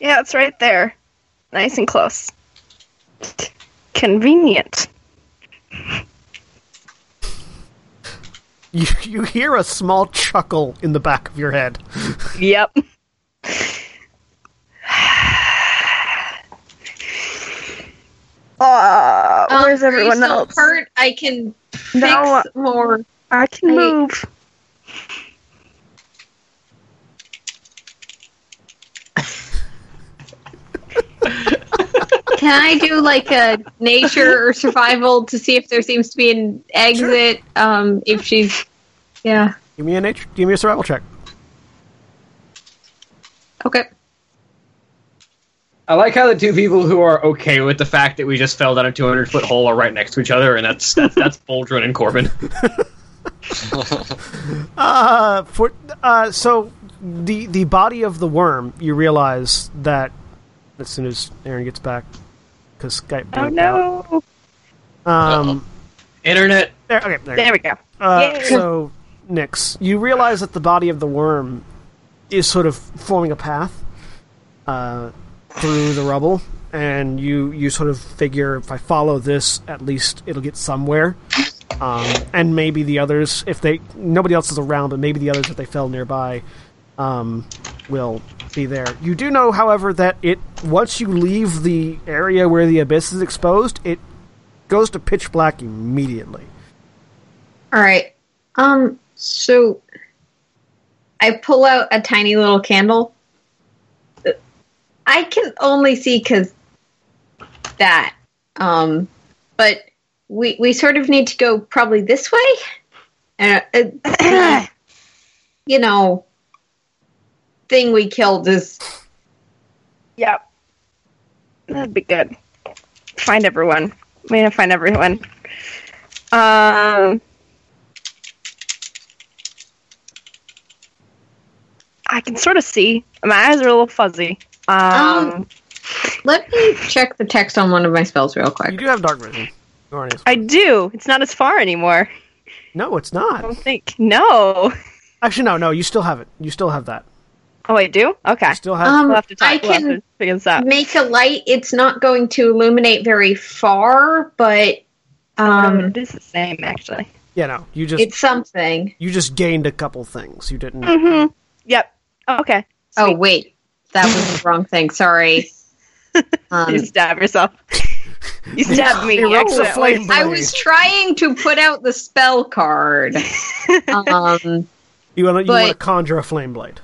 S4: Yeah, it's right there. Nice and close. Convenient.
S1: you, you hear a small chuckle in the back of your head.
S4: Yep. [sighs] Uh,
S6: Um,
S4: where's
S6: are you
S4: everyone
S6: still
S4: else?
S6: Hurt. I can fix
S4: No.
S6: more.
S4: I can
S6: I-
S4: move.
S6: Can I do like a nature or survival to see if there seems to be an exit? Um, if she's, yeah,
S1: Give me a nature, give me a survival check.
S6: okay.
S2: I like how the two people who are okay with the fact that we just fell down a 200 foot hole are right next to each other, and that's that's, that's Boldrin and
S8: [laughs]
S2: Corbin.
S1: Uh, for uh, so the the body of the worm, you realize that as soon as Aaron gets back, because Skype.
S4: Oh
S1: blanked out.
S4: no!
S1: Um,
S2: Internet.
S1: there, okay, there.
S4: There we [clears throat] go.
S1: Uh,
S4: Yay.
S1: so, Nix, you realize that the body of the worm is sort of forming a path uh, through the rubble, and you, you sort of figure if I follow this, at least it'll get somewhere. Um, and maybe the others, if they nobody else is around, but maybe the others if they fell nearby, um, will be there. You do know, however, that it once you leave the area where the abyss is exposed, it goes to pitch black immediately.
S6: All right. Um, so I pull out a tiny little candle. I can only see because that. Um, but we we sort of need to go probably this way. Uh, uh, you know, thing we killed is
S4: Yep. That'd be good. Find everyone. We need to find everyone. Um. I can sort of see. My eyes are a little fuzzy. Um,
S6: Um, Let me check the text on one of my spells real
S1: You
S6: quick.
S1: do have dark vision. You aren't as-
S4: I do. It's not as far anymore.
S1: no, it's
S4: I
S1: not.
S6: Oh.
S4: don't think. No.
S1: Actually, no, no. You still have it. You still have that.
S4: Oh, I do. Okay.
S1: You still have.
S6: Um,
S4: We'll have to talk.
S6: I
S4: we'll have
S6: can
S4: to figure this out.
S6: make a light. It's not going to illuminate very far, but
S4: Um,
S6: um,
S4: it is the same, actually.
S1: yeah, no. You just
S6: it's something.
S1: you just gained a couple things. You didn't.
S6: [laughs]
S4: Mm-hmm. Yep. Okay.
S6: Oh wait, that was the wrong thing. Sorry. Um,
S4: you stab yourself. [laughs] You
S6: [laughs]
S1: [laughs]
S4: stabbed me.
S1: It erupts a
S4: accidentally.
S1: flame
S6: I
S1: blade.
S6: was trying to put out the spell card. Um,
S1: You want to you
S6: but-
S1: want to conjure a flame blade.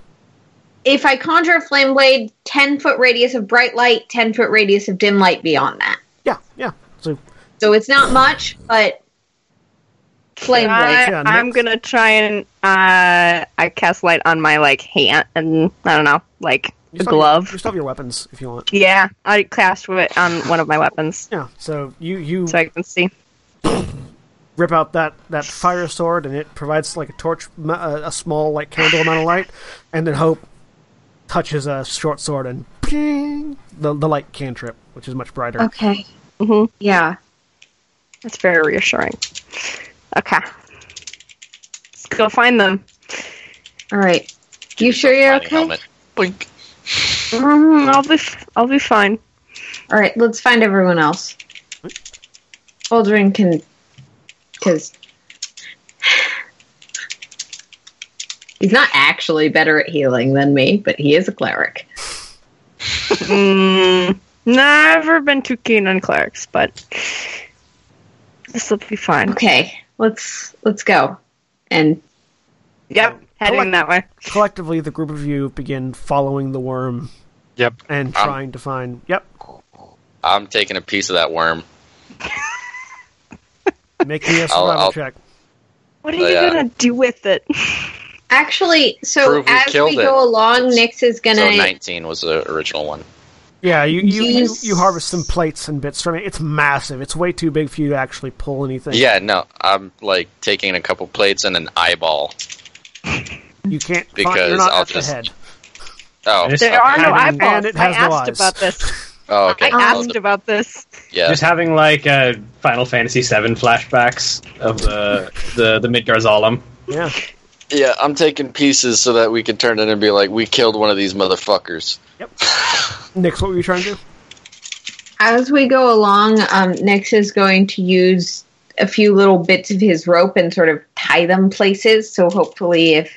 S6: if I conjure a flame blade, ten foot radius of bright light, ten foot radius of dim light beyond that.
S1: Yeah, yeah. So
S6: So it's not much, but flame blade.
S4: I,
S1: Yeah,
S4: I'm
S1: next.
S4: gonna try and uh, I cast light on my like hand and I don't know, like
S1: you
S4: a
S1: still have your-
S4: glove.
S1: you still have your weapons if you want.
S4: Yeah, I cast it on one of my weapons
S1: Yeah. So you you
S4: so I can see.
S1: rip out that that fire sword and it provides like a torch, m- uh, a, a small like candle amount of light, and then hope touches a short sword and ping, the the light cantrip, which is much brighter.
S6: Okay.
S4: Mhm.
S6: Yeah.
S4: That's very reassuring. Okay, let's go find them.
S6: All right. You sure you're
S3: Tiny
S6: okay?
S3: helmet. Boink.
S4: Mhm, I'll be f- I'll be fine.
S6: All right, let's find everyone else. Aldrin can, because he's not actually better at healing than me, but he is a cleric.
S4: Mm, never been too keen on clerics, but this will be fine.
S6: Okay, let's let's go. And
S4: Yep, heading that way.
S1: Collectively, the group of you begin following the worm
S5: Yep.
S1: and
S3: Um.
S1: trying to find. Yep,
S3: I'm taking a piece of that worm.
S1: make
S3: [laughs]
S1: me a
S3: I'll-
S1: survival
S3: I'll-
S1: check.
S4: What are you
S3: Yeah.
S4: gonna do with it? [laughs]
S6: actually, so
S3: Prove we
S6: as we
S3: killed it.
S6: go along, Nix is gonna.
S3: so 19 was the original one.
S1: Yeah, you you, you
S6: Yes.
S1: you harvest some plates and bits from it. It's massive. It's way too big for you to actually pull anything.
S3: Yeah, no, I'm like taking a couple plates and an eyeball.
S1: you can't. find- you're
S3: Because
S1: not
S3: I'll
S1: at the
S3: just-
S1: head.
S3: Oh,
S2: Just-
S4: There are no
S1: And
S4: eyeballs.
S1: it
S4: I
S1: has no
S4: asked
S1: eyes.
S4: about this.
S3: oh, okay.
S4: I
S3: Well,
S4: asked about this.
S3: yeah,
S2: Just having like uh, Final Fantasy VII flashbacks of the the the Midgar Zalem.
S1: Yeah,
S3: yeah. I'm taking pieces so that we can turn it and be like, we killed one of these motherfuckers.
S1: Nix, what were you trying to do?
S6: As we go along, um, Nix is going to use a few little bits of his rope and sort of tie them places. So hopefully, if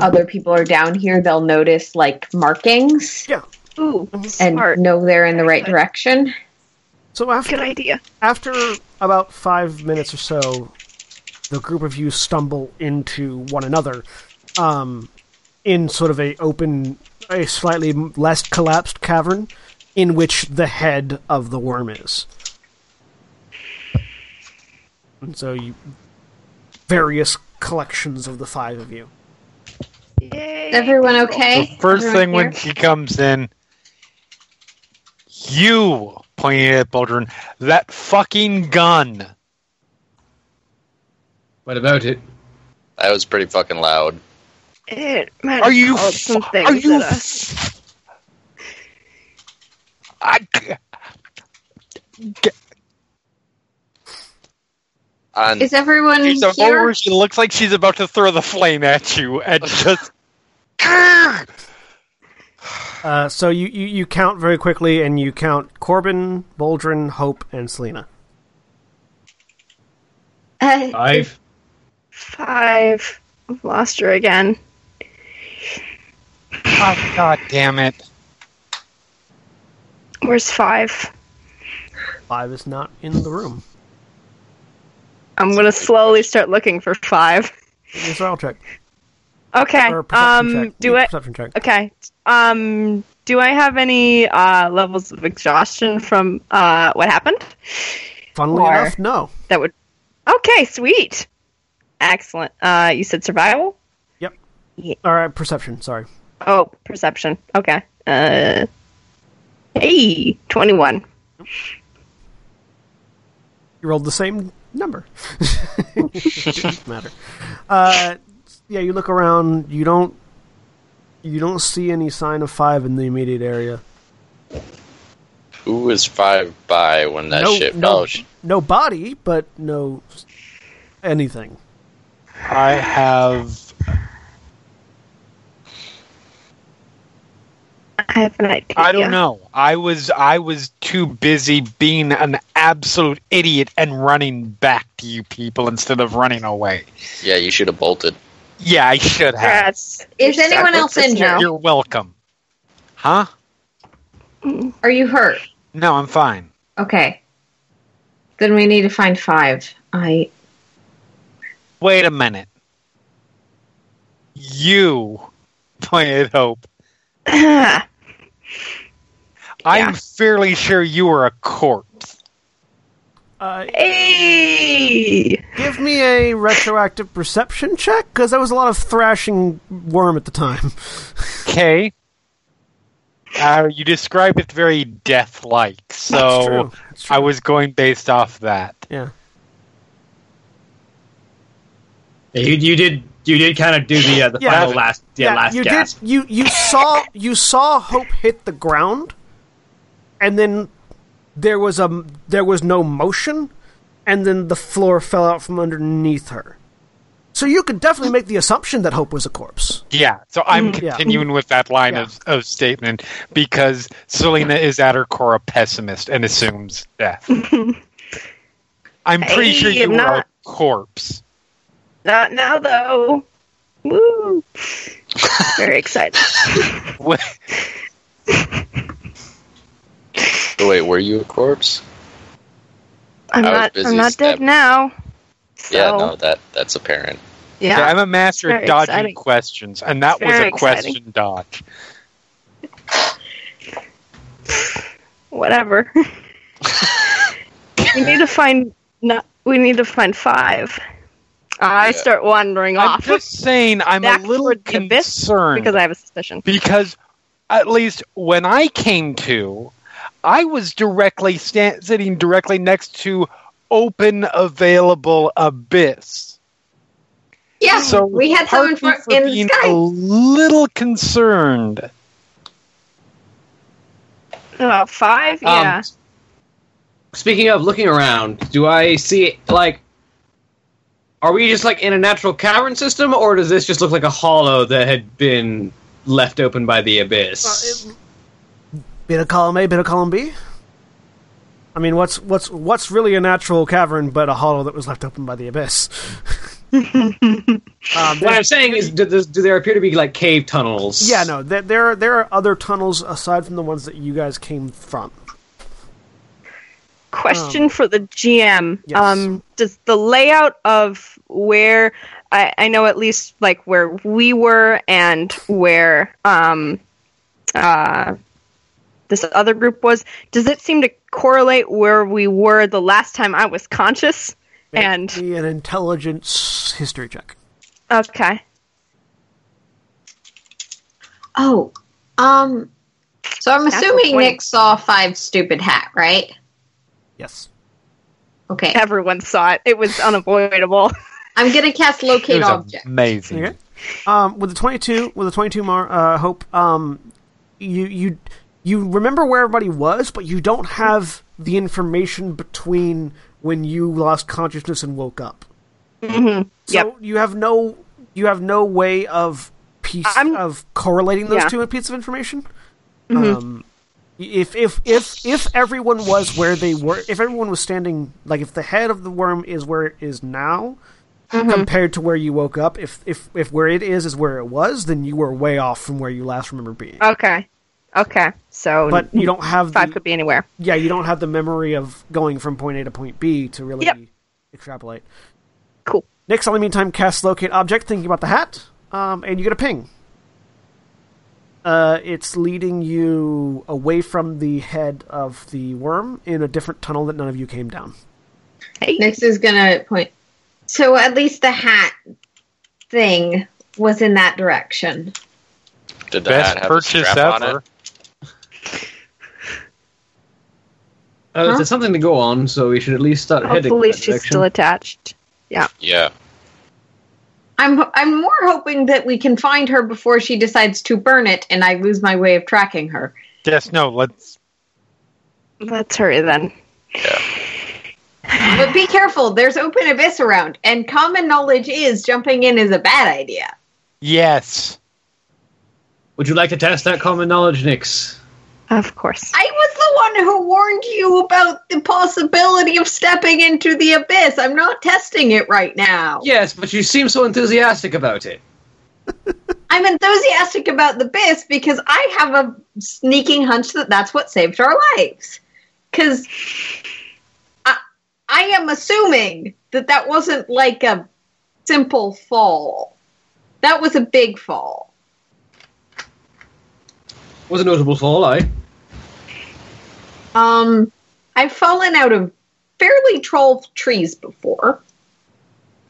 S6: other people are down here, they'll notice like markings
S4: Ooh,
S6: and
S4: smart.
S6: know they're in the right
S4: Excellent.
S6: direction.
S1: So after
S4: Good idea.
S1: after about five minutes or so, the group of you stumble into one another, um, in sort of a open, a slightly less collapsed cavern, in which the head of the worm is. And so you, various collections of the five of you.
S4: Yay.
S6: Everyone
S5: The
S6: okay?
S5: first
S6: Everyone
S5: thing when
S6: here?
S5: she comes in, you pointing at Baldrin, that fucking gun.
S8: What about it?
S3: That was pretty fucking loud.
S4: It might
S5: Are
S4: have
S5: you?
S4: called
S5: f-
S4: some things
S5: Are you?
S4: at us.
S5: f- I. G-
S3: On
S6: Is everyone
S5: She's a
S6: here?
S5: forward, She looks like she's about to throw the flame at you, and [laughs] just. Grr!
S1: Uh, so you, you, you count very quickly, and you count Corbin, Boldrin, Hope, and Selena.
S6: Uh,
S2: Five.
S4: Five. I've lost her again.
S5: oh, God damn it!
S4: Where's five?
S1: Five is not in the room.
S4: I'm gonna slowly start looking for five.
S1: Give me a survival check.
S4: Okay.
S1: Or a perception
S4: Um.
S1: check.
S4: Do
S1: Yeah,
S4: it.
S1: Perception check.
S4: Okay. Um. Do I have any uh, levels of exhaustion from uh, what happened?
S1: Funnily
S4: Or-
S1: enough, no.
S4: That would. Okay. Sweet. Excellent. Uh, you said survival.
S1: All right, perception. Sorry.
S4: Oh, perception. Okay. Uh. Hey, twenty-one.
S1: You rolled the same number. [laughs] Didn't matter. Uh, yeah, you look around. You don't. You don't see any sign of five in the immediate area.
S3: who was five by when that
S1: no,
S3: shit oh,
S1: no,
S3: fell?
S1: no body, but no s- anything.
S5: I have.
S4: I have an idea.
S5: I don't know. I was. I was too busy being an absolute idiot and running back to you people instead of running away.
S3: Yeah, you should have bolted.
S5: Yeah, I should have.
S4: That's,
S6: Is
S4: you're [sighs] stuck
S6: anyone
S4: with
S6: else
S4: this
S6: injured?
S4: now.
S5: You're welcome. Huh?
S6: are you hurt?
S5: No, I'm fine.
S6: Okay. Then we need to find five. I
S5: Wait a minute. You pointed hope. I'm fairly sure you were a corpse.
S1: Uh,
S4: hey.
S1: give me a retroactive perception check because there was a lot of thrashing worm at the time. [laughs]
S5: Okay. Uh, you describe it very death-like,
S3: Oh,
S1: That's
S5: so
S1: true. That's true.
S5: I was going based off that.
S1: yeah.
S2: You, you did you did kind of do the uh, the
S1: Yeah.
S2: final last yeah, last
S1: you
S2: gasp.
S1: did. You you saw you saw Hope hit the ground, and then there was a there was no motion, and then the floor fell out from underneath her. So you could definitely make the assumption that Hope was a corpse.
S5: Yeah, so I'm
S1: Mm, yeah.
S5: continuing with that line of, of statement because Selena is at her core a pessimist and assumes
S4: [laughs]
S5: death. I'm
S4: Hey,
S5: pretty sure you
S4: I'm
S5: are
S4: not-
S5: a corpse. [laughs]
S4: Not now, though. Woo! Very excited.
S5: What-
S3: Oh, wait, were you a corpse?
S4: I'm
S3: I was
S4: not.
S3: busy
S4: I'm not dead
S3: stabbing.
S4: now. So,
S3: Yeah, no, that that's apparent.
S4: yeah.
S5: I'm a master
S4: Very
S5: at dodging
S4: exciting.
S5: questions, and that was
S4: Very
S5: a
S4: exciting.
S5: question dodge.
S4: whatever. we need to find. No, we need to find five. I
S3: Yeah.
S4: start wandering
S5: I'm
S4: off
S5: just saying, I'm
S4: Back
S5: a little
S4: toward the abyss,
S5: concerned
S4: because I have a
S5: [laughs]
S4: suspicion.
S5: because at least when I came to, I was directly sta- sitting directly next to open available abyss.
S6: Yeah,
S5: So
S6: we had someone
S5: pardon
S6: for,
S5: me for
S6: in the
S5: being
S6: sky.
S5: a little concerned.
S4: About Oh, five?
S2: Um,
S4: Yeah.
S2: Speaking of looking around, do I see like? Are we just like in a natural cavern system, or does this just look like a hollow that had been left open by the abyss?
S1: Bit of column A, bit of column B. I mean, what's what's what's really a natural cavern but a hollow that was left open by the abyss? um,
S2: what I'm saying is, do, this, do there appear to be like cave tunnels?
S1: yeah, no, there, there are there are other tunnels aside from the ones that you guys came from.
S4: Question for the GM.
S1: Um, Yes.
S4: Um, does the layout of where I, I know at least like where we were and where um, uh, this other group was, does it seem to correlate where we were the last time I was conscious?
S1: Make
S4: And-
S1: me an intelligence history check.
S4: Okay.
S6: Oh, um, so I'm
S4: That's a
S6: assuming
S4: point.
S6: Nick saw five stupid hat, right?
S1: Yes.
S6: Okay,
S4: Everyone saw it. It was unavoidable. [laughs]
S6: I'm gonna cast
S5: It
S6: locate
S5: was
S6: object.
S5: amazing.
S1: Okay. Um, with the twenty-two, with the twenty-two, Mar, uh, hope. Um, you you you remember where everybody was, but you don't have the information between when you lost consciousness and woke up.
S4: Mhm.
S1: So
S4: Yep.
S1: you have no you have no way of piece
S4: I'm-
S1: of correlating those
S4: Yeah. Mm-hmm.
S1: two pieces of information. Um, if if if if everyone was where they were, if everyone was standing, like if the head of the worm is where it is now, compared to where you woke up, if if if where it is is where it was, then you were way off from where you last remember being.
S4: Okay. Okay. So
S1: but you don't have
S4: Uh, five
S1: the,
S4: could be anywhere.
S1: yeah, you don't have the memory of going from point A to point B to really
S4: Yep.
S1: extrapolate.
S4: Cool.
S1: Nick's on the meantime casts locate object, thinking about the hat, um, and you get a ping. Uh, it's leading you away from the head of the worm in a different tunnel that none of you came
S4: [gasps]
S1: down.
S4: Hey.
S6: Nick's is gonna point. So at least the hat thing was in that direction.
S3: Did the hat
S5: Best
S3: have a
S5: purchase
S3: strap on
S5: ever.
S3: it?
S2: Uh,
S6: Huh?
S2: There's something to go on, so we should at least start heading.
S4: Hopefully
S2: in that
S4: she's
S2: direction.
S4: still attached.
S3: Yeah.
S6: I'm I'm more hoping that we can find her before she decides to burn it, and I lose my way of tracking her.
S5: Yes, no, let's.
S4: Let's hurry then.
S6: But be careful. There's open abyss around, and common knowledge is jumping in is a bad idea.
S5: Yes. [laughs]
S2: Would you like to test that common knowledge, Nix?
S4: Of course.
S6: I was the one who warned you about the possibility of stepping into the abyss. I'm not testing it right now.
S2: Yes, but you seem so enthusiastic about it.
S6: I'm enthusiastic about the abyss because I have a sneaking hunch that that's what saved our lives. Because I, I am assuming that that wasn't like a simple fall. That was a big fall.
S2: Was a notable fall, I.
S6: Um, I've fallen out of fairly tall trees before.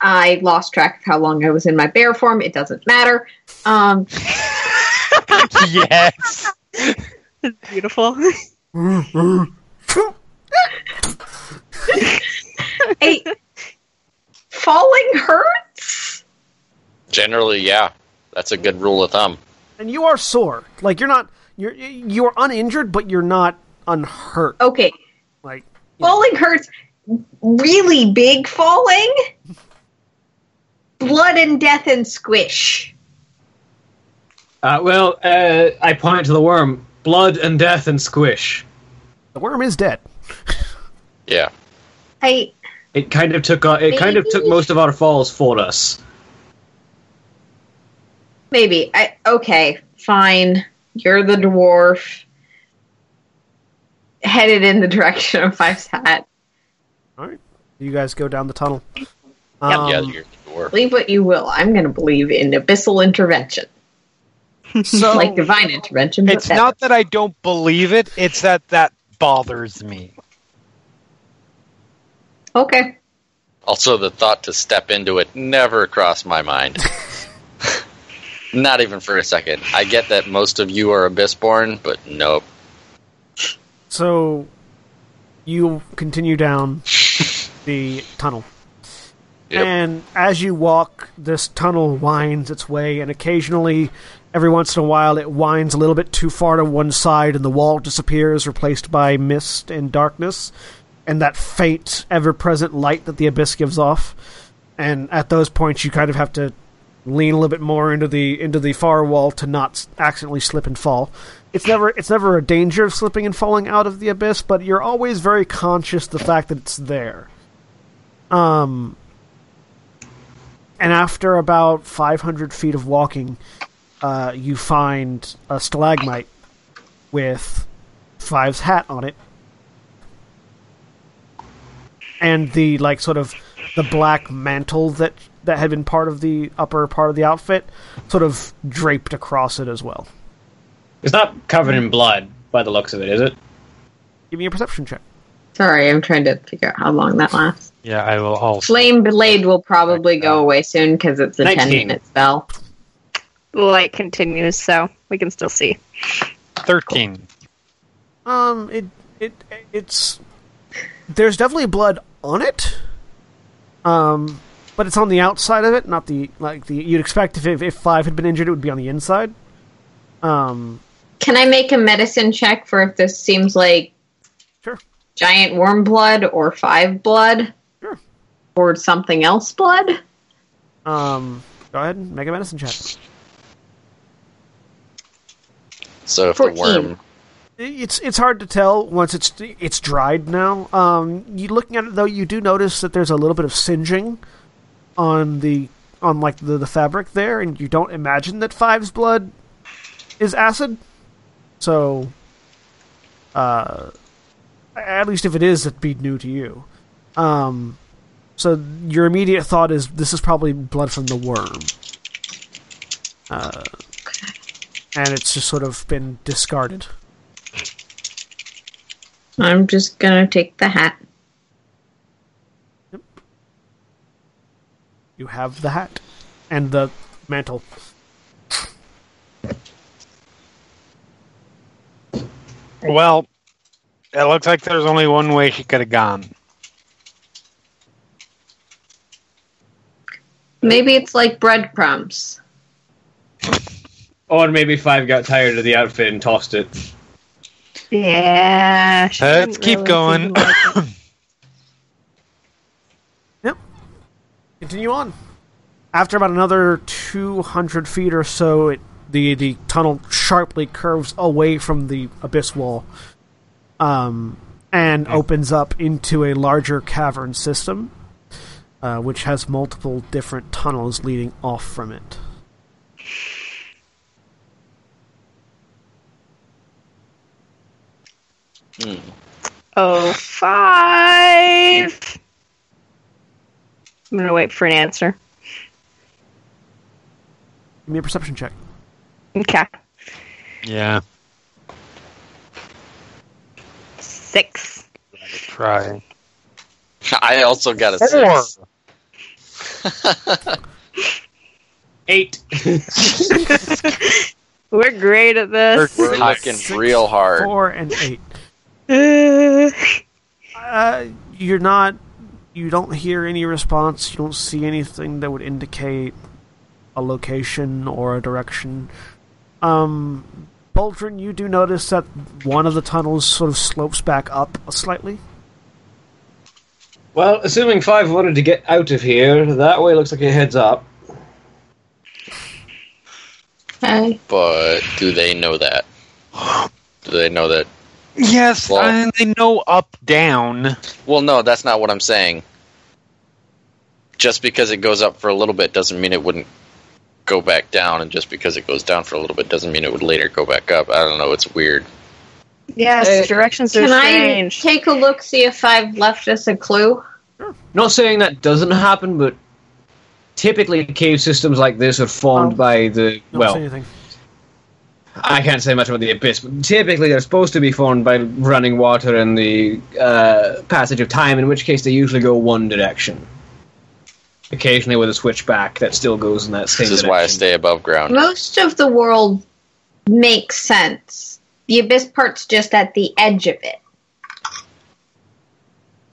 S6: I lost track of how long I was in my bear form. It doesn't matter. Um,
S5: yes.
S4: Beautiful.
S6: I, falling hurts.
S3: Generally, yeah. That's a good rule of thumb.
S1: And you are sore. Like you're not you're you're uninjured, but you're not unhurt.
S4: Oh.
S6: Okay,
S1: Like
S6: falling hurts. Really big falling, blood and death and squish.
S2: Uh, well, uh, I point to the worm. Blood and death and squish.
S1: The worm is dead.
S3: Yeah.
S6: I
S2: It kind of took our, it kind of took
S6: Maybe-
S2: most of our falls for us.
S6: maybe I okay, fine. You're the dwarf. Headed in the direction of Five's hat.
S1: You guys go down the tunnel.
S3: yeah,
S1: Um,
S3: you're the dwarf.
S6: Believe what you will. I'm going to believe in abyssal intervention,
S1: so
S6: like divine intervention. but
S5: It's
S6: better.
S5: not that I don't believe it, it's that that bothers me.
S6: okay.
S3: Also, the thought to step into it never crossed my mind. Not even for a second. I get that most of you are abyssborn, but nope.
S1: So you continue down the tunnel.
S3: Yep.
S1: And as you walk, this tunnel winds its way, and occasionally, every once in a while, it winds a little bit too far to one side, and the wall disappears, replaced by mist and darkness, and that faint, ever present light that the abyss gives off. And at those points, you kind of have to lean a little bit more into the into the far wall to not s- accidentally slip and fall. It's never it's never a danger of slipping and falling out of the abyss, but you're always very conscious of the fact that it's there. Um, and after about 500 feet of walking, uh, you find a stalagmite with Five's hat on it, and the like sort of the black mantle that that had been part of the upper part of the outfit sort of draped across it as well.
S2: It's not covered in blood by the looks of it, is it?
S1: Give me a perception check.
S6: Sorry, I'm trying to figure out how long that lasts.
S5: Yeah, I will also.
S6: Flame blade will probably go away soon because it's a ten
S2: 19.
S6: minute spell.
S4: The light continues, so we can still see.
S5: 13.
S1: Um, it it it's there's definitely blood on it. Um, but it's on the outside of it, not the like the you'd expect if if five had been injured, it would be on the inside. Um,
S6: Can I make a medicine check for if this seems like
S1: Sure.
S6: giant worm blood or five blood?
S1: Sure.
S6: Or something else blood?
S1: um, go ahead and make a medicine check.
S3: So if the
S6: 14.
S3: worm, [laughs]
S1: It's it's hard to tell once it's it's dried now. Um, you looking at it though, you do notice that there's a little bit of singeing on the on like the, the fabric there, and you don't imagine that Five's blood is acid. So, uh, at least if it is, it'd be new to you. Um, so your immediate thought is this is probably blood from the worm. Uh, and it's just sort of been discarded.
S6: I'm just gonna take the hat.
S1: You have the hat and the mantle.
S5: Well, it looks like there's only one way she could have gone.
S6: Maybe it's like breadcrumbs.
S2: Or maybe Five got tired of the outfit and tossed it.
S4: Yeah. she
S5: Let's
S4: didn't
S5: keep
S4: really
S5: going.
S4: seem like it.
S1: Continue on. After about another 200 feet or so, it, the, the tunnel sharply curves away from the abyss wall um, and opens up into a larger cavern system, uh, which has multiple different tunnels leading off from it.
S4: [laughs] Oh, five. I'm gonna wait for an answer.
S1: Give me a perception check.
S4: Okay,
S5: Yeah,
S4: six.
S5: try.
S3: I also got a
S5: Four.
S3: six.
S2: Eight. [laughs]
S4: We're great at this.
S3: We're
S5: Six.
S3: looking real hard.
S1: Four and eight.
S4: [laughs] Uh,
S1: Uh, you're not. You don't hear any response. You don't see anything that would indicate a location or a direction. Um, Boldrin, you do notice that one of the tunnels sort of slopes back up slightly.
S2: Well, assuming Five wanted to get out of here, that way looks like it heads up.
S6: Okay.
S3: but do they know that? Do they know that?
S5: Yes,
S3: Well-
S5: and they know up down.
S3: Well, no, that's not what I'm saying. Just because it goes up for a little bit doesn't mean it wouldn't go back down, and just because it goes down for a little bit doesn't mean it would later go back up. I don't know. It's weird.
S4: Yes,
S2: Hey,
S4: directions are
S6: Can I
S4: strange.
S6: take a look, see if I've left us a clue?
S2: Not saying that doesn't happen, but typically cave systems like this are formed
S1: Oh.
S2: by the
S1: Don't
S2: well.
S1: say anything.
S2: I can't say much about the abyss, but typically they're supposed to be formed by running water and the uh, passage of time. In which case, they usually go one direction. Occasionally, with a switchback that still goes in that same.
S3: This is why I
S2: direction.
S3: stay above ground.
S6: Most of the world makes sense. The abyss part's just at the edge of it.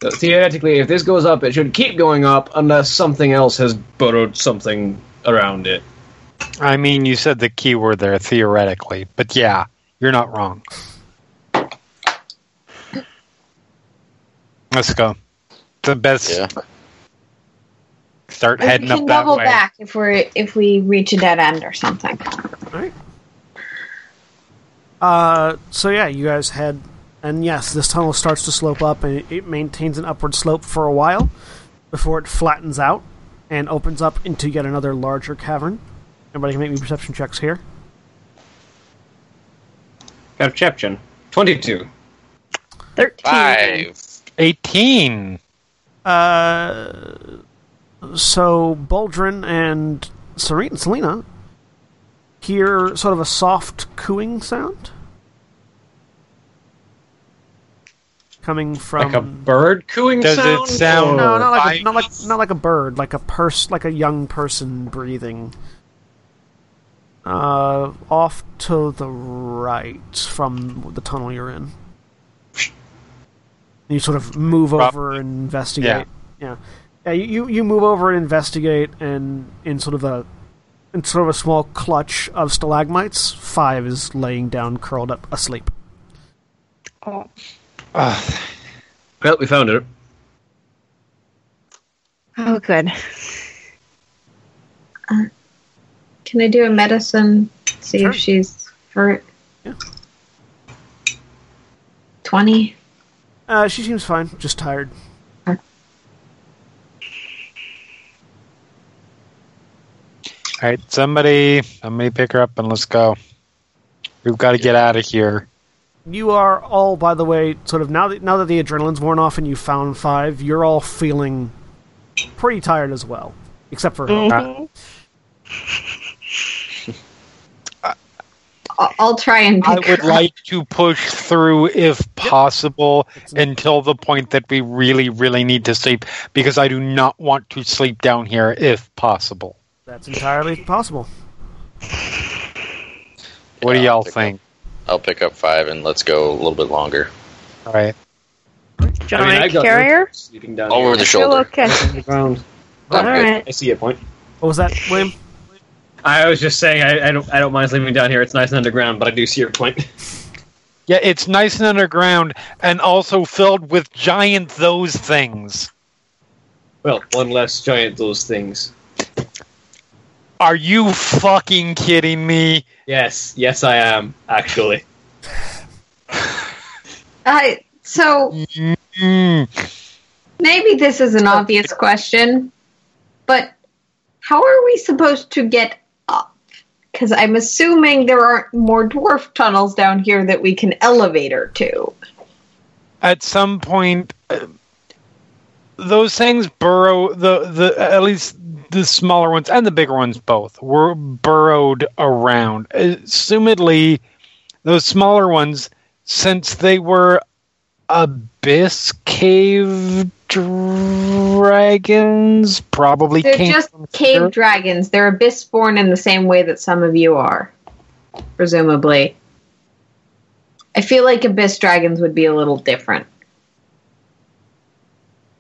S2: So theoretically, if this goes up, it should keep going up unless something else has burrowed something around it.
S5: I mean, you said the key word there theoretically, but yeah, you're not wrong. Let's go. The best
S3: Yeah.
S5: start
S6: We
S5: heading
S6: can
S5: up that
S6: double
S5: way.
S6: back if we're if we reach a dead end or something.
S1: Uh, so yeah, you guys head, and yes, this tunnel starts to slope up, and it, it maintains an upward slope for a while before it flattens out and opens up into yet another larger cavern. Everybody can make me perception checks here.
S2: Perception. 22.
S4: 13.
S3: Five.
S5: 18.
S1: Uh, so Baldrin and Serene, Selena hear sort of a soft cooing sound coming from
S2: Like a bird cooing
S5: Um, Does
S2: sound?
S5: it sound-
S1: No,
S2: Oh.
S1: not like
S5: I-
S1: a, not like not like a bird, like a pers like a young person breathing. Uh, off to the right from the tunnel you're in. You sort of move
S5: Prob-
S1: over and investigate. Yeah, yeah. You you- you move over and investigate, and in sort of a in sort of a small clutch of stalagmites, five is laying down, curled up, asleep.
S5: Ugh.
S2: Well, we found it.
S4: Oh, good.
S6: Can I do a medicine? See
S1: Sure.
S6: if she's hurt.
S1: Yeah.
S6: Twenty.
S1: Uh, she seems fine, just tired.
S5: All right, somebody, somebody pick her up and let's go. We've got to get out of here.
S1: you are all, by the way, sort of now that now that the adrenaline's worn off and you found five, you're all feeling pretty tired as well, except for
S4: Mm.
S1: Hope.
S6: I'll, I'll try and
S5: I
S6: pick
S5: would
S6: [laughs] her up.
S5: like to push through if possible until the point that we really, really need to sleep because I do not want to sleep down here if possible.
S1: that's entirely possible.
S5: What do
S3: Yeah, I'll
S5: y'all
S3: pick
S5: think?
S3: I'll pick up five and let's go a little bit longer.
S5: All right.
S4: Do you
S2: I
S4: want
S2: mean, I
S4: me to
S2: got
S4: carry her?
S2: Sleeping down
S3: Over the
S4: Feel
S3: shoulder.
S4: okay.
S2: ground.
S4: All
S3: I'm good.
S4: right.
S2: I see your point.
S1: What was that, William?
S2: I was just saying, I, I don't, I don't mind sleeping down here. It's nice and underground, but I do see your point. [laughs]
S5: Yeah, it's nice and underground and also filled with giant those things.
S2: Well, one less giant those things.
S5: Are you fucking kidding me?
S2: Yes, yes, I am actually.
S6: I so
S5: Mm.
S6: Maybe this is an
S5: Oh.
S6: obvious question, but how are we supposed to get up? Because I'm assuming there aren't more dwarf tunnels down here that we can elevator to.
S5: at some point uh, those things burrow the the at least the smaller ones and the bigger ones both were burrowed around assumedly those smaller ones since they were abyss cave dragons probably
S6: They're
S5: came
S6: just
S5: from
S6: cave
S5: here.
S6: dragons. They're abyss born in the same way that some of you are, presumably. I feel like abyss dragons would be a little different.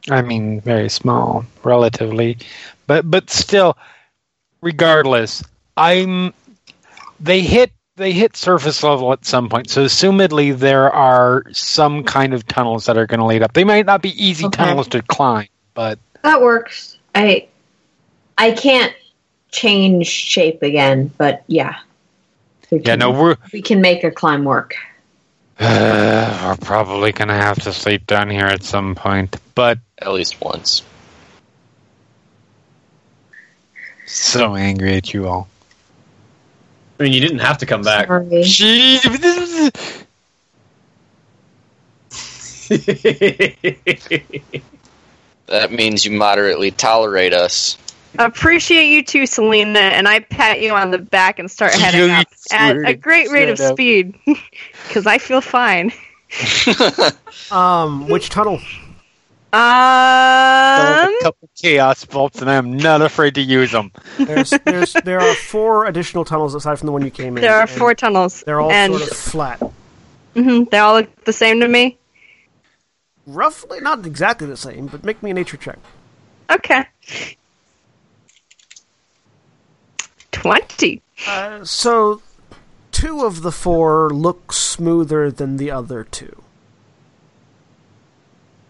S5: I mean, very small, relatively, but but still, regardless, I'm. They hit they hit surface level at some point, so assumedly there are some kind of tunnels that are going to lead up. They might not be easy
S6: Okay.
S5: tunnels to climb, but
S6: That works. I I can't change shape again, but yeah. We
S5: Yeah,
S6: can-
S5: no, we're [sighs]
S6: we can make a climb work.
S5: uh, we're probably gonna have to sleep down here at some point. But
S3: At least once.
S5: so angry at you all.
S2: I mean, you didn't have to come back.
S6: Sorry.
S5: She,
S3: That means you moderately tolerate us. [laughs]
S4: Appreciate you too, Selena, and I pat you on the back and start
S5: [laughs] You
S4: heading up at
S5: swear
S4: a
S5: to
S4: great rate of
S5: God.
S4: speed [laughs] because I feel fine.
S1: Um, which tunnel?
S4: Um,
S5: a couple chaos bolts, and I'm not afraid to use them.
S1: There's, there's, there are four additional tunnels aside from the one you came in.
S4: there are
S1: and
S4: four tunnels,
S1: They're all
S4: and
S1: sort of flat.
S4: mhm, they all look the same to me.
S1: Roughly, not exactly the same, but make me a nature check.
S4: Okay, twenty.
S1: Uh, so, two of the four look smoother than the other two.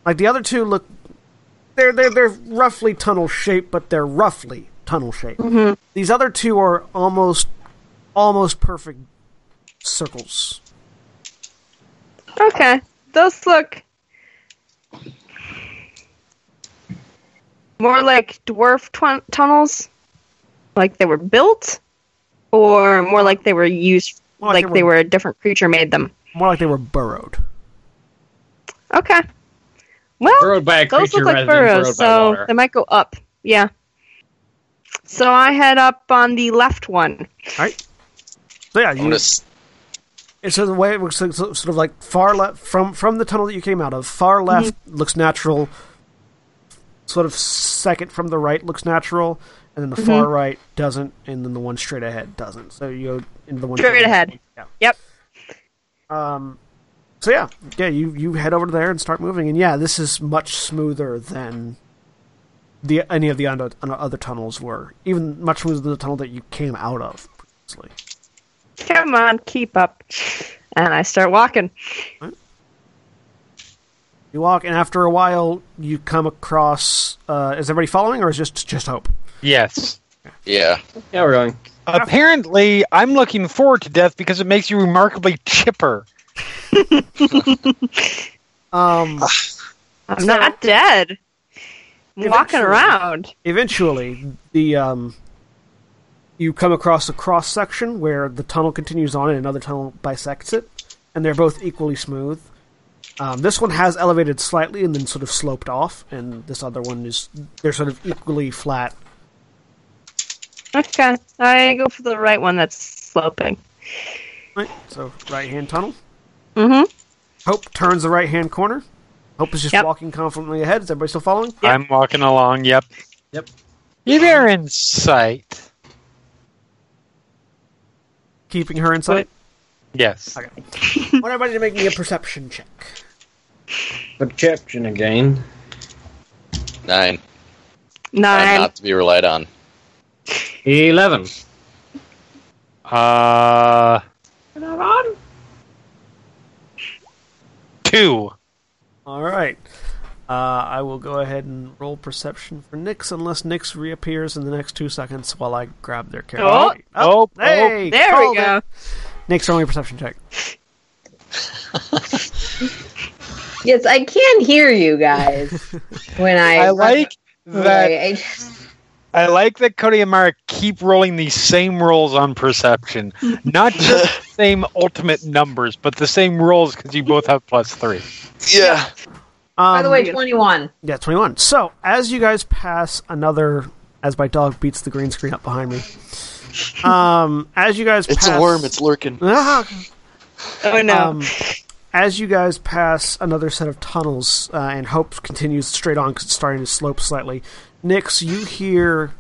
S1: Like the other two look, they're they're they're roughly tunnel shaped, but they're roughly tunnel shaped. These other two are almost almost perfect circles.
S4: Okay, those look more like dwarf tw- tunnels, like they were built, or more like they were used,
S1: More
S4: like, they, were... a different creature made them.
S1: more like they were burrowed.
S4: Okay. Well,
S2: [laughs] Burrowed by a
S4: those
S2: creature
S4: look like
S2: rather than burrowed
S4: burrows,
S2: by
S4: so
S2: water.
S4: they might go up. Yeah. So I head up on the left one.
S1: So yeah,
S3: I'm gonna
S1: you,
S3: s-
S1: it's sort of the way it looks so- so- sort of like far left from from the tunnel that you came out of.
S4: Mm-hmm.
S1: Far left looks natural. Sort of second from the right looks natural, and then the far
S4: Mm-hmm.
S1: right doesn't, and then the one straight ahead doesn't. So you go into the one
S4: Straight ahead.
S1: Yeah.
S4: Yep.
S1: Um. So yeah, yeah, you you head over to there and start moving, and yeah, this is much smoother than the any of the other, other tunnels were, even much smoother than the tunnel that you came out of previously.
S4: Come on, keep up. And I start walking.
S1: You walk, and after a while, you come across. Uh, is everybody following, or is just just hope?
S5: Yes.
S3: yeah.
S2: yeah, we're going.
S5: Apparently, I'm looking forward to death because it makes you remarkably chipper.
S1: Um,
S4: I'm not dead. I'm walking
S1: Eventually.
S4: around.
S1: eventually, the um, you come across a cross section where the tunnel continues on, and another tunnel bisects it, and they're both equally smooth. Um, this one has elevated slightly and then sort of sloped off, and this other one is they're sort of equally flat.
S4: Okay. I go for the right one that's sloping.
S1: Right, so right hand tunnel.
S4: Mm-hmm.
S1: Hope turns the right hand corner. Hope is just
S4: Yep.
S1: walking confidently ahead. Is everybody still following?
S5: I'm walking along. Yep.
S2: Yep.
S5: You are in sight.
S1: Keeping her in sight.
S5: Yes.
S1: Okay. I want everybody to make me a perception check.
S2: Perception again.
S3: Nine. I'm
S4: Nine.
S3: not to be relied on.
S2: Eleven.
S5: Uh. Two.
S1: All right. Uh, I will go ahead and roll perception for Nyx unless Nyx reappears in the next two seconds while I grab their character.
S4: Oh.
S5: Oh, oh.
S1: hey,
S4: There we
S1: called
S4: go.
S1: it. Nyx, only perception check.
S6: Yes, I can hear you [laughs] guys when I.
S5: I like that.
S6: I just-
S5: I like that Cody and Mara keep rolling these same rolls on perception, not just the same ultimate numbers, but the same rolls because you both have plus three.
S3: Yeah.
S1: Um,
S6: by the way, twenty-one.
S1: yeah, twenty-one. So as you guys pass another, as my dog beats the green screen up behind me. Um, as you guys,
S3: It's
S1: pass,
S3: a worm. It's lurking.
S1: [laughs] Ah,
S4: Oh no.
S1: Um, as you guys pass another set of tunnels, uh, and Hope continues straight on because it's starting to slope slightly. Nix, you hear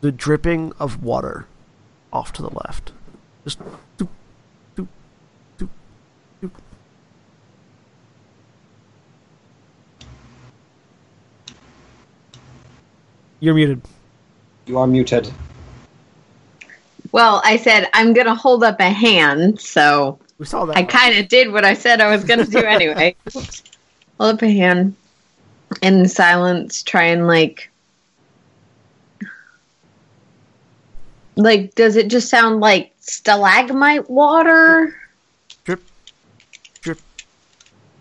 S1: the dripping of water off to the left. Just doop, doop, doop, doop. You're muted.
S2: You are muted.
S6: Well, I said I'm gonna hold up a hand, so
S1: We saw that.
S6: I kind of did what I said I was gonna do [laughs] anyway. hold up a hand, and in silence, try and like, like, does it just sound like stalagmite water.
S1: Drip, drip,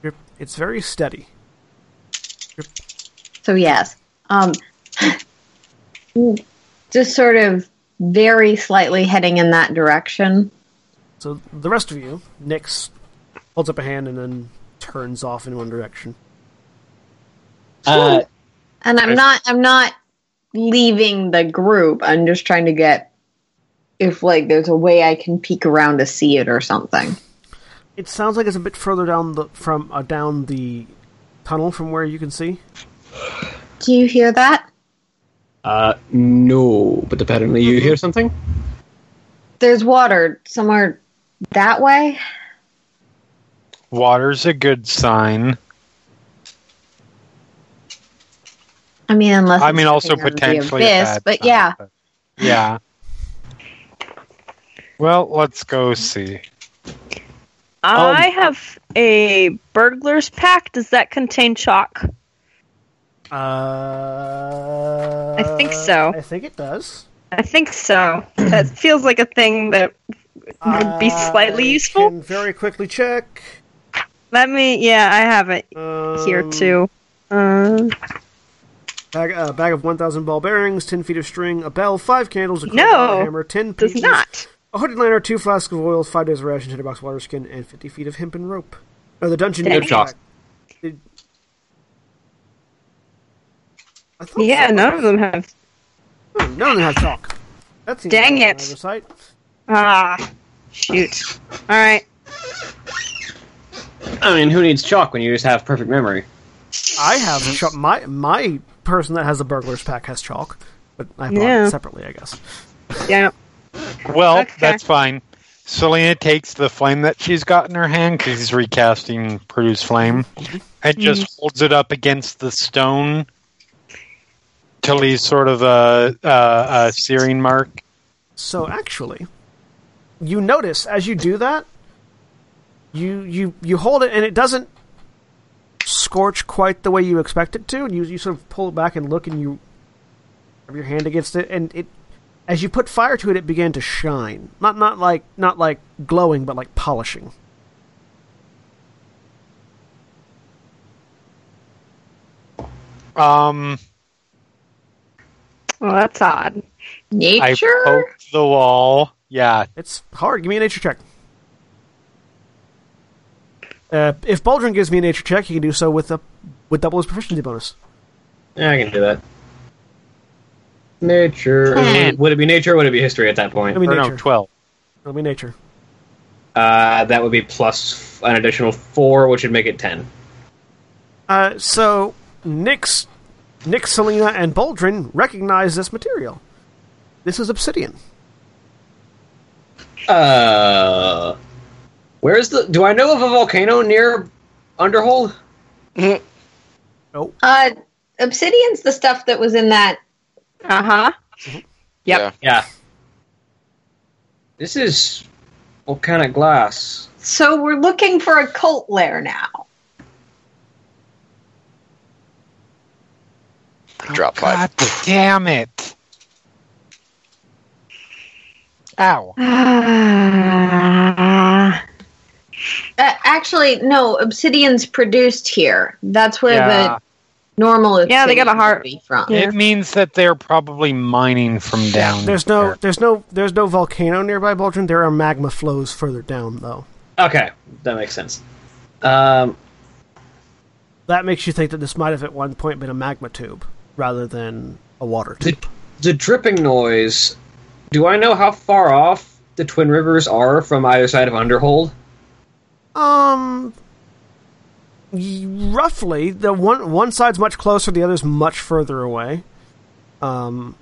S1: drip. It's very steady.
S6: So yes, um, just sort of very slightly heading in that direction.
S1: So the rest of you, Nyx holds up a hand and then turns off in one direction.
S2: Uh,
S6: And I'm not. I'm not leaving the group. I'm just trying to get if like there's a way I can peek around to see it or something.
S1: It sounds like it's a bit further down the from uh, down the tunnel from where you can see.
S6: Do you hear that?
S2: uh, no, but apparently you hear something.
S6: There's water somewhere that way.
S5: Water's a good sign.
S6: I mean, unless [laughs]
S5: I mean,
S6: it's
S5: also
S6: something under the
S5: potentially. um, a
S6: abyss,
S5: bad
S6: but
S5: sign,
S6: yeah,
S5: but- yeah. Well, let's go see.
S1: oh.
S4: I have a burglar's pack. Does that contain chalk?
S1: Uh,
S4: I think so.
S1: I think it does.
S4: I think so. that feels like a thing that would be slightly
S1: I
S4: useful.
S1: Uh, Can very quickly check
S4: Let me. Yeah, I have it
S1: um,
S4: here too. Uh,
S1: Bag, uh, bag of one thousand ball bearings, ten feet of string, a bell, five candles, a crook,
S4: No,
S1: a hammer, ten
S4: does
S1: peaches,
S4: not.
S1: a hooded lantern, two flasks of oil, five days of rations, hundred box of water skin, and fifty feet of hemp and rope. Oh, the dungeon.
S4: No
S1: back.
S2: jobs.
S1: Did- I thought
S4: Yeah,
S1: so.
S4: none of them have.
S1: Hmm, none of them have chalk. That's
S4: Dang it.
S1: Oversight.
S4: Ah, shoot. All right.
S2: I mean, who needs chalk when you just have perfect memory?
S1: I have chalk. My my person that has the burglar's pack has chalk, but I bought
S4: Yeah.
S1: it separately, I guess.
S4: Yeah.
S5: Well,
S4: Okay.
S5: that's fine. Selena takes the flame that she's got in her hand because she's recasting produce flame, and
S6: Mm-hmm.
S5: just holds it up against the stone to leave sort of a, a, a searing mark.
S1: So actually, you notice as you do that, you you you hold it and it doesn't scorch quite the way you expect it to. And you you sort of pull it back and look and you have your hand against it and it as you put fire to it, it began to shine. Not not like not like glowing, but like polishing.
S5: Um,
S4: Well, that's odd.
S5: I
S6: nature.
S5: poke the wall. Yeah,
S1: It's hard. Give me a nature check. Uh, if Baldrin gives me a nature check, he can do so with a with double his proficiency bonus.
S2: Yeah, I can do that. Nature.
S6: Ten.
S2: Would it be nature or would it be history at that point?
S1: I mean
S5: or
S1: nature.
S5: no, twelve.
S1: It'll be nature.
S2: Uh, that would be plus an additional four, which would make it ten.
S1: Uh, so Nyx, Nyx, Selena, and Baldrin recognize this material. This is obsidian.
S2: Uh, where is the? Do I know of a volcano near Underhold?
S6: Uh, obsidian's the stuff that was in that.
S4: Uh [sighs] huh. Yep.
S3: Yeah.
S2: Yeah. This is volcanic glass.
S6: So we're looking for a cult lair now.
S3: Drop five.
S5: Oh, God damn it! Ow!
S4: Ah.
S6: Uh, actually, no, obsidian's produced here. That's where
S5: Yeah.
S6: the normal. Obsidian
S4: Yeah, they got a heart.
S6: would be from.
S4: Yeah.
S5: It means that they're probably mining from down
S1: There's no,
S5: there.
S1: there's no, there's no volcano nearby Baldrin. There are magma flows further down, though.
S2: Okay, that makes sense. Um,
S1: That makes you think that this might have at one point been a magma tube rather than a water
S2: the
S1: tube.
S2: the dripping noise. Do I know how far off the Twin Rivers are from either side of Underhold?
S1: Um, y- roughly the one one side's much closer, the other's much further away. Um,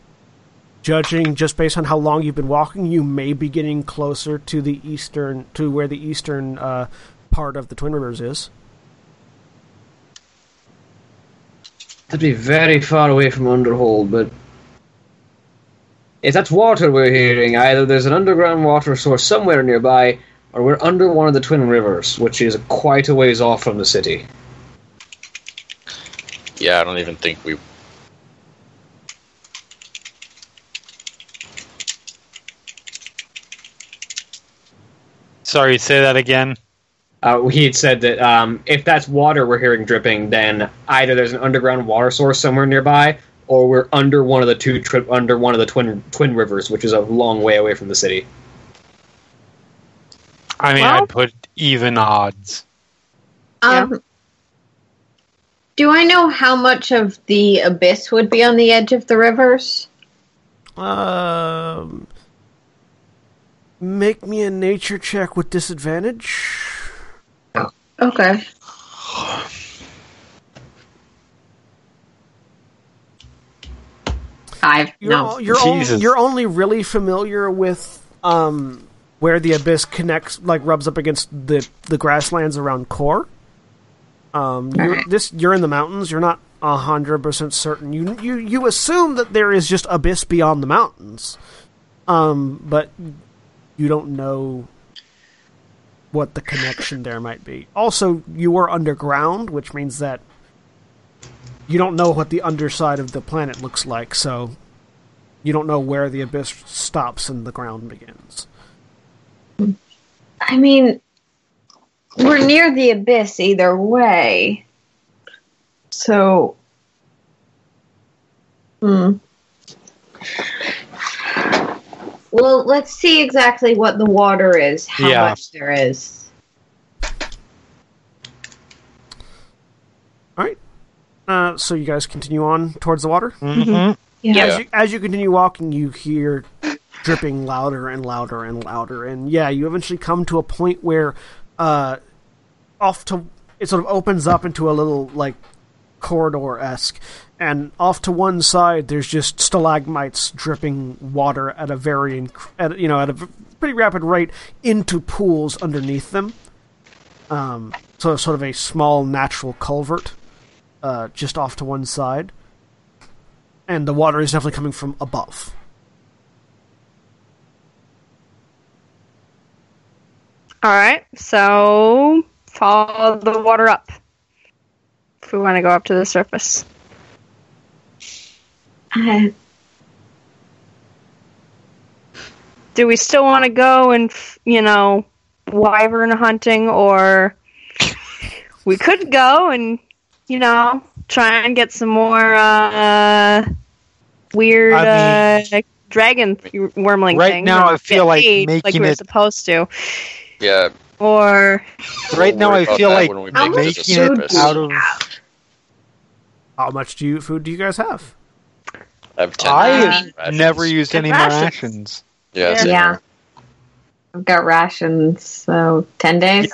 S1: judging just based on how long you've been walking, you may be getting closer to the eastern to where the eastern uh, part of the Twin Rivers is.
S2: That'd be very far away from Underhold, but if that's water we're hearing, either there's an underground water source somewhere nearby, or we're under one of the Twin Rivers, which is quite a ways off from the city.
S3: Yeah, I don't even think we.
S5: Sorry, say that again.
S2: Uh, he had said that um, if that's water we're hearing dripping, then either there's an underground water source somewhere nearby, or we're under one of the two tri- under one of the twin twin rivers, which is a long way away from the city.
S5: I mean,
S4: Well-
S5: I'd put even odds.
S6: Um, Do I know how much of the abyss would be on the edge of the rivers?
S1: Um, make me a nature check with disadvantage.
S6: Okay. Five.
S1: You're
S6: no.
S1: al- you're only,
S5: Jesus.
S1: you're only really familiar with um where the abyss connects, like rubs up against the the grasslands around Core. Um, you're,
S6: Alright.
S1: this you're in the mountains. You're not hundred percent certain. You you you assume that there is just abyss beyond the mountains, um, but you don't know what the connection there might be. Also, you were underground, which means that you don't know what the underside of the planet looks like, so you don't know where the abyss stops and the ground begins.
S6: I mean, we're near the abyss either way. So. Hmm. Well, let's see exactly what the water is, how
S5: Yeah.
S6: much there is.
S1: Uh, so you guys continue on towards the water.
S5: Mhm.
S1: As, you, as you continue walking, you hear dripping louder and louder and louder, and yeah, you eventually come to a point where, uh, off to it sort of opens up into a little like corridor esque, and off to one side there's just stalagmites dripping water at a very inc- at, you know at a v- pretty rapid rate into pools underneath them. Um, so sort of a small natural culvert, uh, just off to one side and the water is definitely coming from above.
S4: All right, so follow the water up if we want to go up to the surface.
S6: I,
S4: Do we still want to go and f- you know wyvern hunting, or we could go and you know try and get some more uh, weird
S5: I
S4: uh, dragon wormling
S5: Right
S4: things
S5: now,
S4: and
S5: I feel
S4: get
S5: like
S4: paid like we
S5: making
S4: were
S5: it-
S4: supposed to,
S3: Yeah.
S4: or
S5: Right now,
S3: worry
S5: I
S3: about
S5: feel
S3: that
S5: like
S3: when we
S6: How
S3: make it to
S5: making
S3: the
S6: much food
S5: it
S3: surface.
S5: out of.
S1: How much do you food do you guys have?
S3: I have 10
S5: I've
S3: rations.
S5: never used any of my
S4: Rations.
S5: rations.
S3: Yeah. same
S6: Yeah.
S3: here.
S6: I've got rations, so 10 days?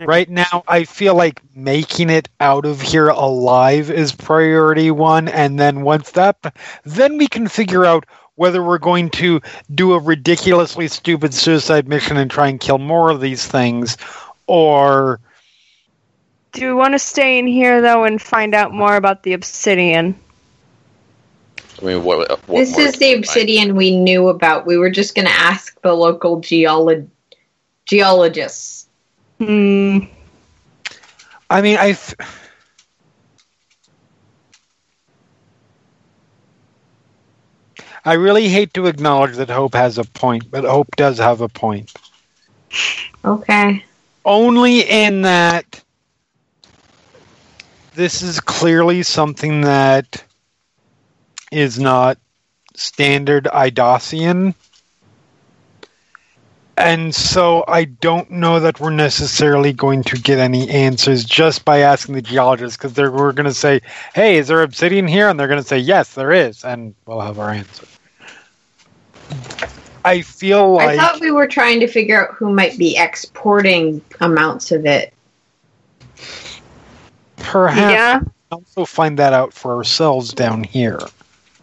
S5: Right now, I feel like making it out of here alive is priority one, and then once that, then we can figure out whether we're going to do a ridiculously stupid suicide mission and try and kill more of these things, or
S4: do we want to stay in here though and find out more about the obsidian?
S3: I mean, what, what
S6: This
S3: more
S6: is
S3: do
S6: the
S3: you like?
S6: obsidian we knew about. We were just going to ask the local geolo- geologists.
S4: Hmm.
S5: I mean, I. F- I really hate to acknowledge that Hope has a point, but Hope does have a point.
S6: Okay.
S5: Only in that this is clearly something that is not standard Idosian. And so I don't know that we're necessarily going to get any answers just by asking the geologists because they're we're going to say, "Hey, is there obsidian here?" and they're going to say, "Yes, there is," and we'll have our answer. I feel
S6: I
S5: like
S6: thought we were trying to figure out who might be exporting amounts of it.
S5: perhaps
S4: Yeah,
S5: we can also find that out for ourselves down here.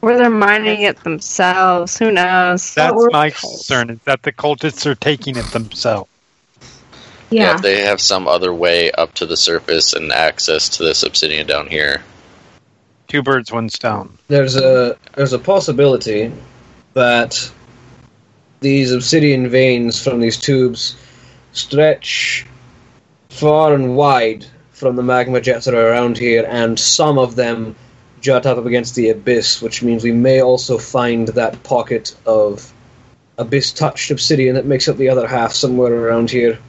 S4: or they're mining it themselves. Who knows?
S5: That's
S6: we're-
S5: my concern is that the cultists are taking it themselves.
S3: Yeah.
S6: Yeah.
S3: if they have some other way up to the surface and access to this obsidian down here.
S5: Two birds, one stone.
S8: There's a there's a possibility that these obsidian veins from these tubes stretch far and wide from the magma jets that are around here, and some of them jut up against the abyss, which means we may also find that pocket of
S2: abyss touched obsidian that makes up the other half somewhere around here.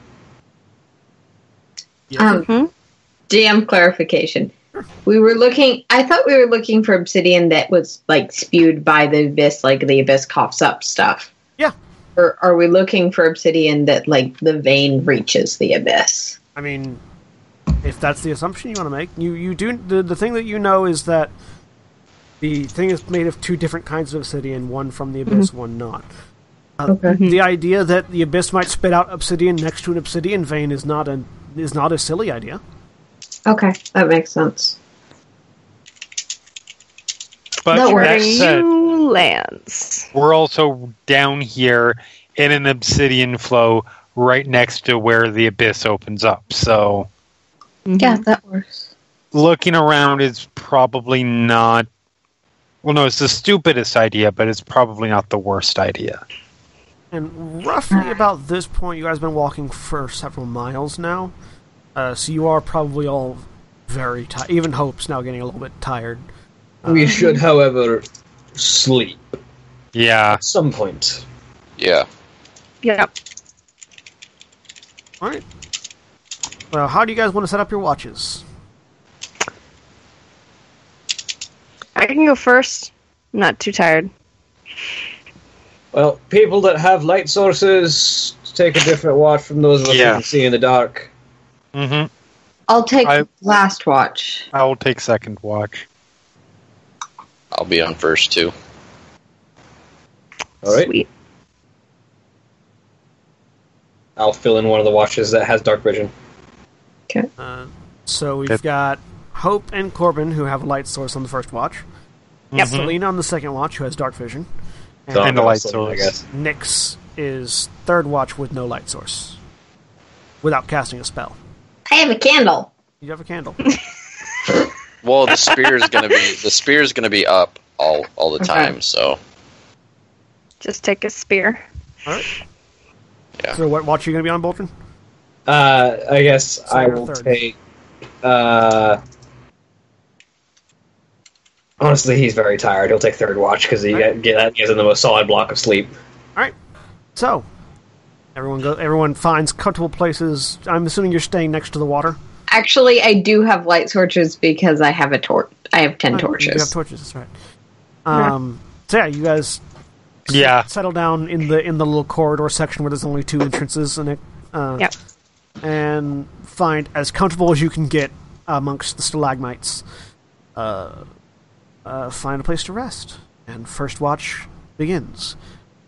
S6: Um,
S4: Mm-hmm.
S6: DM clarification. We were looking. I thought we were looking for obsidian that was like spewed by the abyss, like the abyss coughs up stuff.
S1: Yeah.
S6: Or are we looking for obsidian that like the vein reaches the abyss?
S1: I mean, if that's the assumption you want to make, you you do the, the thing that you know is that the thing is made of two different kinds of obsidian, one from the abyss, one not.
S6: Okay.
S1: The idea that the abyss might spit out obsidian next to an obsidian vein is not a is not a silly idea.
S6: Okay, that makes sense.
S5: But
S6: No
S5: that
S6: worries.
S5: said,
S4: New lands.
S5: we're also down here in an obsidian flow right next to where the abyss opens up. So
S6: Yeah, that works.
S5: looking around is probably not. Well, no, it's the stupidest idea, but it's probably not the worst idea.
S1: And roughly about this point, you guys have been walking for several miles now, uh, so you are probably all very tired. Even Hope's now getting a little bit tired.
S2: We should, however, sleep
S5: Yeah.
S2: at some point.
S3: Yeah.
S4: Yep.
S1: All right. Well, how do you guys want to set up your watches?
S4: I can go first. I'm not too tired.
S2: Well, people that have light sources take a different watch from those of us
S5: Yeah.
S2: who can see in the dark.
S5: hmm
S6: I'll take
S5: I-
S6: last watch.
S5: I will take second watch.
S3: I'll be on first too.
S2: All right,
S4: Sweet.
S2: I'll fill in one of the watches that has dark vision.
S1: Uh, so we've
S5: Yep.
S1: got Hope and Corbin, who have a light source on the first watch.
S4: Yep.
S5: Mm-hmm.
S1: Selena on the second watch, who has dark vision.
S2: So
S5: And a
S2: I'll
S5: light
S2: fill in,
S5: source.
S1: Nyx is third watch with no light source, without casting a spell.
S6: I have a candle.
S1: You have a candle.
S3: Well, the spear is gonna be the spear is gonna be up all all the
S6: Okay.
S3: time. So
S4: Just take a spear.
S1: All right.
S3: Yeah.
S1: So what watch are you going to be on, Bolton?
S2: Uh, I guess I
S1: you're
S2: will
S1: third.
S2: take. Uh, honestly, he's very tired. He'll take third watch because he
S1: Alright.
S2: get, that gives him the most solid block of sleep.
S1: All right. So everyone go. Everyone finds comfortable places. I'm assuming you're staying next to the water.
S6: Actually, I do have light torches because I have a torch. I have ten
S1: Right, Oh, You have
S6: torches.
S1: torches. That's right. Um, So yeah, you guys
S5: Yeah.
S1: settle down in the in the little corridor section where there's only two entrances in it, uh,
S4: Yep.
S1: and find as comfortable as you can get amongst the stalagmites. Uh, uh, find a place to rest, and first watch begins.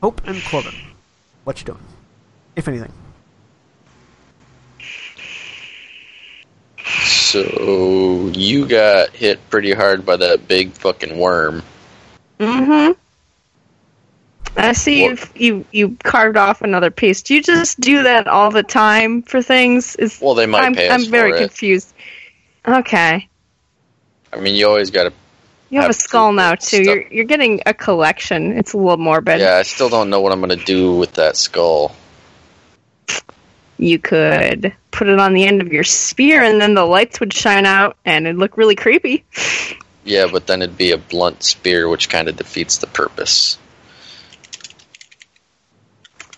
S1: Hope and Corbin, what you doing, if anything?
S3: so you got hit pretty hard by that big fucking worm.
S4: Mm-hmm. I see you
S3: What-
S4: you you carved off another piece. Do you just do that all the time for things? Is
S3: Well, they might
S4: I'm
S3: pay us
S4: I'm very
S3: for it.
S4: confused. Okay.
S3: I mean, you always got to.
S4: You have a
S3: Have
S4: skull
S3: to
S4: now
S3: get
S4: too.
S3: stuff.
S4: You're you're getting a collection. It's a little morbid.
S3: Yeah, I still don't know what I'm gonna do with that skull.
S4: You could put it on the end of your spear and then the lights would shine out and it'd look really creepy.
S3: Yeah, but then it'd be a blunt spear, which kind of defeats the purpose.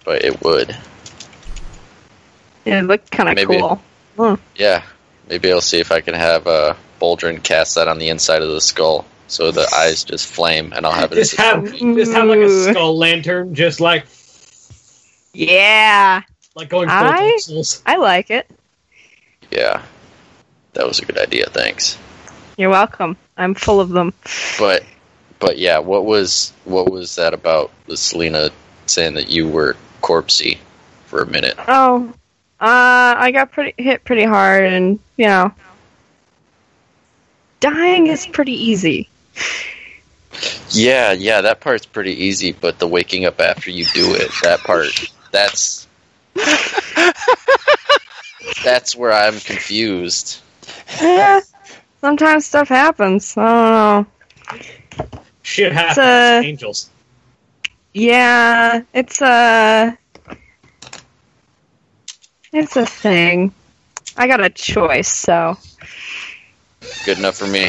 S3: But it would.
S4: It looked kind of
S3: Maybe.
S4: cool.
S3: Yeah, maybe I'll see if I can have uh, Boldrin cast that on the inside of the skull, so the eyes just flame, and I'll have it. As
S2: Just
S3: a,
S2: have just have like a
S4: Ooh.
S2: skull lantern, just like
S4: Yeah.
S2: like going full
S4: I-
S2: pixels.
S4: I like it.
S3: yeah, that was a good idea. Thanks.
S4: You're welcome. I'm full of them.
S3: But, but yeah, what was what was that about? The Selena saying that you were corpsey for a minute.
S4: Oh, uh, I got pretty hit pretty hard, and you know, dying is pretty easy. [laughs]
S3: Yeah, yeah, that part's pretty easy, but the waking up after you do it, that part, that's that's where I'm confused.
S4: Eh, Sometimes stuff happens. I don't know.
S2: Shit happens.
S4: uh,
S2: Angels.
S4: Yeah, it's a it's a thing. I got a choice, so
S3: Good enough for me.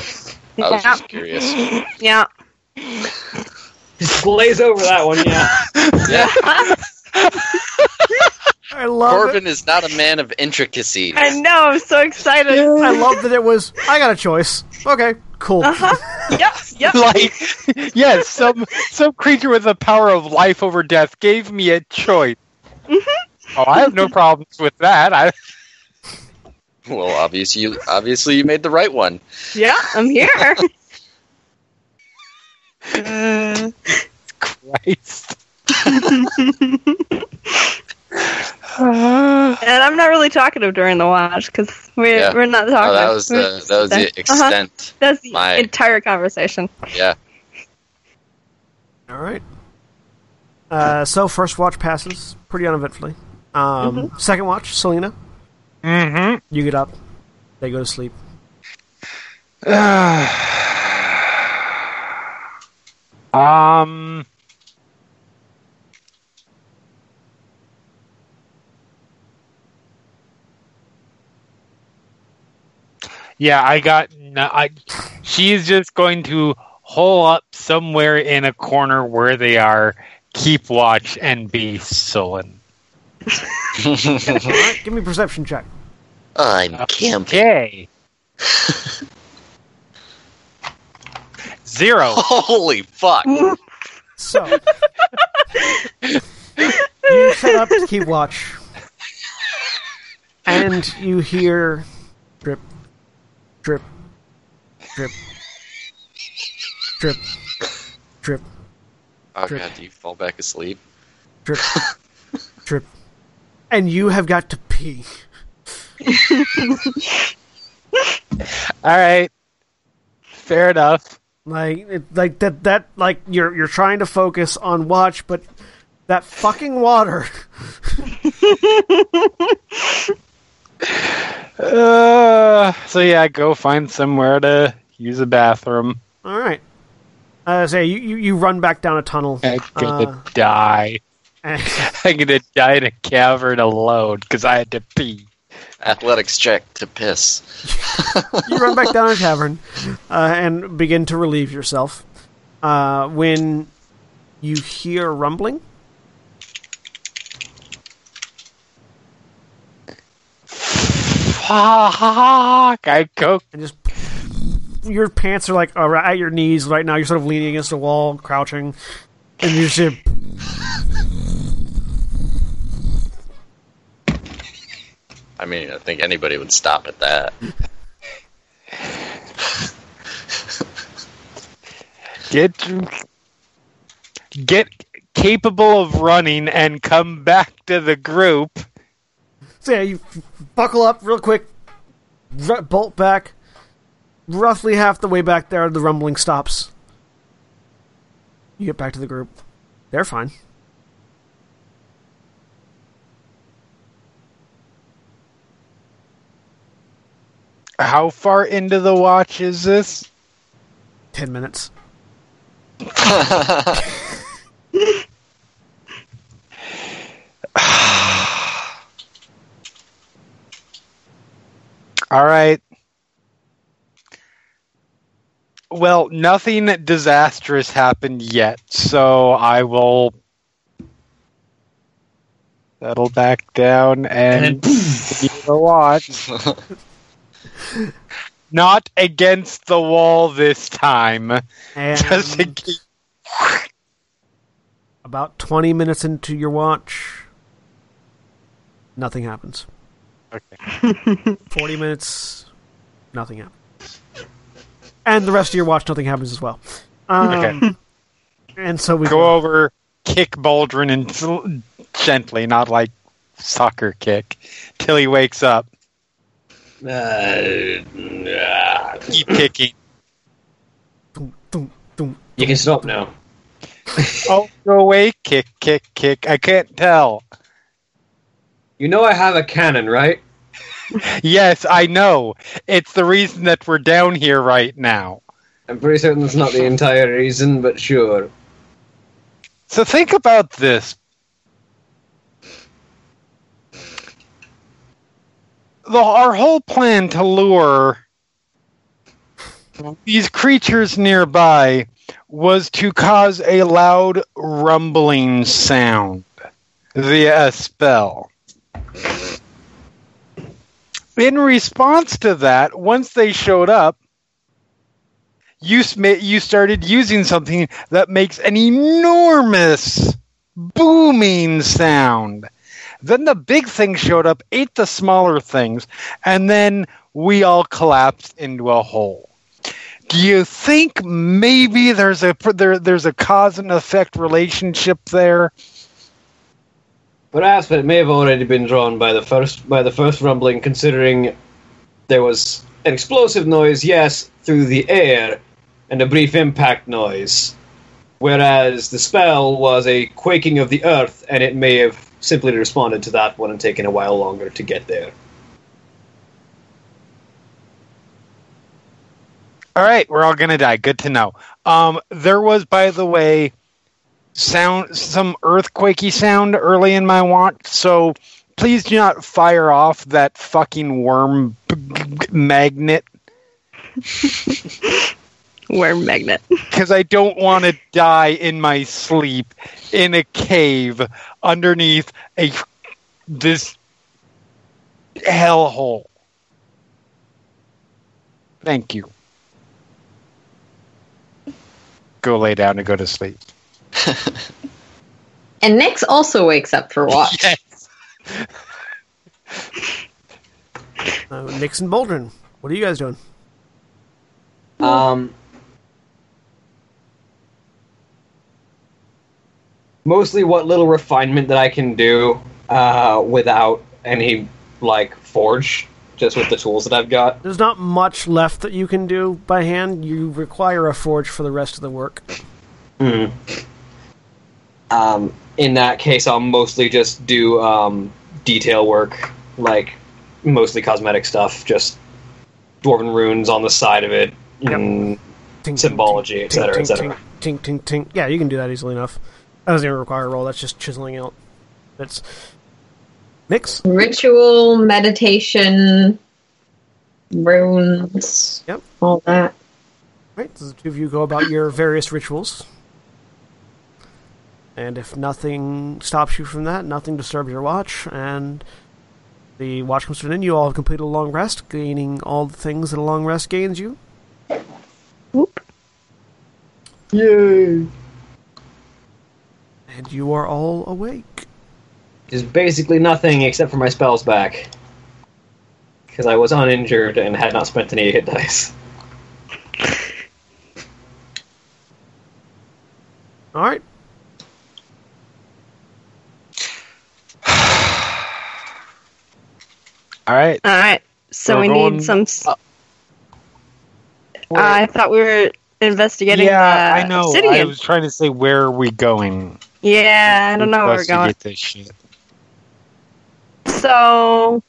S3: Oh. I was just curious.
S4: yeah. [laughs]
S2: Just glaze over that one. Yeah.
S3: Yeah.
S1: I love
S3: Corbin is not a man of intricacies.
S4: I know. I'm so excited.
S1: it. I love that it was. I got a choice. Okay, cool.
S4: Uh huh. Yep.
S3: [laughs]
S4: Yep.
S5: [laughs] like yes some some creature with the power of life over death gave me a choice oh i have no problems with that i
S3: Well, obviously, you, obviously you made the right one.
S4: Yeah. I'm here.
S5: Christ.
S4: And I'm not really talkative during the watch because we're,
S3: Yeah.
S4: we're not talking. Uh-huh.
S3: Oh, that was the that was the extent.
S4: That's the
S3: my-
S4: entire conversation.
S3: Yeah.
S1: All right. Uh, so first watch passes pretty uneventfully. Um, Second watch, Selena,
S5: [laughs] mm-hmm.
S1: you get up. They go to sleep.
S5: um yeah i got no, i she's just going to hole up somewhere in a corner where they are keep watch and be sullen
S1: All right, give me a perception check.
S3: [laughs] I'm camping.
S5: okay zero
S3: [laughs] Holy fuck!
S1: So you set up to keep watch, and you hear drip, drip, drip, drip, drip,
S3: Oh god, do you fall back asleep?
S1: drip, drip, and you have got to pee.
S5: All right. Fair enough.
S1: Like, it, like that, that, like you're you're trying to focus on watch, but that fucking water.
S5: Uh, so yeah, go find somewhere to use a bathroom.
S1: All right. Uh, so you, you you run back down a tunnel. [laughs]
S5: I'm gonna
S1: Uh.
S5: die. [laughs]
S1: and-
S5: I'm gonna die in a cavern alone because I had to pee.
S3: Athletics check to piss.
S1: you run back down a tavern uh, and begin to relieve yourself uh, when you hear rumbling.
S5: Fuck! I go.
S1: and just your pants are like ar- at your knees right now. You're sort of leaning against the wall, crouching, and you just hear-
S3: I mean, I think anybody would stop at that.
S5: Get get capable of running and come back to the group.
S1: so yeah, you buckle up real quick, r- bolt back. Roughly half the way back there, the rumbling stops. You get back to the group. They're fine.
S5: How far into the watch is this?
S1: Ten
S5: [laughs]
S1: minutes.
S3: [laughs]
S5: All right. Well, nothing disastrous happened yet, so I will settle back down [laughs] and continue to watch. Not against the wall this time. [laughs]
S1: And
S5: Just in case-
S1: about twenty minutes into your watch, nothing happens.
S5: Okay.
S1: Forty minutes, nothing happens. And the rest of your watch, nothing happens as well. Um,
S5: Okay.
S1: And so we
S5: Go over, kick Baldrin and sl- gently, not like soccer kick, till he wakes up.
S2: Uh,
S5: Keep kicking.
S1: Dum, dum, dum.
S2: You can stop now.
S5: Oh, go away! Kick, kick, kick. I can't tell.
S2: You know I have a cannon, right?
S5: Yes, I know. It's the reason that we're down here right now.
S2: I'm pretty certain that's not the entire reason, but sure.
S5: So think about this. The, our whole plan to lure these creatures nearby was to cause a loud rumbling sound via a spell. In response to that, once they showed up, you, sm- you started using something that makes an enormous booming sound. Then the big thing showed up, ate the smaller things, and then we all collapsed into a hole. Do you think maybe there's a there, there's a cause and effect relationship there?
S8: Perhaps, but it may have already been drawn by the first by the first rumbling, considering there was an explosive noise, yes, through the air, and a brief impact noise. Whereas the spell was a quaking of the earth, and it may have simply responded to that one and taken a while longer to get there.
S5: All right, we're all gonna die. Good to know. Um, there was, by the way, sound some earthquakey sound early in my watch, so please do not fire off that fucking worm b- b- magnet
S4: Worm magnet.
S5: because I don't want to die in my sleep in a cave underneath a this hellhole. Thank you. Go lay down and go to sleep.
S6: And Nix also wakes up for watch.
S1: Uh, Nixon Baldwin, what are you guys doing?
S8: Um, mostly what little refinement that I can do uh, without any like forge, just with the tools that I've got.
S1: There's not much left that you can do by hand. You require a forge for the rest of the work.
S8: Um, in that case, I'll mostly just do um, detail work, like mostly cosmetic stuff, just dwarven runes on the side of it.
S1: Yep.
S8: and
S1: Tink,
S8: Symbology,
S1: tink,
S8: et cetera,
S1: tink,
S8: et cetera.
S1: Tink, tink, tink, tink. Yeah, you can do that easily enough. That doesn't even require a roll. That's just chiseling out. That's Nix.
S6: Ritual, meditation, runes,
S1: Yep.
S6: all that.
S1: Right, so the two of you go about your various rituals. And if nothing stops you from that, nothing disturbs your watch, and the watch comes to an end, you all have completed a long rest, gaining all the things that a long rest gains you.
S4: Whoop.
S1: And you are all awake.
S8: There's basically nothing except for my spells back. Because I was uninjured and had not spent any hit dice.
S1: Alright.
S5: All right.
S4: All right. So
S5: We're
S4: we
S5: going
S4: need some.
S5: Uh,
S4: s- I thought we were investigating.
S5: yeah,
S4: the
S5: I know.
S4: uh, obsidian.
S5: I was trying to say where are we going?
S4: Yeah, I don't know where we're
S5: Supposed to
S4: going.
S5: Get this shit.
S4: So,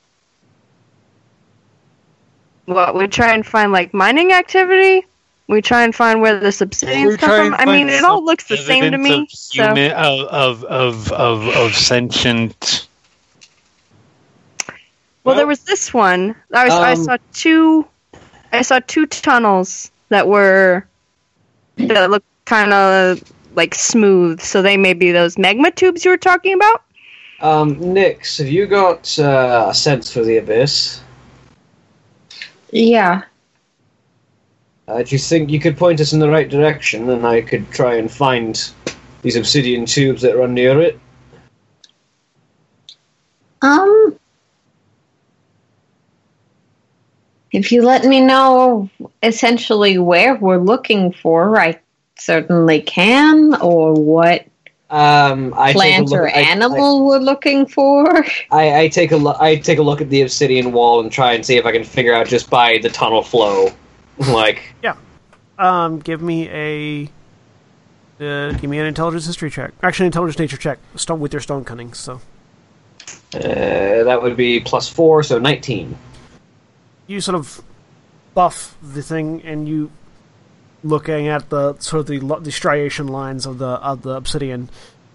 S4: what we try and find like mining activity. We try and find where the
S5: We're
S4: subsidians
S5: trying
S4: come from.
S5: to
S4: I
S5: find
S4: mean, it all
S5: some
S4: looks the same to
S5: evidence
S4: me.
S5: Of,
S4: So,
S5: human- of, of of of of sentient.
S4: well, there was this one. I, was, I
S8: Um,
S4: saw two. I saw two tunnels that were that looked kind of like smooth. So they may be those magma tubes you were talking about.
S8: Um, Nyx, have you got uh, a sense for the abyss?
S6: Yeah.
S8: Uh, do you think you could point us in the right direction and I could try and find these obsidian tubes that run near it?
S6: Um. If you let me know essentially where we're looking for, I certainly can, or what
S8: Um, I
S6: plant
S8: take a
S6: or
S8: look, I-
S6: animal we're looking for. [laughs]
S8: I, I, I take a look. I take a look at the obsidian wall and try and see if I can figure out just by the tunnel flow, [laughs] like
S1: Um, give me a uh, give me an intelligence history check. Actually, intelligence nature check. Stone with your stone cunning. So
S8: uh, that would be plus four, so nineteen.
S1: you sort of buff the thing, and you looking at the sort of the, lo- the striation lines of the of the obsidian,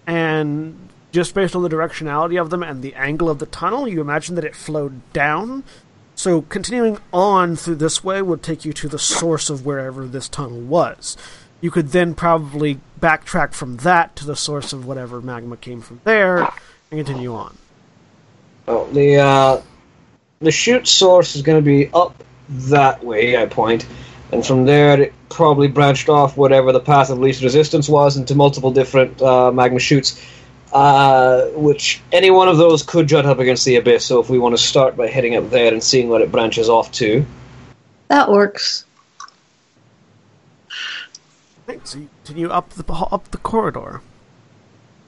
S1: and just based on the directionality of them and the angle of the tunnel, you imagine that it flowed down. So continuing on through this way would take you to the source of wherever this tunnel was. You could then probably backtrack from that to the source of whatever magma came from there and continue on.
S8: Oh, the uh, the shoot source is going to be up that way. I point, and from there it probably branched off whatever the path of least resistance was into multiple different uh, magma shoots, uh, which any one of those could jut up against the abyss. So if we want to start by heading up there and seeing what it branches off to,
S6: That works.
S1: Okay, So you continue up the up the corridor.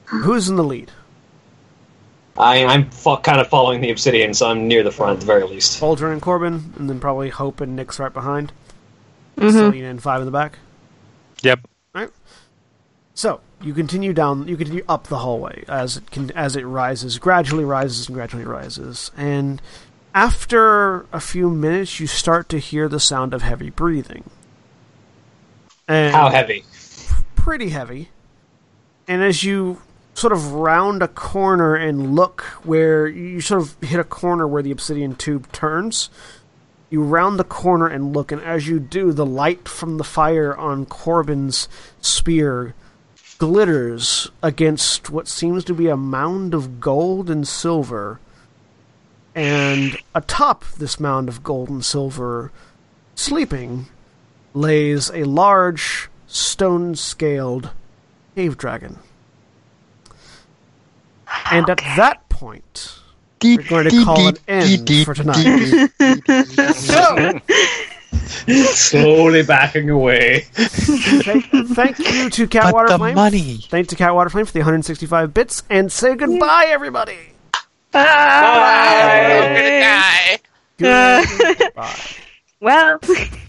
S1: Who's in the lead?
S8: I, I'm fo- kind of following the obsidian, so I'm near the front at the very least.
S1: Aldrin and Corbin, and then probably Hope and Nick's right behind. Selena and five in the back.
S5: Yep.
S1: So you continue down, you continue up the hallway as it can, as it rises, gradually rises and gradually rises, and after a few minutes, you start to hear the sound of heavy breathing. And
S8: How heavy?
S1: pretty heavy. And as you sort of round a corner and look where you sort of hit a corner where the obsidian tube turns, you round the corner and look, and as you do, the light from the fire on Corbin's spear glitters against what seems to be a mound of gold and silver. And atop this mound of gold and silver, sleeping lays a large stone scaled cave dragon. And at that point, we're going to call an end for tonight.
S8: Slowly backing away.
S1: Thank, thank you to
S5: But
S1: Catwater
S5: the
S1: Flame.
S5: money.
S1: Thanks to Catwater Flame for the 165 bits, and say goodbye, everybody.
S4: Bye.
S1: Goodbye.
S4: Well. [laughs]